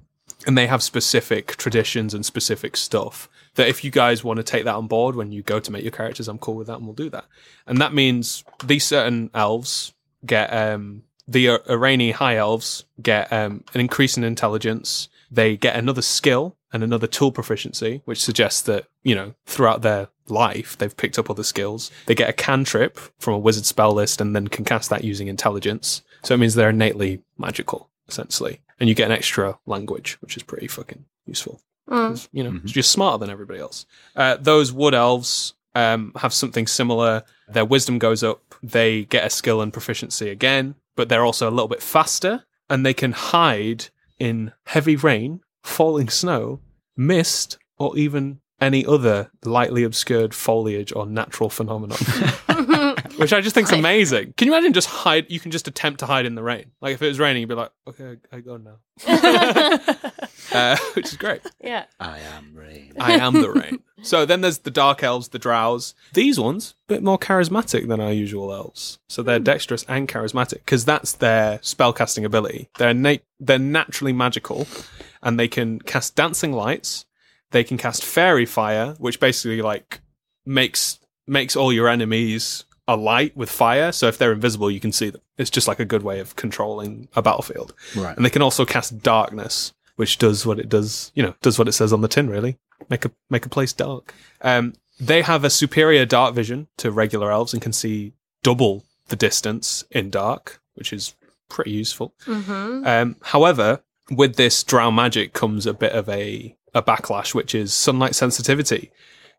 [SPEAKER 1] And they have specific traditions and specific stuff that if you guys want to take that on board when you go to make your characters, I'm cool with that, and we'll do that. And that means these certain elves get um, the Ir- Iranian high elves get um, an increase in intelligence. They get another skill and another tool proficiency, which suggests that you know throughout their life they've picked up other skills. They get a cantrip from a wizard spell list and then can cast that using intelligence. So it means they're innately magical, essentially. And you get an extra language, which is pretty fucking useful.
[SPEAKER 2] Mm.
[SPEAKER 1] 'Cause, You know,
[SPEAKER 3] Mhm.
[SPEAKER 1] you're smarter than everybody else. Uh, those wood elves um, have something similar. Their wisdom goes up. They get a skill and proficiency again, but they're also a little bit faster, and they can hide in heavy rain, falling snow, mist, or even any other lightly obscured foliage or natural phenomenon, which I just think's
[SPEAKER 2] Right.
[SPEAKER 1] amazing. Can you imagine just hide? You can just attempt to hide in the rain. Like if it was raining, you'd be like, okay, I I go now, uh, which is great.
[SPEAKER 2] yeah.
[SPEAKER 6] I am rain.
[SPEAKER 1] I am the rain. So then there's the dark elves, the drows. These ones a bit more charismatic than our usual elves. So they're dexterous and charismatic because that's their spellcasting ability. They're na- they're naturally magical, and they can cast dancing lights. They can cast fairy fire, which basically like makes makes all your enemies alight with fire. So if they're invisible, you can see them. It's just like a good way of controlling a battlefield.
[SPEAKER 3] Right.
[SPEAKER 1] And they can also cast darkness, which does what it does, you know, does what it says on the tin really. Make a make a place dark. Um they have a superior dark vision to regular elves and can see double the distance in dark, which is pretty useful.
[SPEAKER 2] Mm-hmm.
[SPEAKER 1] Um, however, with this drow magic comes a bit of a, a backlash, which is sunlight sensitivity.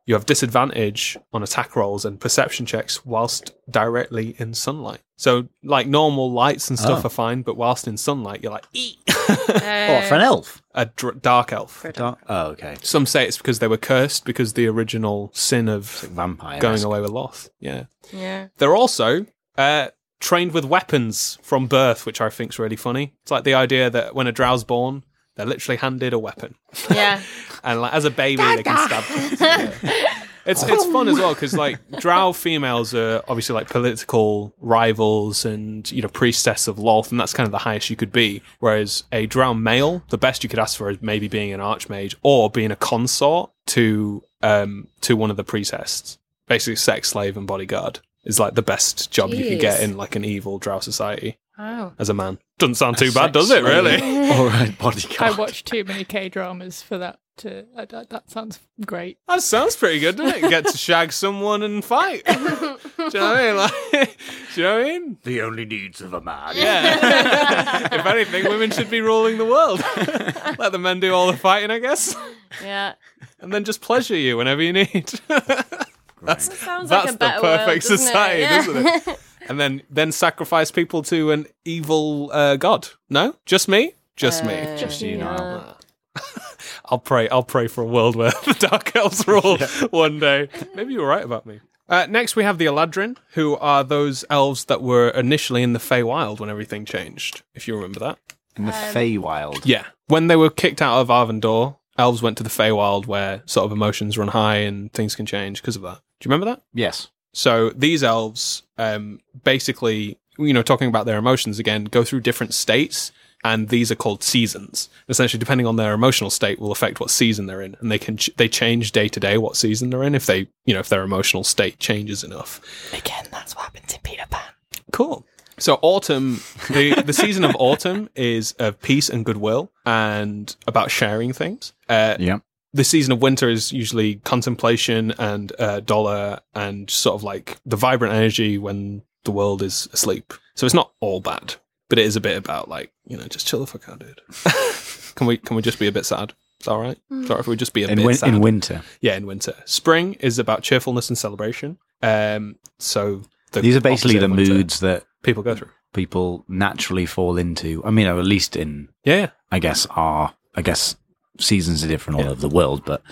[SPEAKER 1] You have disadvantage on attack rolls and perception checks whilst directly in sunlight. So, like normal lights and stuff
[SPEAKER 6] Oh.
[SPEAKER 1] are fine, but whilst in sunlight, you're like "Eek."
[SPEAKER 6] What, for an elf?
[SPEAKER 1] a dr- dark elf.
[SPEAKER 3] Dark- Oh, okay.
[SPEAKER 1] Some say it's because they were cursed because the original sin
[SPEAKER 3] It's
[SPEAKER 1] of
[SPEAKER 3] like vampire.
[SPEAKER 1] going away with Loth. Yeah.
[SPEAKER 2] Yeah.
[SPEAKER 1] They're also uh, trained with weapons from birth, which I think's really funny. It's like the idea that when a drow's born, they're literally handed a weapon,
[SPEAKER 2] Yeah.
[SPEAKER 1] and like as a baby, they can stab. things. Yeah. It's it's fun as well because like drow females are obviously like political rivals and you know priestess of Loth, and that's kind of the highest you could be. Whereas a drow male, the best you could ask for is maybe being an archmage or being a consort to um to one of the priestesses basically sex slave and bodyguard is like the best job you could get
[SPEAKER 2] Jeez.
[SPEAKER 1] in like an evil drow society
[SPEAKER 2] Oh.
[SPEAKER 1] as a man. Doesn't sound too bad, does it? Really?
[SPEAKER 3] All right, bodyguard.
[SPEAKER 4] I watch too many K dramas for that to. I, that, that sounds great.
[SPEAKER 1] That sounds pretty good, doesn't it? Get to shag someone and fight. do you know what I mean? Like, do you know what I mean?
[SPEAKER 3] the only needs of a man.
[SPEAKER 1] Yeah. if anything, women should be ruling the world. Let the men do all the fighting, I guess,
[SPEAKER 2] Yeah.
[SPEAKER 1] and then just pleasure you whenever you need. that's
[SPEAKER 2] Sounds
[SPEAKER 1] that's
[SPEAKER 2] like a
[SPEAKER 1] the
[SPEAKER 2] better
[SPEAKER 1] perfect
[SPEAKER 2] world, doesn't
[SPEAKER 1] society,
[SPEAKER 2] it? Yeah.
[SPEAKER 1] isn't it? and then then sacrifice people to an evil uh, god. No, just me, just me.
[SPEAKER 2] Uh,
[SPEAKER 3] Just you
[SPEAKER 2] yeah.
[SPEAKER 3] know.
[SPEAKER 1] I'll pray. I'll pray for a world where the dark elves rule one day. Maybe you were right about me. Uh, next, we have the Eladrin, who are those elves that were initially in the Feywild when everything changed. If you remember that,
[SPEAKER 3] In the
[SPEAKER 2] Um,
[SPEAKER 3] Feywild.
[SPEAKER 1] yeah. When they were kicked out of Arvindor, elves went to the Feywild, where sort of emotions run high and things can change because of that. Do you remember that?
[SPEAKER 3] Yes.
[SPEAKER 1] So these elves, um, basically, you know, talking about their emotions again, go through different states, and these are called seasons. Essentially, depending on their emotional state, will affect what season they're in, and they can ch- they change day to day what season they're in if they, you know, if their emotional state changes enough.
[SPEAKER 5] Again, that's what happens in Peter Pan.
[SPEAKER 1] Cool. So autumn, the, the season of autumn is of peace and goodwill, and about sharing things. Uh,
[SPEAKER 3] Yeah.
[SPEAKER 1] the season of winter is usually contemplation and uh, dollar and sort of like the vibrant energy when the world is asleep. So it's not all bad, but it is a bit about like you know just chill the fuck out, dude. can we can we just be a bit sad? It's all right. It's all right if we just be a
[SPEAKER 3] In,
[SPEAKER 1] bit
[SPEAKER 3] win-
[SPEAKER 1] sad.
[SPEAKER 3] in winter.
[SPEAKER 1] yeah, in winter. Spring is about cheerfulness and celebration. Um, so the
[SPEAKER 3] These are basically
[SPEAKER 1] opposite
[SPEAKER 3] the
[SPEAKER 1] of winter
[SPEAKER 3] moods that
[SPEAKER 1] people go through.
[SPEAKER 3] people naturally fall into. I mean, or at least in,
[SPEAKER 1] Yeah, yeah.
[SPEAKER 3] I guess, our, I guess, seasons are different all
[SPEAKER 1] Yeah.
[SPEAKER 3] over the world, but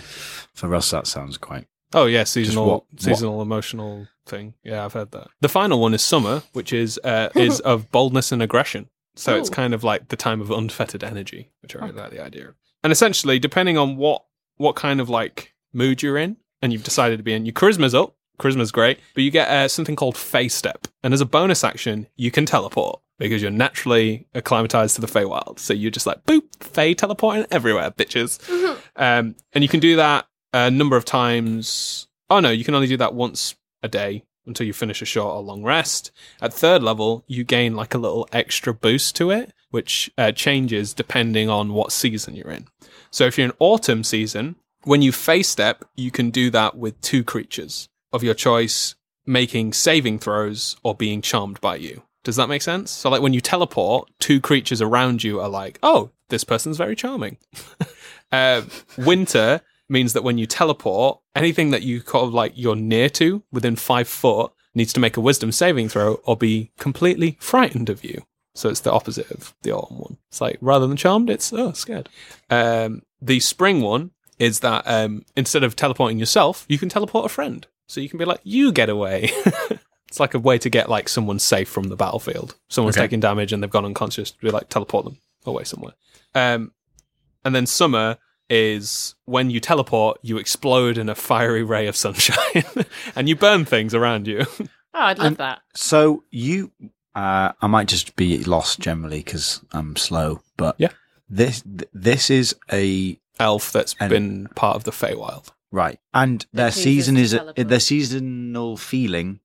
[SPEAKER 3] for us, that sounds quite.
[SPEAKER 1] Oh yeah, seasonal,
[SPEAKER 3] what- what-
[SPEAKER 1] seasonal emotional thing. Yeah, I've heard that. The final one is summer, which is uh, is of boldness and aggression. So it's
[SPEAKER 4] Ooh.
[SPEAKER 1] kind of like the time of unfettered energy, which I really like the idea of. And essentially, depending on what what kind of like mood you're in, and you've decided to be in, your charisma's up. Charisma's great, but you get uh, something called Fey Step, and as a bonus action, you can teleport because you're naturally acclimatized to the Feywild. So you're just like boop, Fey teleporting everywhere, bitches.
[SPEAKER 3] Mm-hmm.
[SPEAKER 1] Um, and you can do that a number of times. Oh no, you can only do that once a day until you finish a short or long rest. At third level, you gain like a little extra boost to it, which uh, changes depending on what season you're in. So if you're in autumn season, when you face step, you can do that with two creatures of your choice making saving throws or being charmed by you. Does that make sense? So like when you teleport, two creatures around you are like, "Oh, this person's very charming." uh, winter means that when you teleport, anything that you kind of like you're near to within five foot needs to make a wisdom saving throw or be completely frightened of you. So it's the opposite of the autumn one. It's like rather than charmed, it's oh scared. Um, the spring one is that um, instead of teleporting yourself, you can teleport a friend. So you can be like, you get away. it's like a way to get like someone safe from the battlefield. Someone's
[SPEAKER 3] Okay.
[SPEAKER 1] taking damage and they've gone unconscious. We like teleport them away somewhere. Um, and then summer is when you teleport, you explode in a fiery ray of sunshine and you burn things around you.
[SPEAKER 2] Oh, I'd love
[SPEAKER 3] And-
[SPEAKER 2] that.
[SPEAKER 3] So you, uh, I might just be lost generally because I'm slow, but
[SPEAKER 1] Yeah.
[SPEAKER 3] this th- this is a
[SPEAKER 1] Elf that's
[SPEAKER 3] And-
[SPEAKER 1] been part of the Feywild
[SPEAKER 3] right, and their
[SPEAKER 2] chooses
[SPEAKER 3] season
[SPEAKER 2] to
[SPEAKER 3] is
[SPEAKER 2] teleport.
[SPEAKER 3] their seasonal feeling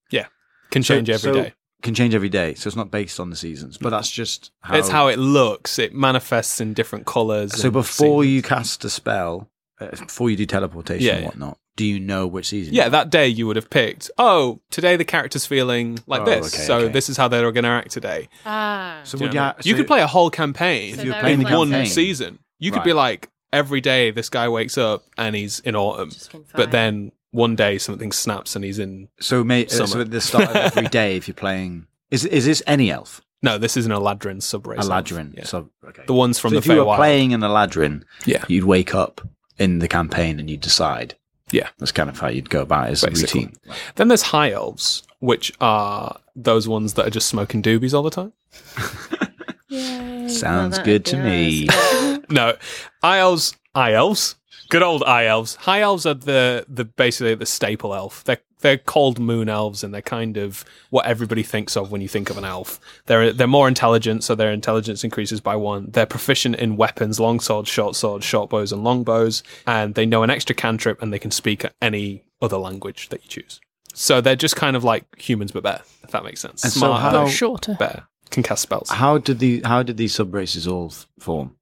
[SPEAKER 1] can
[SPEAKER 3] So-
[SPEAKER 1] change every day.
[SPEAKER 3] so Can change every day, so it's not based on the seasons, but that's just how.
[SPEAKER 1] It's how it looks. It manifests in different colors.
[SPEAKER 3] So before you cast a spell, uh, before you do teleportation
[SPEAKER 1] Yeah,
[SPEAKER 3] and
[SPEAKER 1] yeah.
[SPEAKER 3] whatnot, do you know which season?
[SPEAKER 1] Yeah, that day you would have picked, oh, today the character's feeling like
[SPEAKER 3] Oh,
[SPEAKER 1] this.
[SPEAKER 3] okay,
[SPEAKER 1] so
[SPEAKER 3] okay.
[SPEAKER 1] this is how they're going to act today.
[SPEAKER 2] Ah.
[SPEAKER 3] So
[SPEAKER 1] Do you,
[SPEAKER 3] would you,
[SPEAKER 1] know
[SPEAKER 3] ha-
[SPEAKER 1] what I mean? you
[SPEAKER 3] so-
[SPEAKER 1] could play a whole campaign
[SPEAKER 2] So
[SPEAKER 3] if you're
[SPEAKER 2] there
[SPEAKER 3] playing
[SPEAKER 1] in
[SPEAKER 2] is
[SPEAKER 3] the
[SPEAKER 2] like
[SPEAKER 1] one
[SPEAKER 2] a-
[SPEAKER 3] campaign.
[SPEAKER 1] season. You could be like, every day this guy wakes up and he's in autumn.
[SPEAKER 2] Just can
[SPEAKER 1] But
[SPEAKER 2] find-
[SPEAKER 1] then one day something snaps and he's in.
[SPEAKER 3] So, may, uh, so
[SPEAKER 1] Summer.
[SPEAKER 3] at the start of every day, if you're playing, is is this any elf?
[SPEAKER 1] No, this is an Aladrin subrace.
[SPEAKER 3] A ladrin.
[SPEAKER 1] Yeah.
[SPEAKER 3] So, okay.
[SPEAKER 1] The ones from
[SPEAKER 3] so
[SPEAKER 1] the
[SPEAKER 3] if you were
[SPEAKER 1] Feywild.
[SPEAKER 3] playing an Aladrin,
[SPEAKER 1] Yeah.
[SPEAKER 3] you'd wake up in the campaign and you decide.
[SPEAKER 1] Yeah.
[SPEAKER 3] that's kind of how you'd go about it as
[SPEAKER 1] Basically.
[SPEAKER 3] a routine.
[SPEAKER 1] Then there's high elves, which are those ones that are just smoking doobies all the time.
[SPEAKER 3] Sounds
[SPEAKER 2] that'd
[SPEAKER 3] good
[SPEAKER 2] be
[SPEAKER 3] to me.
[SPEAKER 1] No, high elves, high elves, good old high elves. High elves are the the basically the staple elf. They're they're called moon elves, and they're kind of what everybody thinks of when you think of an elf. They're they're more intelligent, so their intelligence increases by one. They're proficient in weapons, long swords, short swords, short bows, and long bows, and they know an extra cantrip, and they can speak any other language that you choose. So they're just kind of like humans, but better. If that makes sense,
[SPEAKER 3] And so
[SPEAKER 1] smart,
[SPEAKER 3] how-
[SPEAKER 1] but
[SPEAKER 4] But shorter.
[SPEAKER 1] better, can cast spells.
[SPEAKER 3] How did the how did these sub races all f- form?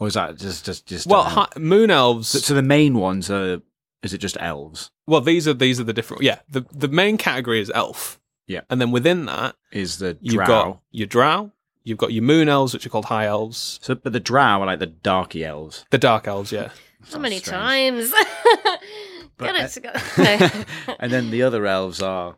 [SPEAKER 3] Or is that just just just
[SPEAKER 1] Well,
[SPEAKER 3] uh,
[SPEAKER 1] hi, moon elves.
[SPEAKER 3] so, so the main ones are is it just elves?
[SPEAKER 1] Well, these are these are the different. Yeah, the the main category is elf.
[SPEAKER 3] Yeah.
[SPEAKER 1] and then within that
[SPEAKER 3] Is the
[SPEAKER 1] you've
[SPEAKER 3] drow?
[SPEAKER 1] got your drow, you've got your moon elves, which are called high elves,
[SPEAKER 3] so, but the drow are like the darky elves.
[SPEAKER 1] the dark elves. Yeah,
[SPEAKER 2] How many
[SPEAKER 3] Sounds strange.
[SPEAKER 2] times?
[SPEAKER 3] But,
[SPEAKER 2] Get
[SPEAKER 3] uh,
[SPEAKER 2] it together.
[SPEAKER 3] and then the other elves are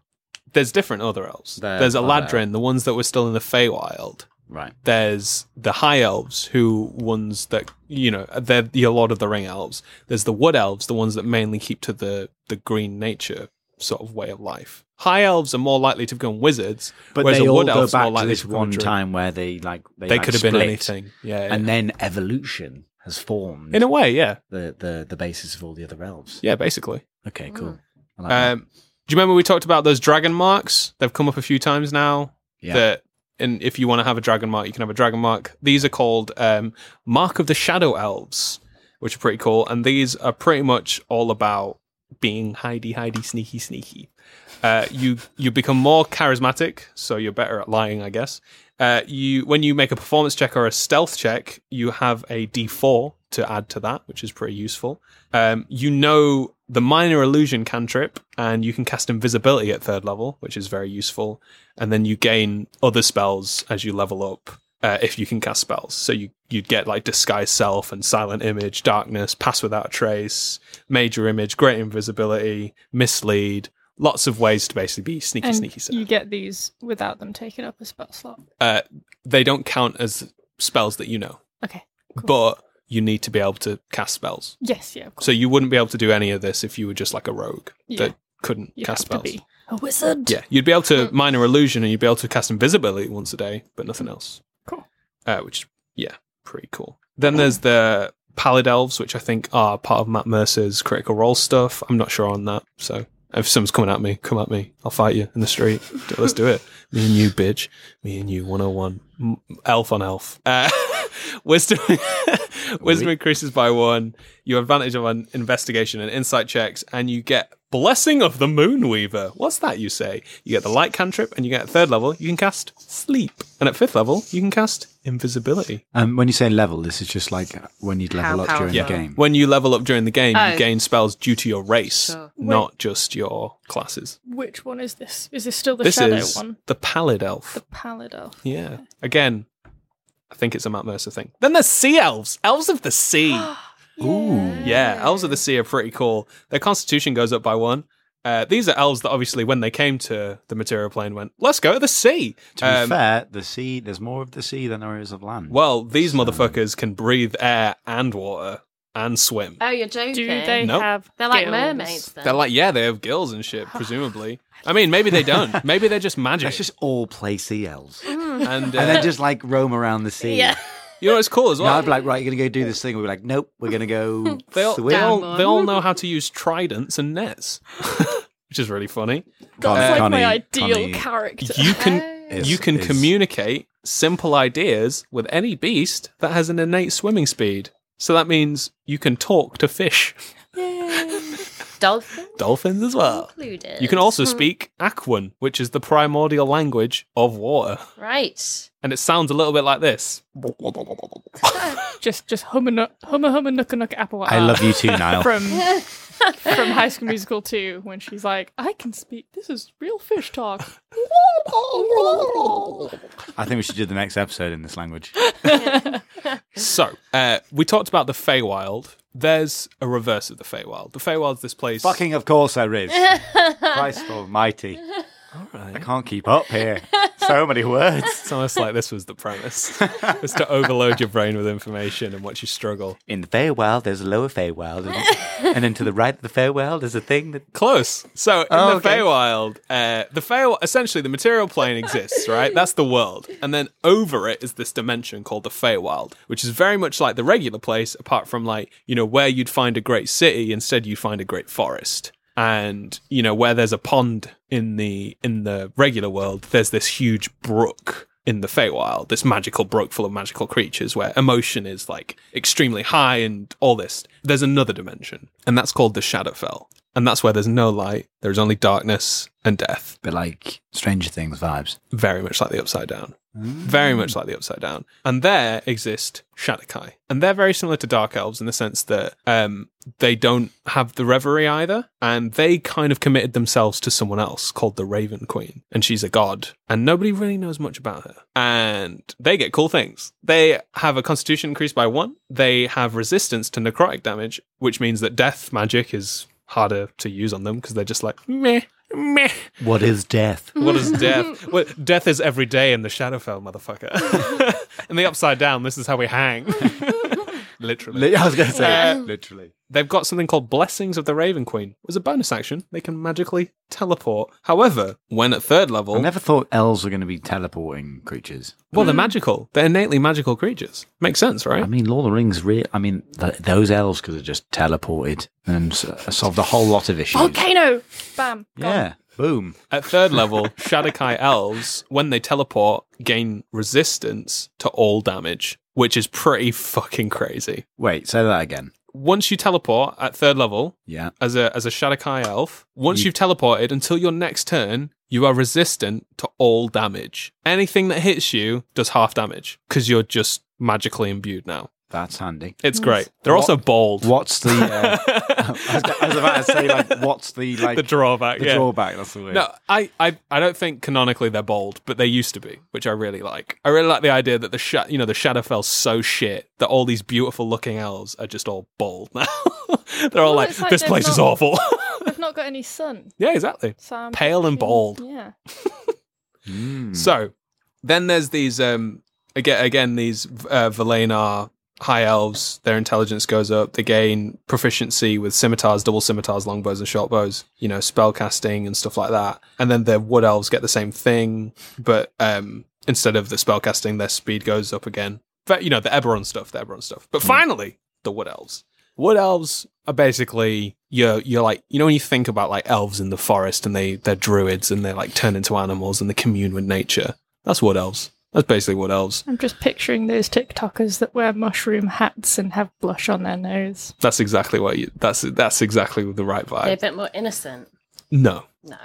[SPEAKER 1] there's different other elves.
[SPEAKER 3] There
[SPEAKER 1] There's
[SPEAKER 3] are
[SPEAKER 1] Aladrin, the ones that were still in the Feywild.
[SPEAKER 3] right.
[SPEAKER 1] There's the high elves, who ones that you know they're the Lord of the Ring elves. There's the wood elves, the ones that mainly keep to the the green nature sort of way of life. High elves are more likely to become wizards,
[SPEAKER 3] But
[SPEAKER 1] whereas
[SPEAKER 3] they
[SPEAKER 1] a
[SPEAKER 3] all
[SPEAKER 1] wood
[SPEAKER 3] go
[SPEAKER 1] elf's more
[SPEAKER 3] back to
[SPEAKER 1] likely
[SPEAKER 3] this
[SPEAKER 1] become a
[SPEAKER 3] one
[SPEAKER 1] druid.
[SPEAKER 3] time where they like they,
[SPEAKER 1] They,
[SPEAKER 3] like,
[SPEAKER 1] could have been
[SPEAKER 3] split,
[SPEAKER 1] anything. Yeah, yeah.
[SPEAKER 3] and then evolution has formed
[SPEAKER 1] in a way, yeah.
[SPEAKER 3] the, the the basis of all the other elves.
[SPEAKER 1] Yeah, basically.
[SPEAKER 3] Okay,
[SPEAKER 2] Mm.
[SPEAKER 3] cool. I like that.
[SPEAKER 1] Um, do you remember we talked about those dragon marks? They've come up a few times now.
[SPEAKER 3] Yeah.
[SPEAKER 1] That and if you want to have a dragon mark, you can have a dragon mark. These are called um, Mark of the Shadow Elves, which are pretty cool. And these are pretty much all about being hidey, hidey, sneaky, sneaky. Uh, you you become more charismatic, so you're better at lying, I guess. Uh, you when you make a performance check or a stealth check, you have a D4 to add to that, which is pretty useful. Um, you know the minor illusion cantrip, and you can cast invisibility at third level, which is very useful. And then you gain other spells as you level up uh, if you can cast spells. So you you'd get like disguise self and silent image, darkness, pass without a trace, major image, great invisibility, mislead. Lots of ways to basically be sneaky,
[SPEAKER 4] And
[SPEAKER 1] sneaky.
[SPEAKER 4] you
[SPEAKER 1] sneaky.
[SPEAKER 4] get these without them taking up a spell slot.
[SPEAKER 1] Uh, they don't count as spells that you know,
[SPEAKER 4] Okay. Cool.
[SPEAKER 1] but you need to be able to cast spells.
[SPEAKER 4] Yes, yeah, of course.
[SPEAKER 1] So you wouldn't be able to do any of this if you were just like a rogue
[SPEAKER 4] Yeah.
[SPEAKER 1] that couldn't
[SPEAKER 4] you have
[SPEAKER 1] cast spells.
[SPEAKER 4] to be a wizard.
[SPEAKER 1] Yeah, you'd be able to
[SPEAKER 2] Mm.
[SPEAKER 1] minor illusion and you'd be able to cast invisibility once a day, but nothing else.
[SPEAKER 4] Cool.
[SPEAKER 1] Uh, which, yeah, pretty cool. Then there's the pallid elves, which I think are part of Matt Mercer's critical role stuff. I'm not sure on that, so if someone's coming at me, come at me. I'll fight you in the street. D- Let's do it. Me and you, bitch. Me and you, 101. M- Elf on elf. Uh, wisdom, wisdom
[SPEAKER 3] Oui.
[SPEAKER 1] increases by one. You have advantage on investigation and insight checks, and you get Blessing of the Moonweaver. What's that you say? You get the light cantrip, and you get at third level, you can cast Sleep. And at fifth level, you can cast Invisibility.
[SPEAKER 3] Um, when you say level, this is just like when you'd level
[SPEAKER 2] How
[SPEAKER 3] up during the
[SPEAKER 1] powerful.
[SPEAKER 3] game.
[SPEAKER 1] When you level up during the game,
[SPEAKER 2] Oh.
[SPEAKER 1] you gain spells due to your race,
[SPEAKER 2] Sure.
[SPEAKER 1] not just your classes.
[SPEAKER 4] Which one is this? Is this still the
[SPEAKER 1] this
[SPEAKER 4] shadow
[SPEAKER 1] is
[SPEAKER 4] one?
[SPEAKER 1] the Pallid Elf.
[SPEAKER 4] The pallid elf.
[SPEAKER 1] yeah. Again, I think it's a Matt Mercer thing. Then there's Sea Elves. Elves of the Sea.
[SPEAKER 3] Ooh.
[SPEAKER 1] Yeah, elves of the sea are pretty cool. Their constitution goes up by one. Uh, these are elves that obviously, when they came to the material plane, went, "Let's go to the sea."
[SPEAKER 3] To be
[SPEAKER 1] Um,
[SPEAKER 3] fair, the sea there's more of the sea than there is of land.
[SPEAKER 1] Well, these
[SPEAKER 3] So-
[SPEAKER 1] motherfuckers can breathe air and water and swim.
[SPEAKER 2] Oh, you're joking.
[SPEAKER 4] Do they
[SPEAKER 1] Nope.
[SPEAKER 4] have?
[SPEAKER 2] They're like
[SPEAKER 4] gills?
[SPEAKER 2] mermaids then.
[SPEAKER 1] They're like, yeah, they have gills and shit. Presumably, I mean, maybe they don't. Maybe they're just magic.
[SPEAKER 3] Let's just all play sea elves.
[SPEAKER 1] and uh,
[SPEAKER 3] And then just like roam around the sea.
[SPEAKER 2] Mm-hmm. Yeah.
[SPEAKER 1] you know, what's cool as
[SPEAKER 3] No,
[SPEAKER 1] well.
[SPEAKER 3] I'd be like, right, you're gonna go do this thing. We'd be like, nope, we're gonna go
[SPEAKER 1] they all,
[SPEAKER 3] swim.
[SPEAKER 1] they all,
[SPEAKER 2] Down
[SPEAKER 1] they all
[SPEAKER 2] one.
[SPEAKER 1] know how to use tridents and nets, which is really funny.
[SPEAKER 4] That's
[SPEAKER 1] Uh,
[SPEAKER 4] like
[SPEAKER 3] Connie-
[SPEAKER 4] my ideal
[SPEAKER 3] Connie
[SPEAKER 4] character.
[SPEAKER 1] You can
[SPEAKER 2] Oh.
[SPEAKER 3] is-
[SPEAKER 1] you can
[SPEAKER 3] is-
[SPEAKER 1] communicate simple ideas with any beast that has an innate swimming speed. So that means you can talk to fish,
[SPEAKER 2] Dolphins
[SPEAKER 1] dolphins as well.
[SPEAKER 2] included.
[SPEAKER 1] Uh, You can also
[SPEAKER 2] Hmm.
[SPEAKER 1] speak Aquan, which is the primordial language of water.
[SPEAKER 2] Right.
[SPEAKER 1] And it sounds a little bit like this.
[SPEAKER 4] just just hummer nu- hummer hummer nucka nucka apple.
[SPEAKER 3] I love you too, Niall.
[SPEAKER 4] From from High School Musical two, when she's like, I can speak. This is real fish talk.
[SPEAKER 3] I think we should do the next episode in this language.
[SPEAKER 1] So, uh, we talked about the Feywild. There's a reverse of the Feywild. The Feywild's this place.
[SPEAKER 3] Fucking of course there is. Christ almighty.
[SPEAKER 1] All
[SPEAKER 3] I
[SPEAKER 1] right.
[SPEAKER 3] can't keep up here. So many words.
[SPEAKER 1] It's almost like this was the premise. was to overload your brain with information and watch you struggle.
[SPEAKER 3] In the Feywild, there's a lower Feywild. And, and then to the right of the Feywild is a thing that...
[SPEAKER 1] Close. So in
[SPEAKER 3] Oh,
[SPEAKER 1] the
[SPEAKER 3] okay.
[SPEAKER 1] Feywild, uh, the Feywild, essentially the material plane exists, right? That's the world, and then over it is this dimension called the Feywild, which is very much like the regular place, apart from like you know where you'd find a great city, instead you find a great forest, and you know where there's a pond in the in the regular world, there's this huge brook in the Feywild, this magical brook full of magical creatures where emotion is like extremely high and all this. There's another dimension, and that's called the Shadowfell. And that's where there's no light, there's only darkness and death.
[SPEAKER 3] But like Stranger Things vibes.
[SPEAKER 1] Very much like the Upside Down. Very much like the Upside Down. And there exist Shadokai. And they're very similar to Dark Elves in the sense that um, they don't have the reverie either. And they kind of committed themselves to someone else called the Raven Queen. And she's a god. And nobody really knows much about her. And they get cool things. They have a constitution increased by one. They have resistance to necrotic damage, which means that death magic is harder to use on them because they're just like, meh, meh.
[SPEAKER 3] What is death?
[SPEAKER 1] What is death? well, death is every day in the Shadowfell, motherfucker. in the Upside Down, this is how we hang. Literally.
[SPEAKER 3] Li- I was going to say,
[SPEAKER 1] Uh,
[SPEAKER 3] literally.
[SPEAKER 1] They've got something called Blessings of the Raven Queen. As a bonus action, they can magically teleport. However, when at third level,
[SPEAKER 3] I never thought elves were going to be teleporting creatures.
[SPEAKER 1] well, they're magical. They're innately magical creatures. Makes sense, right?
[SPEAKER 3] I mean, Lord of the Rings, re- I mean, th- those elves could have just teleported and s- solved a whole lot of issues.
[SPEAKER 4] Volcano. Bam. gone.
[SPEAKER 3] Yeah. Boom.
[SPEAKER 1] At third level, Shadokai elves, when they teleport, gain resistance to all damage, which is pretty fucking crazy.
[SPEAKER 3] Wait, say that again.
[SPEAKER 1] Once you teleport at third level,
[SPEAKER 3] Yeah.
[SPEAKER 1] as a as a Shadokai elf, once
[SPEAKER 3] You-
[SPEAKER 1] you- have teleported until your next turn, you are resistant to all damage. Anything that hits you does half damage because you're just magically imbued now.
[SPEAKER 3] That's handy.
[SPEAKER 1] It's great. They're also bold.
[SPEAKER 3] What's the? Uh, I, was, I was about to say, like, what's the like
[SPEAKER 1] the drawback?
[SPEAKER 3] the
[SPEAKER 1] yeah.
[SPEAKER 3] drawback? That's the word.
[SPEAKER 1] No, I, I, I don't think canonically they're bold, but they used to be, which I really like. I really like the idea that the sh- you know the Shadowfell's so shit that all these beautiful looking elves are just all bold now. they're all
[SPEAKER 4] Well,
[SPEAKER 1] like,
[SPEAKER 4] it's like
[SPEAKER 1] this
[SPEAKER 4] they're
[SPEAKER 1] place is
[SPEAKER 4] not-
[SPEAKER 1] awful.
[SPEAKER 4] I've not got any sun.
[SPEAKER 1] yeah, exactly.
[SPEAKER 4] So I'm
[SPEAKER 1] Pale and bald.
[SPEAKER 4] Yeah.
[SPEAKER 3] Mm.
[SPEAKER 1] So then there's these um again again these uh, Valenar high elves. Their intelligence goes up. They gain proficiency with scimitars, double scimitars, longbows, and short bows. You know, spell casting and stuff like that. And then the wood elves get the same thing, but um instead of the spell casting, their speed goes up again. But you know the Eberron stuff, the Eberron stuff. But finally, the wood elves. Wood elves are basically you're you're like you know when you think about like elves in the forest and they they're druids and they like turn into animals and they commune with nature. That's wood elves. That's basically what elves.
[SPEAKER 4] I'm just picturing those TikTokers that wear mushroom hats and have blush on their nose.
[SPEAKER 1] That's exactly what you. That's that's exactly the right
[SPEAKER 2] They're a
[SPEAKER 1] vibe.
[SPEAKER 2] bit more innocent.
[SPEAKER 1] No,
[SPEAKER 2] No.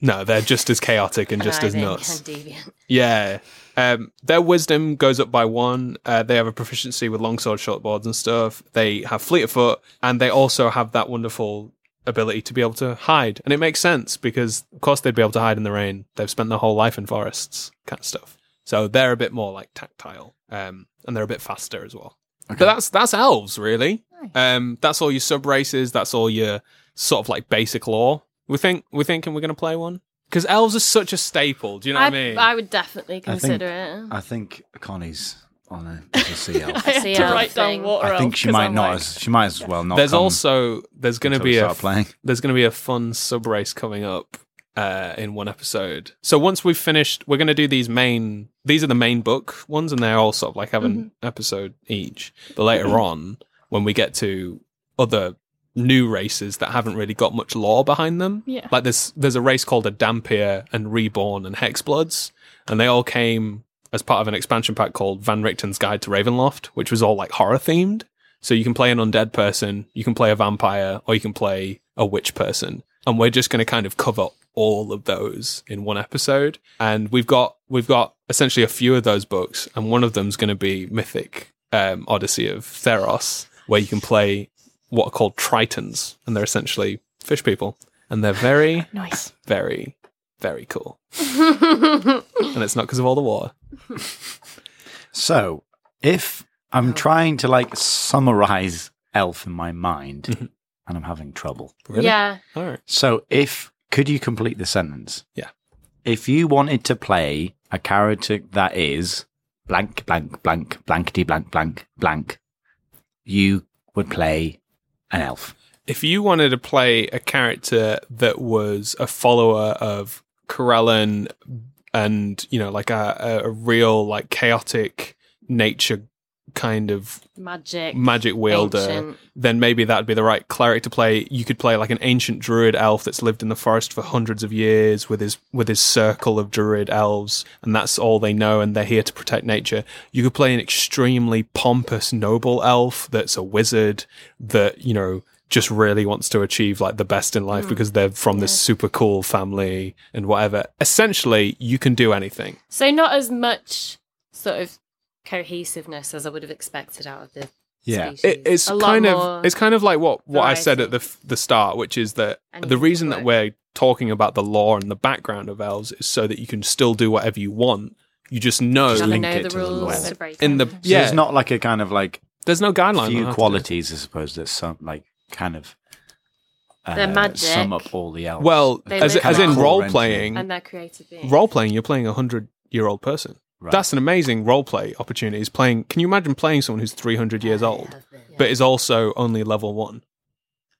[SPEAKER 1] no, they're just as chaotic and just as
[SPEAKER 2] Conniving
[SPEAKER 1] nuts.
[SPEAKER 2] And deviant.
[SPEAKER 1] Yeah. Um, their wisdom goes up by one. Uh, they have a proficiency with longsword, shortboards, and stuff. They have fleet of foot, and they also have that wonderful ability to be able to hide. And it makes sense because, of course, they'd be able to hide in the rain. They've spent their whole life in forests, kind of stuff. So they're a bit more like tactile, um, and they're a bit faster as well. But that's that's elves, really. Um, that's all your sub races. That's all your sort of like basic lore. We think we thinking we're going to play one because elves are such a staple. Do you know
[SPEAKER 2] I,
[SPEAKER 1] what I mean?
[SPEAKER 2] I would definitely
[SPEAKER 3] think-
[SPEAKER 2] consider it.
[SPEAKER 3] I think Connie's on a, as a sea elf.
[SPEAKER 4] I had
[SPEAKER 2] See
[SPEAKER 4] to
[SPEAKER 2] how
[SPEAKER 4] write down
[SPEAKER 2] thing-
[SPEAKER 4] water
[SPEAKER 3] I think
[SPEAKER 4] elf
[SPEAKER 3] she
[SPEAKER 4] 'cause
[SPEAKER 3] might
[SPEAKER 4] I'm
[SPEAKER 3] not.
[SPEAKER 4] like,
[SPEAKER 3] as, she might as well not.
[SPEAKER 1] there's
[SPEAKER 3] come
[SPEAKER 1] also there's going to
[SPEAKER 3] until
[SPEAKER 1] be
[SPEAKER 3] we
[SPEAKER 1] a
[SPEAKER 3] start playing.
[SPEAKER 1] there's going to be a fun sub race coming up uh, in one episode. So once we've finished, we're going to do these main. These are the main book ones, and they're all sort of like have an episode each. But later on, when we get to other new races that haven't really got much lore behind them,
[SPEAKER 4] Yeah.
[SPEAKER 1] like there's there's a race called a Dampier and Reborn and Hexbloods, and they all came as part of an expansion pack called Van Richten's Guide to Ravenloft, which was all like horror themed. So you can play an undead person, you can play a vampire, or you can play a witch person. And we're just going to kind of cover all of those in one episode. And we've got we've got essentially a few of those books, and one of them's going to be Mythic um, Odyssey of Theros, where you can play what are called tritons, and they're essentially fish people, and they're very,
[SPEAKER 4] nice.
[SPEAKER 1] very, very cool. and it's not because of all the water.
[SPEAKER 3] So, if
[SPEAKER 4] Oh.
[SPEAKER 3] I'm trying to like summarize elf in my mind, and I'm having trouble.
[SPEAKER 2] Yeah.
[SPEAKER 1] All right.
[SPEAKER 3] So, if could you complete the sentence?
[SPEAKER 1] Yeah.
[SPEAKER 3] If you wanted to play a character that is blank, blank, blank, blankety, blank, blank, blank, you would play an elf.
[SPEAKER 1] if you wanted to play a character that was a follower of Corellan and you know like a, a- a real like chaotic nature kind of
[SPEAKER 2] Magic.
[SPEAKER 1] magic wielder
[SPEAKER 2] Ancient.
[SPEAKER 1] then maybe that'd be the right cleric to play you could play like an ancient druid elf that's lived in the forest for hundreds of years with his with his circle of druid elves and that's all they know and they're here to protect nature you could play an extremely pompous noble elf that's a wizard that you know just really wants to achieve like the best in life because they're from this super cool family and whatever essentially you can do anything
[SPEAKER 2] So not as much sort of cohesiveness as I would have expected out of the
[SPEAKER 3] Yeah.
[SPEAKER 2] species.
[SPEAKER 1] it, it's
[SPEAKER 2] a lot
[SPEAKER 1] kind
[SPEAKER 2] more-
[SPEAKER 1] of it's kind of like what what I said
[SPEAKER 2] variety.
[SPEAKER 1] at the f- the start, which is that
[SPEAKER 2] And
[SPEAKER 1] the
[SPEAKER 2] you
[SPEAKER 1] reason
[SPEAKER 2] can
[SPEAKER 1] that we're talking about the lore and the background of elves is so that you can still do whatever you want. You just know
[SPEAKER 2] gotta
[SPEAKER 3] link
[SPEAKER 2] know
[SPEAKER 3] it
[SPEAKER 2] the
[SPEAKER 3] to the
[SPEAKER 2] rules
[SPEAKER 3] law.
[SPEAKER 2] to break
[SPEAKER 1] in the
[SPEAKER 2] them.
[SPEAKER 3] So
[SPEAKER 1] yeah.
[SPEAKER 3] There's not like a kind of like
[SPEAKER 1] there's no guideline. on how
[SPEAKER 3] few
[SPEAKER 1] to do it.
[SPEAKER 3] qualities, I suppose, that some like kind of uh,
[SPEAKER 2] They're magic.
[SPEAKER 3] sum up all the elves.
[SPEAKER 1] Well,
[SPEAKER 2] They
[SPEAKER 1] as
[SPEAKER 2] live
[SPEAKER 1] as in
[SPEAKER 2] in a-
[SPEAKER 1] role playing,
[SPEAKER 2] and their creative being.
[SPEAKER 1] role playing, you're playing a hundred year old person.
[SPEAKER 3] Right.
[SPEAKER 1] That's an amazing role play opportunity. Is playing? Can you imagine playing someone who's three hundred years old, but is also only level one?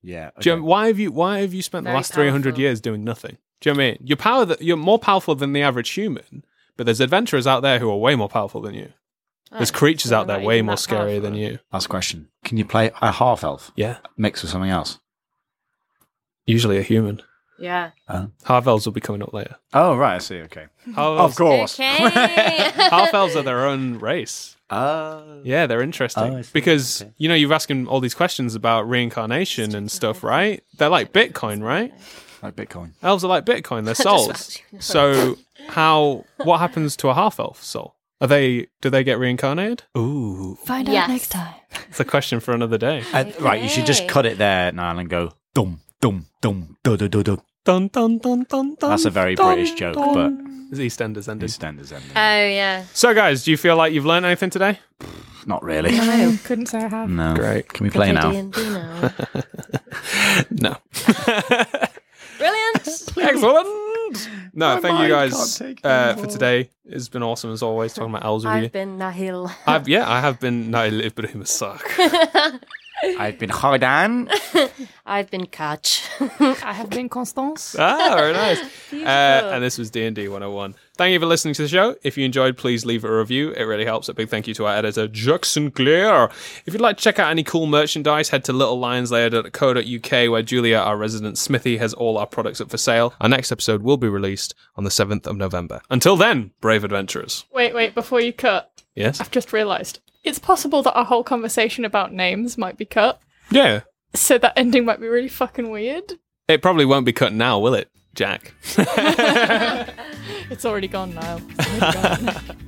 [SPEAKER 3] yeah.
[SPEAKER 1] Do you know-
[SPEAKER 3] okay.
[SPEAKER 1] why have you why have you spent the
[SPEAKER 2] Very
[SPEAKER 1] last three hundred
[SPEAKER 2] powerful.
[SPEAKER 1] years doing nothing? Do you know what I mean? You're power that you're more powerful than the average human, but there's adventurers out there who are way more powerful than you. There's
[SPEAKER 2] Oh,
[SPEAKER 1] creatures
[SPEAKER 2] so
[SPEAKER 1] out
[SPEAKER 2] they're
[SPEAKER 1] there
[SPEAKER 2] not
[SPEAKER 1] way
[SPEAKER 2] even
[SPEAKER 1] more
[SPEAKER 2] that
[SPEAKER 1] scarier
[SPEAKER 2] powerful.
[SPEAKER 1] than you.
[SPEAKER 3] Last question. Can you play a half elf
[SPEAKER 1] Yeah.
[SPEAKER 3] mixed with something else?
[SPEAKER 1] Usually a human.
[SPEAKER 2] Yeah.
[SPEAKER 1] Half elves will be coming up later.
[SPEAKER 3] Oh, right. I see. Okay.
[SPEAKER 1] Half elves,
[SPEAKER 3] course.
[SPEAKER 2] Okay.
[SPEAKER 1] half elves are their own race.
[SPEAKER 3] Uh,
[SPEAKER 1] Yeah, they're
[SPEAKER 3] Oh,
[SPEAKER 1] interesting
[SPEAKER 3] I see.
[SPEAKER 1] because
[SPEAKER 3] Okay.
[SPEAKER 1] you know you're asking all these questions about reincarnation and stuff, right? They're like Bitcoin, right?
[SPEAKER 3] Like Bitcoin.
[SPEAKER 1] Elves are like Bitcoin; they're souls.
[SPEAKER 2] you know.
[SPEAKER 1] so, how? What happens to a half elf soul? Are they? Do they get reincarnated? Ooh,
[SPEAKER 5] Find
[SPEAKER 2] Yes.
[SPEAKER 5] out next time.
[SPEAKER 1] it's a question for another day.
[SPEAKER 3] Uh, right. You should just
[SPEAKER 2] Okay.
[SPEAKER 3] cut it there, Niall, and go dum, dum, dum, du, du, du, du.
[SPEAKER 1] Dun dun dun dun dun.
[SPEAKER 3] That's a very British joke, but
[SPEAKER 1] It's EastEnders ended.
[SPEAKER 3] it's standards ending.
[SPEAKER 2] Oh yeah.
[SPEAKER 1] So, guys, do you feel like you've learned anything today?
[SPEAKER 3] Not really.
[SPEAKER 4] No, couldn't say I have.
[SPEAKER 3] No.
[SPEAKER 1] Great.
[SPEAKER 3] Can we play now?
[SPEAKER 2] D&D now.
[SPEAKER 1] No.
[SPEAKER 2] Brilliant.
[SPEAKER 1] Excellent. No,
[SPEAKER 3] My
[SPEAKER 1] thank you guys
[SPEAKER 3] mind can't take
[SPEAKER 1] uh, for
[SPEAKER 3] anymore.
[SPEAKER 1] today. It's been awesome as always talking about elves with you.
[SPEAKER 2] I've been Nahil.
[SPEAKER 1] I've yeah, I have been no Ibrahim suck.
[SPEAKER 3] I've been Hardan.
[SPEAKER 2] I've been Kaj.
[SPEAKER 4] I have been Constance.
[SPEAKER 1] ah, very nice. Uh, and this was D and D 101. Thank you for listening to the show. If you enjoyed, please leave a review. It really helps. A big thank you to our editor, Jackson Clear. If you'd like to check out any cool merchandise, head to littlelionslayer.co.uk where Julia, our resident smithy, has all our products up for sale. Our next episode will be released on the 7th of November. Until then, brave adventurers.
[SPEAKER 4] Wait, wait, before you cut,
[SPEAKER 1] Yes?
[SPEAKER 4] I've just realised it's possible that our whole conversation about names might be cut,
[SPEAKER 1] Yeah.
[SPEAKER 4] so that ending might be really fucking weird.
[SPEAKER 1] It probably won't be cut now, will it, Jack?
[SPEAKER 4] It's already gone, Niall.